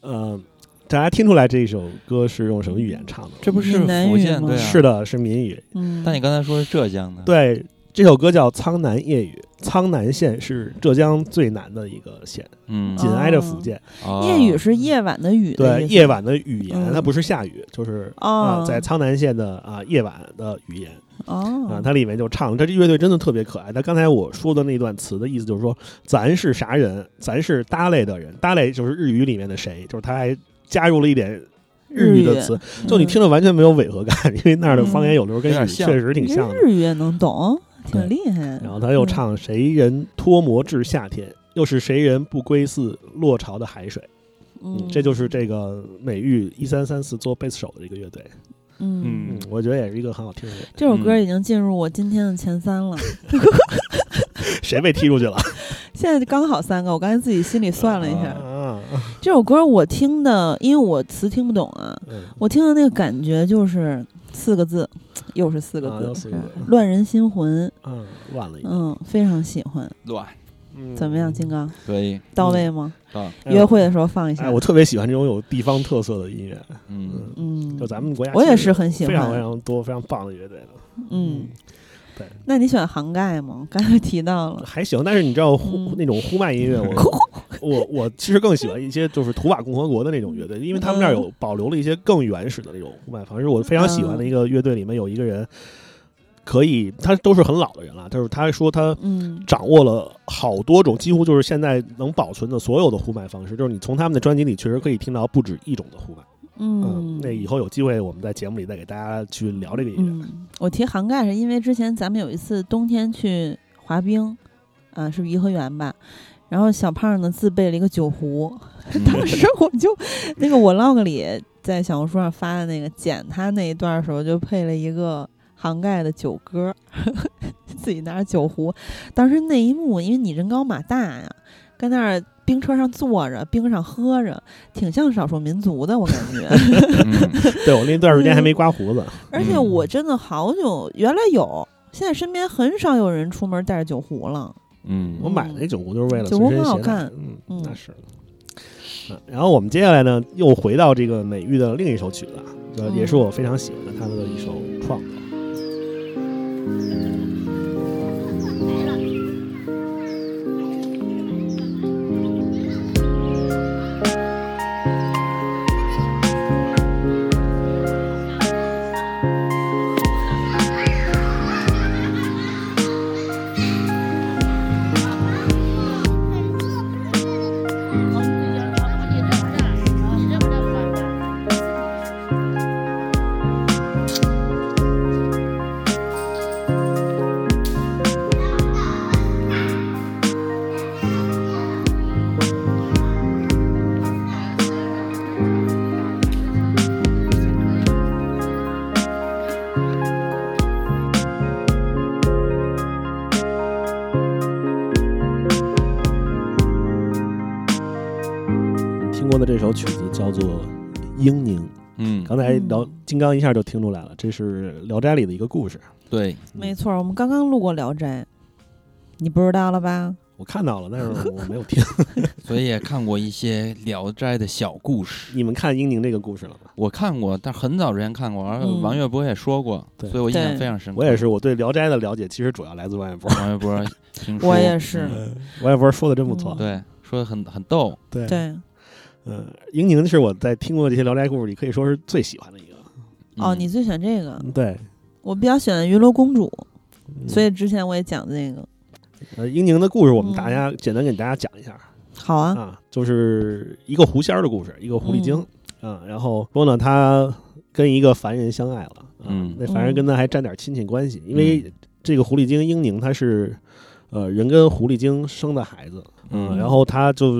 Speaker 3: 呃，大家听出来这首歌是用什么语言唱的吗？
Speaker 1: 这不是
Speaker 2: 闽南
Speaker 1: 福
Speaker 2: 语
Speaker 1: 建
Speaker 2: 吗
Speaker 1: 对啊？
Speaker 3: 是的，是民语。
Speaker 2: 嗯，
Speaker 1: 但你刚才说是浙江的，，
Speaker 3: 对，这首歌叫《苍南夜雨》，苍南县是浙江最南的一个县，
Speaker 2: 哦
Speaker 1: 嗯，
Speaker 3: 紧挨着福建。
Speaker 1: 哦
Speaker 2: 夜雨是夜晚的雨的
Speaker 3: 对，
Speaker 2: 意思
Speaker 3: 夜晚的语言，
Speaker 2: 嗯
Speaker 3: 它不是下雨，就是啊、
Speaker 2: 哦
Speaker 3: 在苍南县的啊、夜晚的语言啊、
Speaker 2: 哦，
Speaker 3: 它里面就唱了，这支乐队真的特别可爱。它刚才我说的那段词的意思就是说，咱是啥人？咱是搭类的人，搭类就是日语里面的谁，就是他还加入了一点。日语的词，
Speaker 2: 嗯
Speaker 3: 就你听着完全没有违和感，因为那儿的方言有流跟
Speaker 1: 有
Speaker 3: 日语
Speaker 1: 点像
Speaker 3: 确实挺
Speaker 2: 你这
Speaker 3: 像的。
Speaker 2: 日语也能懂，
Speaker 3: 对
Speaker 2: 挺厉害。
Speaker 3: 然后他
Speaker 2: 嗯
Speaker 3: 又唱“谁人脱魔至夏天”，又是“谁人不归似落潮的海水”。
Speaker 2: 嗯，嗯，
Speaker 3: 这就是这个美玉一三三四做贝斯手的这个乐队，
Speaker 2: 嗯，
Speaker 1: 嗯，
Speaker 3: 我觉得也是一个很好听的乐队。
Speaker 2: 这首歌
Speaker 1: 嗯
Speaker 2: 已经进入我今天的前三了，
Speaker 3: 嗯谁被踢出 去了？
Speaker 2: 现在刚好三个。我刚才自己心里算了一下，
Speaker 3: 啊，
Speaker 2: 这首歌我听的，因为我词听不懂啊，
Speaker 3: 嗯
Speaker 2: 我听的那个感觉就是四个字，又是四个
Speaker 3: 啊
Speaker 2: 字，
Speaker 3: 又四个字
Speaker 2: 是乱人心魂。
Speaker 3: 嗯，乱了一哎个。
Speaker 2: 嗯，非常喜欢。
Speaker 1: 乱
Speaker 2: 嗯怎么样，金刚
Speaker 1: 可以
Speaker 2: 到位吗？
Speaker 1: 啊，
Speaker 3: 哎
Speaker 2: 约会的时候放一下。
Speaker 3: 哎，我特别喜欢这种有地方特色的音乐，
Speaker 1: 嗯，
Speaker 2: 嗯，
Speaker 3: 就咱们国家
Speaker 2: 我也
Speaker 3: 其实
Speaker 2: 是很喜
Speaker 3: 非常非
Speaker 2: 欢。
Speaker 3: 常多非常棒的乐队了，
Speaker 2: 嗯
Speaker 3: 对，
Speaker 2: 那你喜欢杭盖吗？刚才提到了，
Speaker 3: 嗯还行。但是你知道呼
Speaker 2: 嗯
Speaker 3: 那种呼麦音乐，我 我我其实更喜欢一些就是图瓦共和国的那种乐队，因为他们那儿
Speaker 2: 嗯
Speaker 3: 有保留了一些更原始的那种呼麦方式。我非常喜
Speaker 2: 嗯
Speaker 3: 欢的一个乐队里面有一个人，可以他都是很老的人了，就是他说 他
Speaker 2: 嗯
Speaker 3: 掌握了好多种，几乎就是现在能保存的所有的呼麦方式。就是你从他们的专辑里确实可以听到不止一种的呼麦。
Speaker 2: 嗯，
Speaker 3: 那以后有机会我们在节目里再给大家去聊这个音乐。
Speaker 2: 嗯，我提杭盖是因为之前咱们有一次冬天去滑冰，啊，是颐和园吧？然后小胖呢自备了一个酒壶，
Speaker 3: 呃
Speaker 1: 嗯
Speaker 2: 当时我就那个我 log 里在小红书上发的那个剪他那一段儿的时候，就配了一个杭盖的酒歌儿， 自己拿着酒壶。当时那一幕，因为你人高马大呀，跟那儿冰车上坐着，冰上喝着，挺像少数民族的，我感觉。
Speaker 1: 嗯
Speaker 3: 对我那段时间还没刮胡子，
Speaker 2: 而且
Speaker 1: 嗯
Speaker 2: 我真的好久，原来有，现在身边很少有人出门带着酒壶了。
Speaker 1: 嗯
Speaker 3: 我买那酒壶就是为了
Speaker 2: 酒
Speaker 3: 随
Speaker 2: 壶
Speaker 3: 身携
Speaker 2: 很好
Speaker 3: 带
Speaker 2: 看
Speaker 3: 嗯，
Speaker 2: 嗯
Speaker 3: 那是。啊然后我们接下来呢，又回到这个美玉的另一首曲子啊，呃，
Speaker 2: 嗯
Speaker 3: 也是我非常喜欢的他的一首创作。你听过的这首曲子叫做《英宁》，
Speaker 1: 嗯，
Speaker 3: 刚才聊
Speaker 2: 嗯
Speaker 3: 金刚一下就听出来了，这是《聊斋》里的一个故事。
Speaker 1: 对
Speaker 2: 没错，我们刚刚路过《聊斋》，你不知道了吧？
Speaker 3: 我看到了，但是我没有听。
Speaker 1: 所以也看过一些《聊斋》的小故事，
Speaker 3: 你们看英宁这个故事了吗？
Speaker 1: 我看过，但很早之前看过，而
Speaker 2: 嗯
Speaker 1: 王月波也说过，
Speaker 3: 对
Speaker 1: 所以我印象
Speaker 2: 对
Speaker 1: 非常深刻。
Speaker 3: 我也是，我对《聊斋》的了解其实主要来自王彦波。
Speaker 1: 王月波听说，
Speaker 2: 我也是，
Speaker 3: 嗯王彦波说的真不错
Speaker 2: 嗯。
Speaker 1: 对，说的很很逗，
Speaker 3: 对，
Speaker 2: 对，
Speaker 3: 嗯，英宁是我在听过这些《聊斋》故事里可以说是最喜欢的一个。
Speaker 2: 哦，
Speaker 1: 嗯
Speaker 2: 你最喜欢这个？
Speaker 3: 对，
Speaker 2: 我比较喜欢云罗公主，
Speaker 3: 嗯
Speaker 2: 所以之前我也讲这个。
Speaker 3: 呃，英宁的故事我们
Speaker 2: 嗯
Speaker 3: 大家简单给大家讲一下
Speaker 2: 好啊，
Speaker 3: 啊，就是一个狐仙儿的故事，一个狐狸精啊，然后说呢，他跟一个凡人相爱了，啊
Speaker 1: 嗯
Speaker 3: 那凡人跟他还沾点亲戚关系，因为这个狐狸精英宁她是呃人跟狐狸精生的孩子，啊
Speaker 1: 嗯
Speaker 2: 嗯
Speaker 3: 然后他就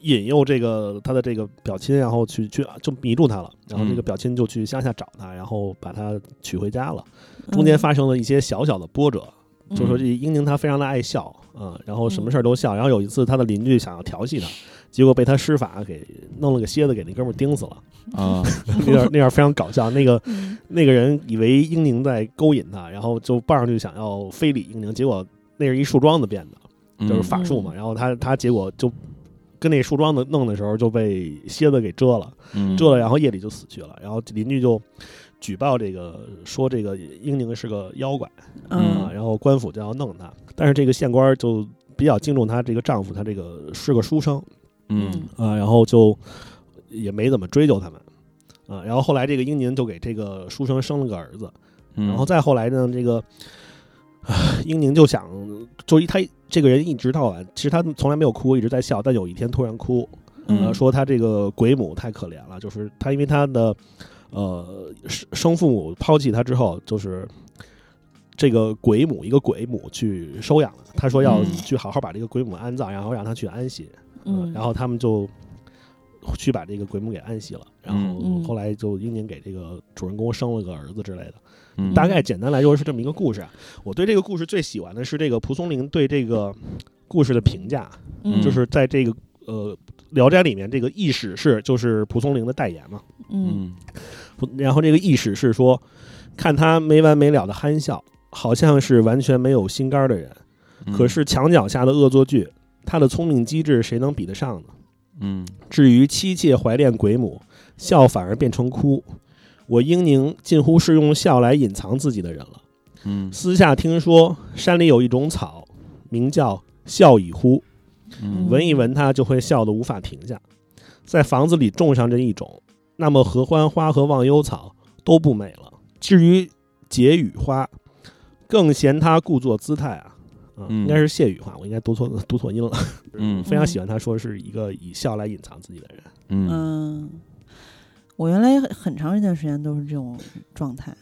Speaker 3: 引诱这个他的这个表亲，然后去去就迷住他了，然后这个
Speaker 1: 嗯
Speaker 3: 表亲就去乡下找他，然后把他娶回家了。中间发生了一些小小的波折，
Speaker 2: 嗯
Speaker 3: 就说这英宁她非常的爱笑啊、然后什
Speaker 2: 嗯
Speaker 3: 么事儿都笑。然后有一次她的邻居想要调戏她，结果被她施法给弄了个蝎子给那哥们儿钉死 了。
Speaker 1: 啊，
Speaker 3: 那段那段非常搞笑，那个
Speaker 2: 嗯
Speaker 3: 那个人以为英宁在勾引他，然后就抱上去想要非礼英宁，结果那是一树桩子变的。
Speaker 1: 嗯
Speaker 3: 就是法术
Speaker 2: 嗯
Speaker 3: 嘛。然后他他结果就跟那树桩子弄的时候就被蝎子给蛰了，
Speaker 1: 嗯
Speaker 3: 蛰了，然后夜里就死去了。然后邻居就举报这个说这个英宁是个妖怪
Speaker 1: 嗯
Speaker 3: 啊，然后官府就要弄他，但是这个县官就比较敬重她这个丈夫，她这个是个书生
Speaker 1: 嗯
Speaker 3: 啊，然后就也没怎么追究他们啊，然后后来这个英宁就给这个书生生了个儿子，
Speaker 1: 嗯，
Speaker 3: 然后再后来呢，这个唉英宁就想，就一他这个人一直到晚，其实他从来没有哭，一直在笑，但有一天突然哭，呃，
Speaker 1: 嗯
Speaker 3: 说他这个鬼母太可怜了，就是他因为他的呃生生父母抛弃他之后，就是这个鬼母一个鬼母去收养了，他说要
Speaker 2: 嗯
Speaker 3: 去好好把这个鬼母安葬，然后让他去安息，
Speaker 2: 嗯，
Speaker 3: 然后他们就。去把这个鬼母给安息了，然后
Speaker 2: 嗯
Speaker 3: 后来就英宁给这个主人公生了个儿子之类的，
Speaker 1: 嗯
Speaker 3: 大概简单来说是这么一个故事啊。我对这个故事最喜欢的是这个蒲松龄对这个故事的评价，啊
Speaker 2: 嗯
Speaker 3: 就是在这个呃《聊斋》里面，这个意识是就是蒲松龄的代言嘛。
Speaker 2: 嗯
Speaker 1: 嗯
Speaker 3: 蒲然后这个意识是说，看他没完没了的憨笑，好像是完全没有心肝儿的人，
Speaker 1: 嗯
Speaker 3: 可是墙角下的恶作剧，他的聪明机智谁能比得上呢？
Speaker 1: 嗯
Speaker 3: 至于妻妾怀恋鬼母，笑反而变成哭。我英宁近乎是用笑来隐藏自己的人了。
Speaker 1: 嗯
Speaker 3: 私下听说山里有一种草，名叫笑已乎，
Speaker 1: 嗯
Speaker 3: 闻一闻它就会笑得无法停下。在房子里种上这一种，那么合欢花和忘忧草都不美了。至于解语花，更嫌它故作姿态啊，啊，
Speaker 1: 嗯
Speaker 3: 应该是谢语花，我应该读错读错音了。
Speaker 1: 嗯
Speaker 3: 非常喜欢他说是一个以笑来隐藏自己的人。
Speaker 1: 嗯
Speaker 2: 嗯，我原来很长一段时间都是这种状态，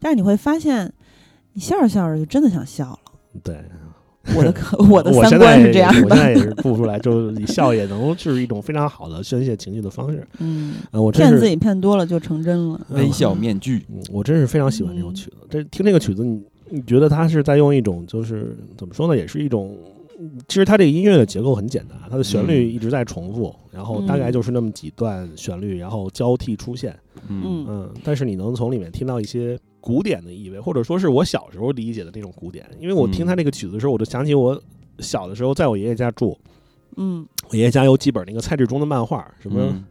Speaker 2: 但是你会发现，你笑着笑着就真的想笑了。
Speaker 3: 对，
Speaker 2: 我 的可我的三
Speaker 3: 现
Speaker 2: 观
Speaker 3: 在
Speaker 2: 是这样
Speaker 3: 我现
Speaker 2: 的，
Speaker 3: 在也是不出来，就是以笑也能是一种非常好的宣泄情绪的方式。
Speaker 2: 嗯，
Speaker 3: 嗯，我真
Speaker 2: 骗自
Speaker 3: 是
Speaker 2: 己骗多了就成真了。
Speaker 1: 微笑面具
Speaker 3: 嗯，我真是非常喜欢这种曲子。这听这个曲子，你你觉得他是在用一种就是怎么说呢，也是一种。其实它这个音乐的结构很简单，它的旋律一直在重复，然后大概就是那么几段旋律，然后交替出现。
Speaker 1: 嗯
Speaker 2: 嗯
Speaker 3: 嗯，但是你能从里面听到一些古典的意味，或者说是我小时候理解的那种古典。因为我听他这个曲子的时候，我就想起我小的时候在我爷爷家住，
Speaker 2: 嗯
Speaker 3: 我爷爷家有几本那个蔡志忠的漫画，什么
Speaker 1: 嗯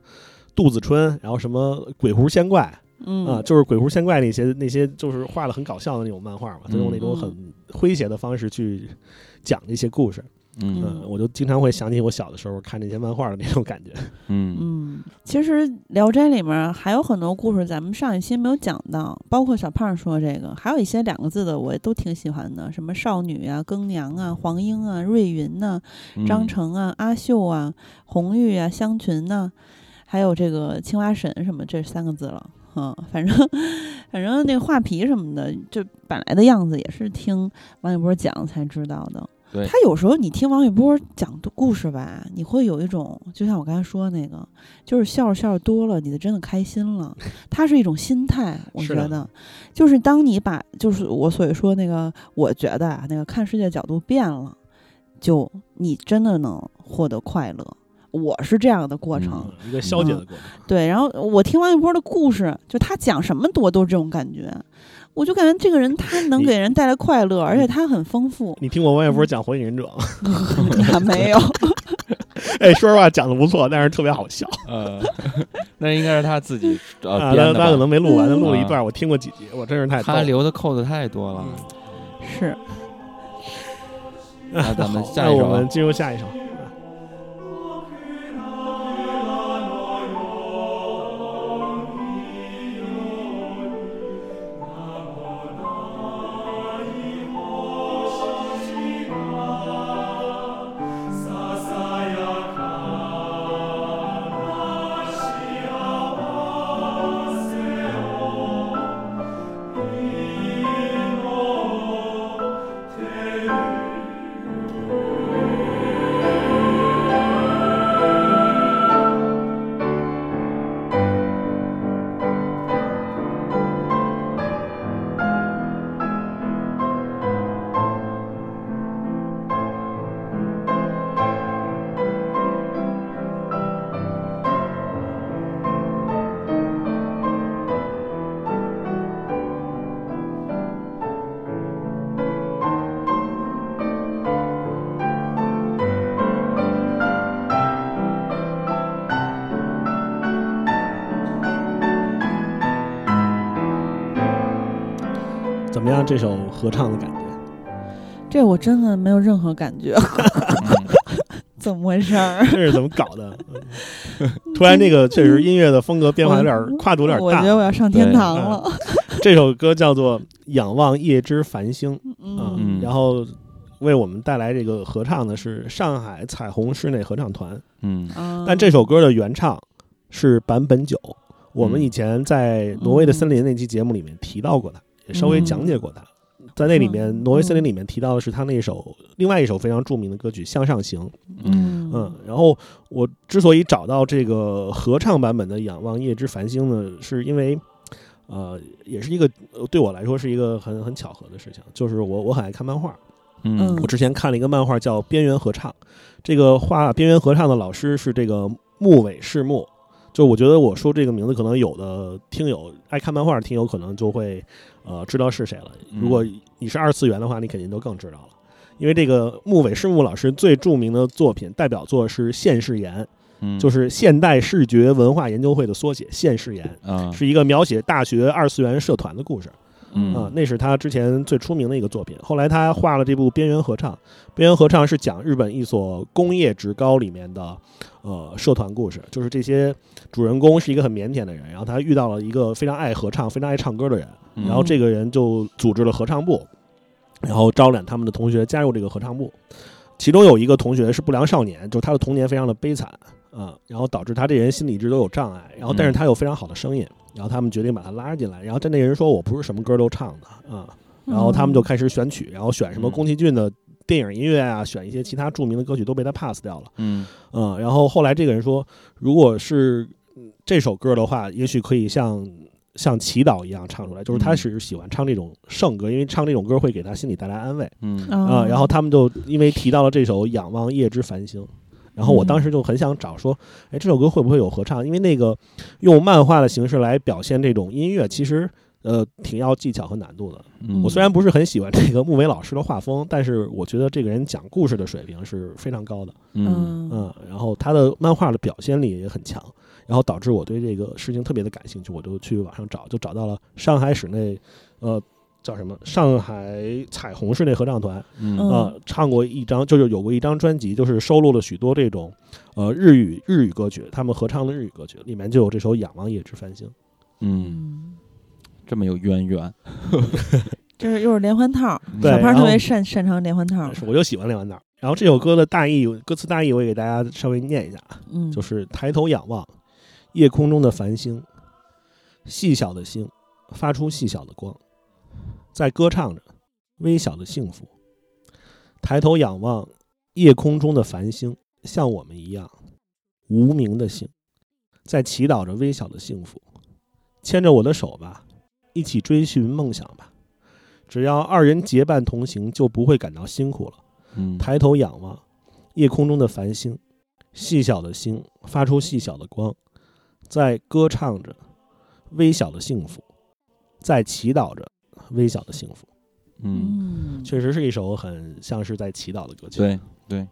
Speaker 3: 杜子春，然后什么鬼狐仙怪，
Speaker 2: 嗯
Speaker 3: 啊，就是鬼狐仙怪那些那些就是画的很搞笑的那种漫画嘛，就用那种很诙谐的方式去讲这些故事。
Speaker 1: 嗯
Speaker 3: 嗯，我就经常会想起我小的时候看这些漫画的那种感觉。
Speaker 1: 嗯
Speaker 2: 嗯，其实《聊斋》里面还有很多故事，咱们上一期没有讲到，包括小胖说这个，还有一些两个字的我都挺喜欢的，什么少女啊、更娘啊、黄英啊、瑞云呐、
Speaker 1: 嗯
Speaker 2: 张成啊、阿秀啊、红玉啊、香群呐、啊还有这个青蛙神什么，这三个字了。嗯，反正 反正那个画皮什么的，就本来的样子也是听王一博讲才知道的。
Speaker 1: 对
Speaker 2: 他有时候你听王一博讲的故事吧，你会有一种，就像我刚才说那个，就是笑着笑着多了，你就真的开心了。它是一种心态，我觉
Speaker 3: 是的
Speaker 2: 得，就是当你把，就是我所以说那个，我觉得啊，那个看世界角度变了，就你真的能获得快乐。我是这样的过程，
Speaker 1: 嗯
Speaker 3: 一个消解的过程。
Speaker 2: 对。然后我听王一博的故事，就他讲什么多都是这种感觉，我就感觉这个人他能
Speaker 3: 你。
Speaker 2: 给人带来快乐，而且他很丰富
Speaker 3: 你听过王一博讲《火影忍者》吗？
Speaker 2: 他没有，
Speaker 3: 哎，说实话讲的不错，但是特别好笑
Speaker 1: 呃，那应该是他自己呃
Speaker 3: 啊。
Speaker 1: 编的
Speaker 3: 他他可
Speaker 1: 吧？
Speaker 3: 能没录完，他录了一
Speaker 1: 啊
Speaker 3: 段，我听过几集，我真是太逗
Speaker 1: 他
Speaker 3: 了。
Speaker 1: 留的扣子太多了。
Speaker 2: 是
Speaker 1: 那咱们
Speaker 3: 好
Speaker 1: 下
Speaker 3: 那
Speaker 1: 一
Speaker 3: 我
Speaker 1: 首
Speaker 3: 们
Speaker 1: 吧，
Speaker 3: 进入下一首。
Speaker 7: 「
Speaker 3: 怎么样？这首合唱的感觉？
Speaker 2: 这我真的没有任何感觉，
Speaker 1: 嗯
Speaker 2: 怎么回事儿？
Speaker 3: 这是怎么搞的？嗯突然，这个确实音乐的风格 变化有点儿跨度有点
Speaker 2: 我
Speaker 3: 大
Speaker 2: 觉。得我要上天堂了。
Speaker 3: 这首歌叫做《仰望夜之繁星》 啊，
Speaker 2: 嗯，
Speaker 3: 然后为我们带来这个合唱的是上海彩虹室内合唱团，
Speaker 1: 嗯
Speaker 2: 嗯
Speaker 3: 但这首歌的原唱是坂本九。我们
Speaker 1: 嗯
Speaker 3: 以前在《挪威的森林》那期节目里面提到过他，也稍微
Speaker 2: 嗯
Speaker 3: 讲解过他。在那里面，《挪威森林》
Speaker 2: 嗯
Speaker 3: 里面提到的是他那首另外一首非常著名的歌曲《向上行》。
Speaker 1: 嗯
Speaker 3: 嗯，然后我之所以找到这个合唱版本的《仰望夜之繁星》呢，是因为，呃，也是一个呃对我来说是一个很很巧合的事情，就是我我很爱看漫画，
Speaker 1: 嗯
Speaker 3: 我之前看了一个漫画叫《边缘合唱》，这个画《边缘合唱》的老师是这个木尾世木。就我觉得我说这个名字，可能有的听友爱看漫画的听友可能就会呃知道是谁了。如果
Speaker 1: 嗯
Speaker 3: 你是二次元的话，你肯定就更知道了，因为这个木尾世木老师最著名的作品代表作是《现世言》，
Speaker 1: 嗯，
Speaker 3: 就是现代视觉文化研究会的缩写，《现世言》
Speaker 1: 啊，
Speaker 3: 是一个描写大学二次元社团的故事。
Speaker 1: 嗯
Speaker 3: 啊、那是他之前最出名的一个作品。后来他画了这部《边缘合唱》，《边缘合唱》是讲日本一所工业职高里面的呃社团故事，就是这些主人公是一个很腼腆的人，然后他遇到了一个非常爱合唱、非常爱唱歌的人，
Speaker 1: 嗯
Speaker 3: 然后这个人就组织了合唱部，然后招揽他们的同学加入这个合唱部。其中有一个同学是不良少年，就是他的童年非常的悲惨啊，然后导致他这人心理一直都有障碍，然后但是
Speaker 1: 嗯
Speaker 3: 他有非常好的声音，然后他们决定把他拉进来，然后但那人说我不是什么歌都唱的啊，然后他们就开始选曲，然后选什么
Speaker 1: 嗯
Speaker 3: 宫崎骏的电影音乐啊，选一些其他著名的歌曲都被他 pass 掉了，
Speaker 1: 嗯
Speaker 3: 嗯，然后后来这个人说，如果是嗯这首歌的话，也许可以像像祈祷一样唱出来，就是他
Speaker 1: 嗯
Speaker 3: 是喜欢唱这种圣歌，因为唱这种歌会给他心里带来安慰。
Speaker 1: 嗯
Speaker 2: 啊
Speaker 3: 啊、然后他们就因为提到了这首《仰望夜之繁星》，然后我当时就很想找说，哎，这首歌会不会有合唱？因为那个用漫画的形式来表现这种音乐，其实呃挺要技巧和难度的。
Speaker 1: 嗯，
Speaker 3: 我虽然不是很喜欢这个木梅老师的画风，但是我觉得这个人讲故事的水平是非常高的，
Speaker 1: 嗯
Speaker 2: 嗯
Speaker 3: 嗯，然后他的漫画的表现力也很强，然后导致我对这个事情特别的感兴趣，我就去网上找，就找到了上海室内，呃。叫什么？上海彩虹室内合唱团，
Speaker 1: 嗯
Speaker 2: 嗯
Speaker 3: 啊、唱过一张，就是有过一张专辑，就是收录了许多这种，呃，日语日语歌曲，他们合唱的日语歌曲里面就有这首《仰望夜之繁星》。
Speaker 1: 嗯，这么有渊源，
Speaker 2: 这是又是连环套，
Speaker 3: 对
Speaker 2: 小胖
Speaker 3: 然
Speaker 2: 特
Speaker 3: 后
Speaker 2: 别擅擅长连环套，
Speaker 3: 是我就喜欢那玩意儿。然后这首歌的大意，歌词大意我也给大家稍微念一下，
Speaker 2: 嗯，
Speaker 3: 就是抬头仰望夜空中的繁星，细小的星发出细小的光，在歌唱着微小的幸福。抬头仰望夜空中的繁星，像我们一样无名的星，在祈祷着微小的幸福。牵着我的手吧，一起追寻梦想吧。只要二人结伴同行，就不会感到辛苦了。
Speaker 1: 嗯
Speaker 3: 抬头仰望夜空中的繁星，细小的星发出细小的光，在歌唱着微小的幸福，在祈祷着微小的幸福。
Speaker 1: 嗯，
Speaker 2: 嗯，
Speaker 3: 确实是一首很像是在祈祷的歌曲。
Speaker 1: 对对，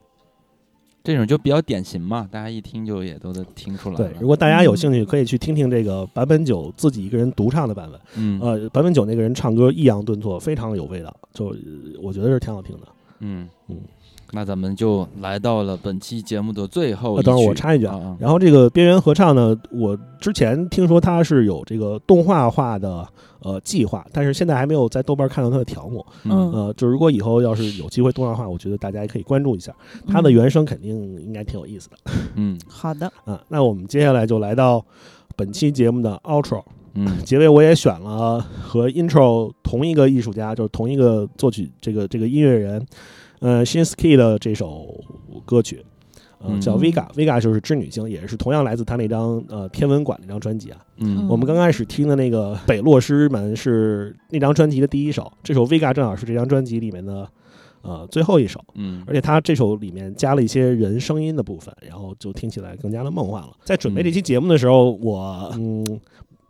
Speaker 1: 这种就比较典型嘛，大家一听就也都能听出来
Speaker 3: 对
Speaker 1: 了。
Speaker 3: 如果大家有兴趣，可以去听听这个坂本九自己一个人独唱的版本。
Speaker 1: 嗯
Speaker 3: 呃，坂本九那个人唱歌抑扬顿挫，非常有味道，就呃我觉得是挺好听的。
Speaker 1: 嗯
Speaker 3: 嗯，
Speaker 1: 那咱们就来到了本期节目的最后
Speaker 3: 啊，
Speaker 1: 一曲。
Speaker 3: 等会儿我插一句
Speaker 1: 啊
Speaker 3: 啊
Speaker 1: 啊，
Speaker 3: 然后这个边缘合唱呢，我之前听说它是有这个动画化的呃计划，但是现在还没有在豆瓣看到它的条目。
Speaker 1: 啊
Speaker 2: 嗯
Speaker 3: 呃，就如果以后要是有机会动画化，我觉得大家也可以关注一下，它的原声肯定应该挺有意思的
Speaker 1: 嗯
Speaker 2: 嗯好的，
Speaker 3: 啊。那我们接下来就来到本期节目的 outro
Speaker 1: 嗯
Speaker 3: 结尾，我也选了和 intro 同一个艺术家，就是同一个作曲这个这个音乐人，呃，Shinsky 的这首歌曲，呃，
Speaker 1: 嗯
Speaker 3: 叫 Vega，Vega、就是织女星，也是同样来自他那张呃天文馆那张专辑啊。
Speaker 1: 嗯
Speaker 3: 我们刚开始听的那个《北落师门》是那张专辑的第一首，这首《Vega》正好是这张专辑里面的呃最后一首，
Speaker 1: 嗯
Speaker 3: 而且他这首里面加了一些人声音的部分，然后就听起来更加的梦幻了。在准备这期节目的时候，我嗯。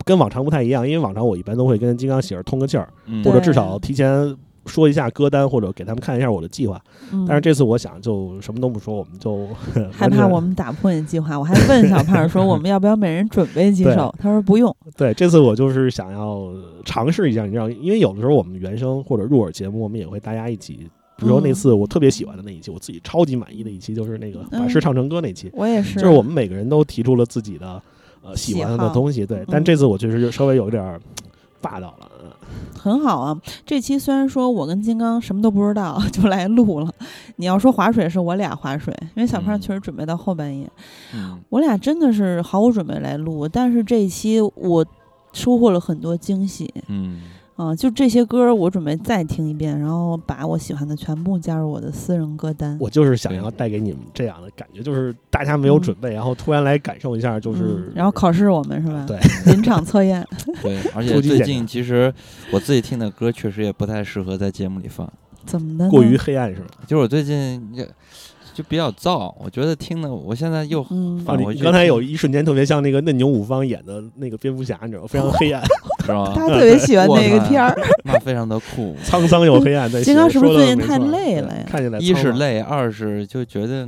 Speaker 3: 跟往常不太一样，因为往常我一般都会跟金刚喜儿通个气儿，
Speaker 1: 嗯
Speaker 3: 或
Speaker 2: 对
Speaker 3: 者至少提前说一下歌单，或者给他们看一下我的计划。
Speaker 2: 嗯
Speaker 3: 但是这次我想就什么都不说，我们就
Speaker 2: 害怕
Speaker 3: 完全
Speaker 2: 我们打破你计划，我还问小胖 说我们要不要每人准备几
Speaker 3: 对
Speaker 2: 首，他说不用。
Speaker 3: 对，这次我就是想要尝试一下，你知道，因为有的时候我们原声或者入耳节目，我们也会大家一起。比如说那
Speaker 2: 嗯
Speaker 3: 次我特别喜欢的那一期，我自己超级满意的一期，就是那个把诗
Speaker 2: 嗯
Speaker 3: 唱成歌那期，
Speaker 2: 我也是，
Speaker 3: 就是我们每个人都提出了自己的呃
Speaker 2: 喜
Speaker 3: 喜欢的
Speaker 2: 好
Speaker 3: 东西。对，但
Speaker 2: 嗯
Speaker 3: 这次我确实稍微有一点儿霸道了。嗯
Speaker 2: 很好啊。这期虽然说我跟金刚什么都不知道 就来录了，你要说划水是我俩划水，因为小胖
Speaker 1: 嗯
Speaker 2: 确实准备到后半夜，
Speaker 1: 嗯
Speaker 2: 我俩真的是毫无准备来录，但是这一期我收获了很多惊喜
Speaker 1: 嗯
Speaker 2: 啊！就这些歌，我准备再听一遍，然后把我喜欢的全部加入我的私人歌单。
Speaker 3: 我就是想
Speaker 1: 对
Speaker 3: 要带给你们这样的感觉，就是大家没有
Speaker 2: 嗯
Speaker 3: 准备，然后突然来感受一下，就是、
Speaker 2: 嗯然后考试我们是吧？
Speaker 3: 对，
Speaker 2: 临场测验。
Speaker 1: 对，而且
Speaker 3: 突击
Speaker 1: 最
Speaker 3: 检查
Speaker 1: 近其实我自己听的歌确实也不太适合在节目里放，
Speaker 2: 怎么的呢？
Speaker 3: 过于黑暗是吧？
Speaker 1: 就是我最近也就比较燥，我觉得听的我现在 又
Speaker 2: 嗯
Speaker 1: 放
Speaker 3: 啊，
Speaker 1: 回
Speaker 3: 你
Speaker 1: 去
Speaker 3: 刚才
Speaker 1: 听
Speaker 3: 有一瞬间特别像那个嫩牛五方演的那个蝙蝠侠，你知道吗？非 常黑暗，
Speaker 1: 是吧？
Speaker 2: 他特别喜欢
Speaker 1: 我
Speaker 2: 那个
Speaker 1: 看
Speaker 2: 片儿，
Speaker 1: 那非常的酷。
Speaker 3: 沧桑又黑 暗。对，
Speaker 2: 金刚
Speaker 3: 写
Speaker 2: 是不
Speaker 3: 得
Speaker 2: 是
Speaker 3: 说得
Speaker 2: 最近
Speaker 3: 没
Speaker 2: 太
Speaker 3: 错
Speaker 2: 累
Speaker 3: 对
Speaker 2: 了呀
Speaker 3: 看起来
Speaker 1: 一是
Speaker 3: 苍老，
Speaker 1: 累，二是就觉得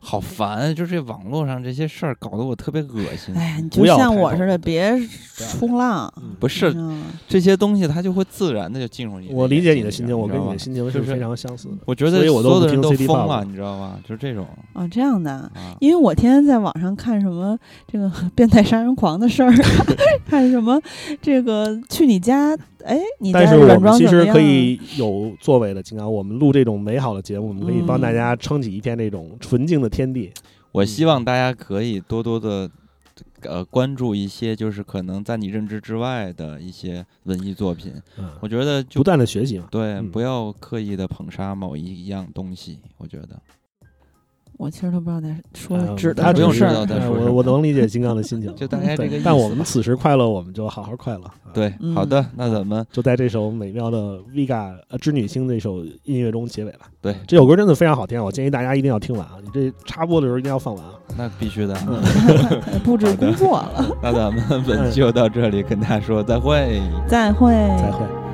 Speaker 1: 好烦，就是这网络上这些事儿搞得我特别恶心。
Speaker 2: 哎，你
Speaker 3: 不
Speaker 2: 就
Speaker 3: 要
Speaker 2: 像
Speaker 3: 抬
Speaker 2: 我
Speaker 3: 头
Speaker 2: 似的，别
Speaker 3: 要
Speaker 2: 冲浪。
Speaker 1: 不是
Speaker 2: 嗯
Speaker 1: 这些东西，它就会自然的就进入你的眼睛里边。
Speaker 3: 我理解你的心情，我
Speaker 1: 知
Speaker 3: 跟
Speaker 1: 道
Speaker 3: 你
Speaker 1: 吧
Speaker 3: 的心情是
Speaker 1: 就是
Speaker 3: 非常相似的。
Speaker 1: 我觉得
Speaker 3: 所以我都
Speaker 1: 所有
Speaker 3: 不
Speaker 1: 的人
Speaker 3: 听
Speaker 1: 都
Speaker 3: CD
Speaker 1: 疯
Speaker 3: 放
Speaker 1: 了，
Speaker 3: 了嗯
Speaker 1: 你知道吧？就是这种
Speaker 2: 哦，这样的，
Speaker 1: 啊，
Speaker 2: 因为我天天在网上看什么这个变态杀人狂的事儿， 看什么这个去你家，哎，你家
Speaker 3: 但是我
Speaker 2: 软
Speaker 3: 们
Speaker 2: 装
Speaker 3: 其
Speaker 2: 怎么
Speaker 3: 实
Speaker 2: 样啊
Speaker 3: 可以有作为的，金刚，我们录这种美好的节目，我们可以帮
Speaker 2: 嗯
Speaker 3: 大家撑起一片这种纯净的天地。
Speaker 1: 我希望大家可以多多的。呃，关注一些就是可能在你认知之外的一些文艺作品，
Speaker 3: 嗯，
Speaker 1: 我觉得就
Speaker 3: 不断的学习嘛。
Speaker 1: 对，
Speaker 3: 嗯
Speaker 1: 不要刻意的捧杀某一样东西。我觉得，
Speaker 2: 我其实都不知道在说
Speaker 3: 啊
Speaker 2: 指的
Speaker 3: 他
Speaker 2: 什
Speaker 1: 不
Speaker 2: 么
Speaker 1: 用
Speaker 2: 事
Speaker 1: 知道
Speaker 2: 儿。
Speaker 1: 在
Speaker 3: 哎
Speaker 1: 说什
Speaker 3: 我
Speaker 1: 么
Speaker 3: 我能理解金刚的心情，
Speaker 1: 就大概这个
Speaker 3: 对
Speaker 1: 意
Speaker 3: 但
Speaker 1: 思
Speaker 3: 我们
Speaker 1: 吧
Speaker 3: 此时快乐，我们就好好快乐。啊，
Speaker 1: 对，好
Speaker 2: 嗯
Speaker 1: 的，那咱们
Speaker 3: 就在这首美妙的 Vega 呃织女星这首音乐中结尾吧。
Speaker 1: 对
Speaker 3: 这首歌真的非常好听，啊我建议大家一定要听完啊！你这插播的时候一定要放完啊。
Speaker 1: 那必须的，
Speaker 2: 布置工作了，
Speaker 1: 那咱们本期就到这里，跟大家说再会。
Speaker 2: 再会，
Speaker 3: 再会。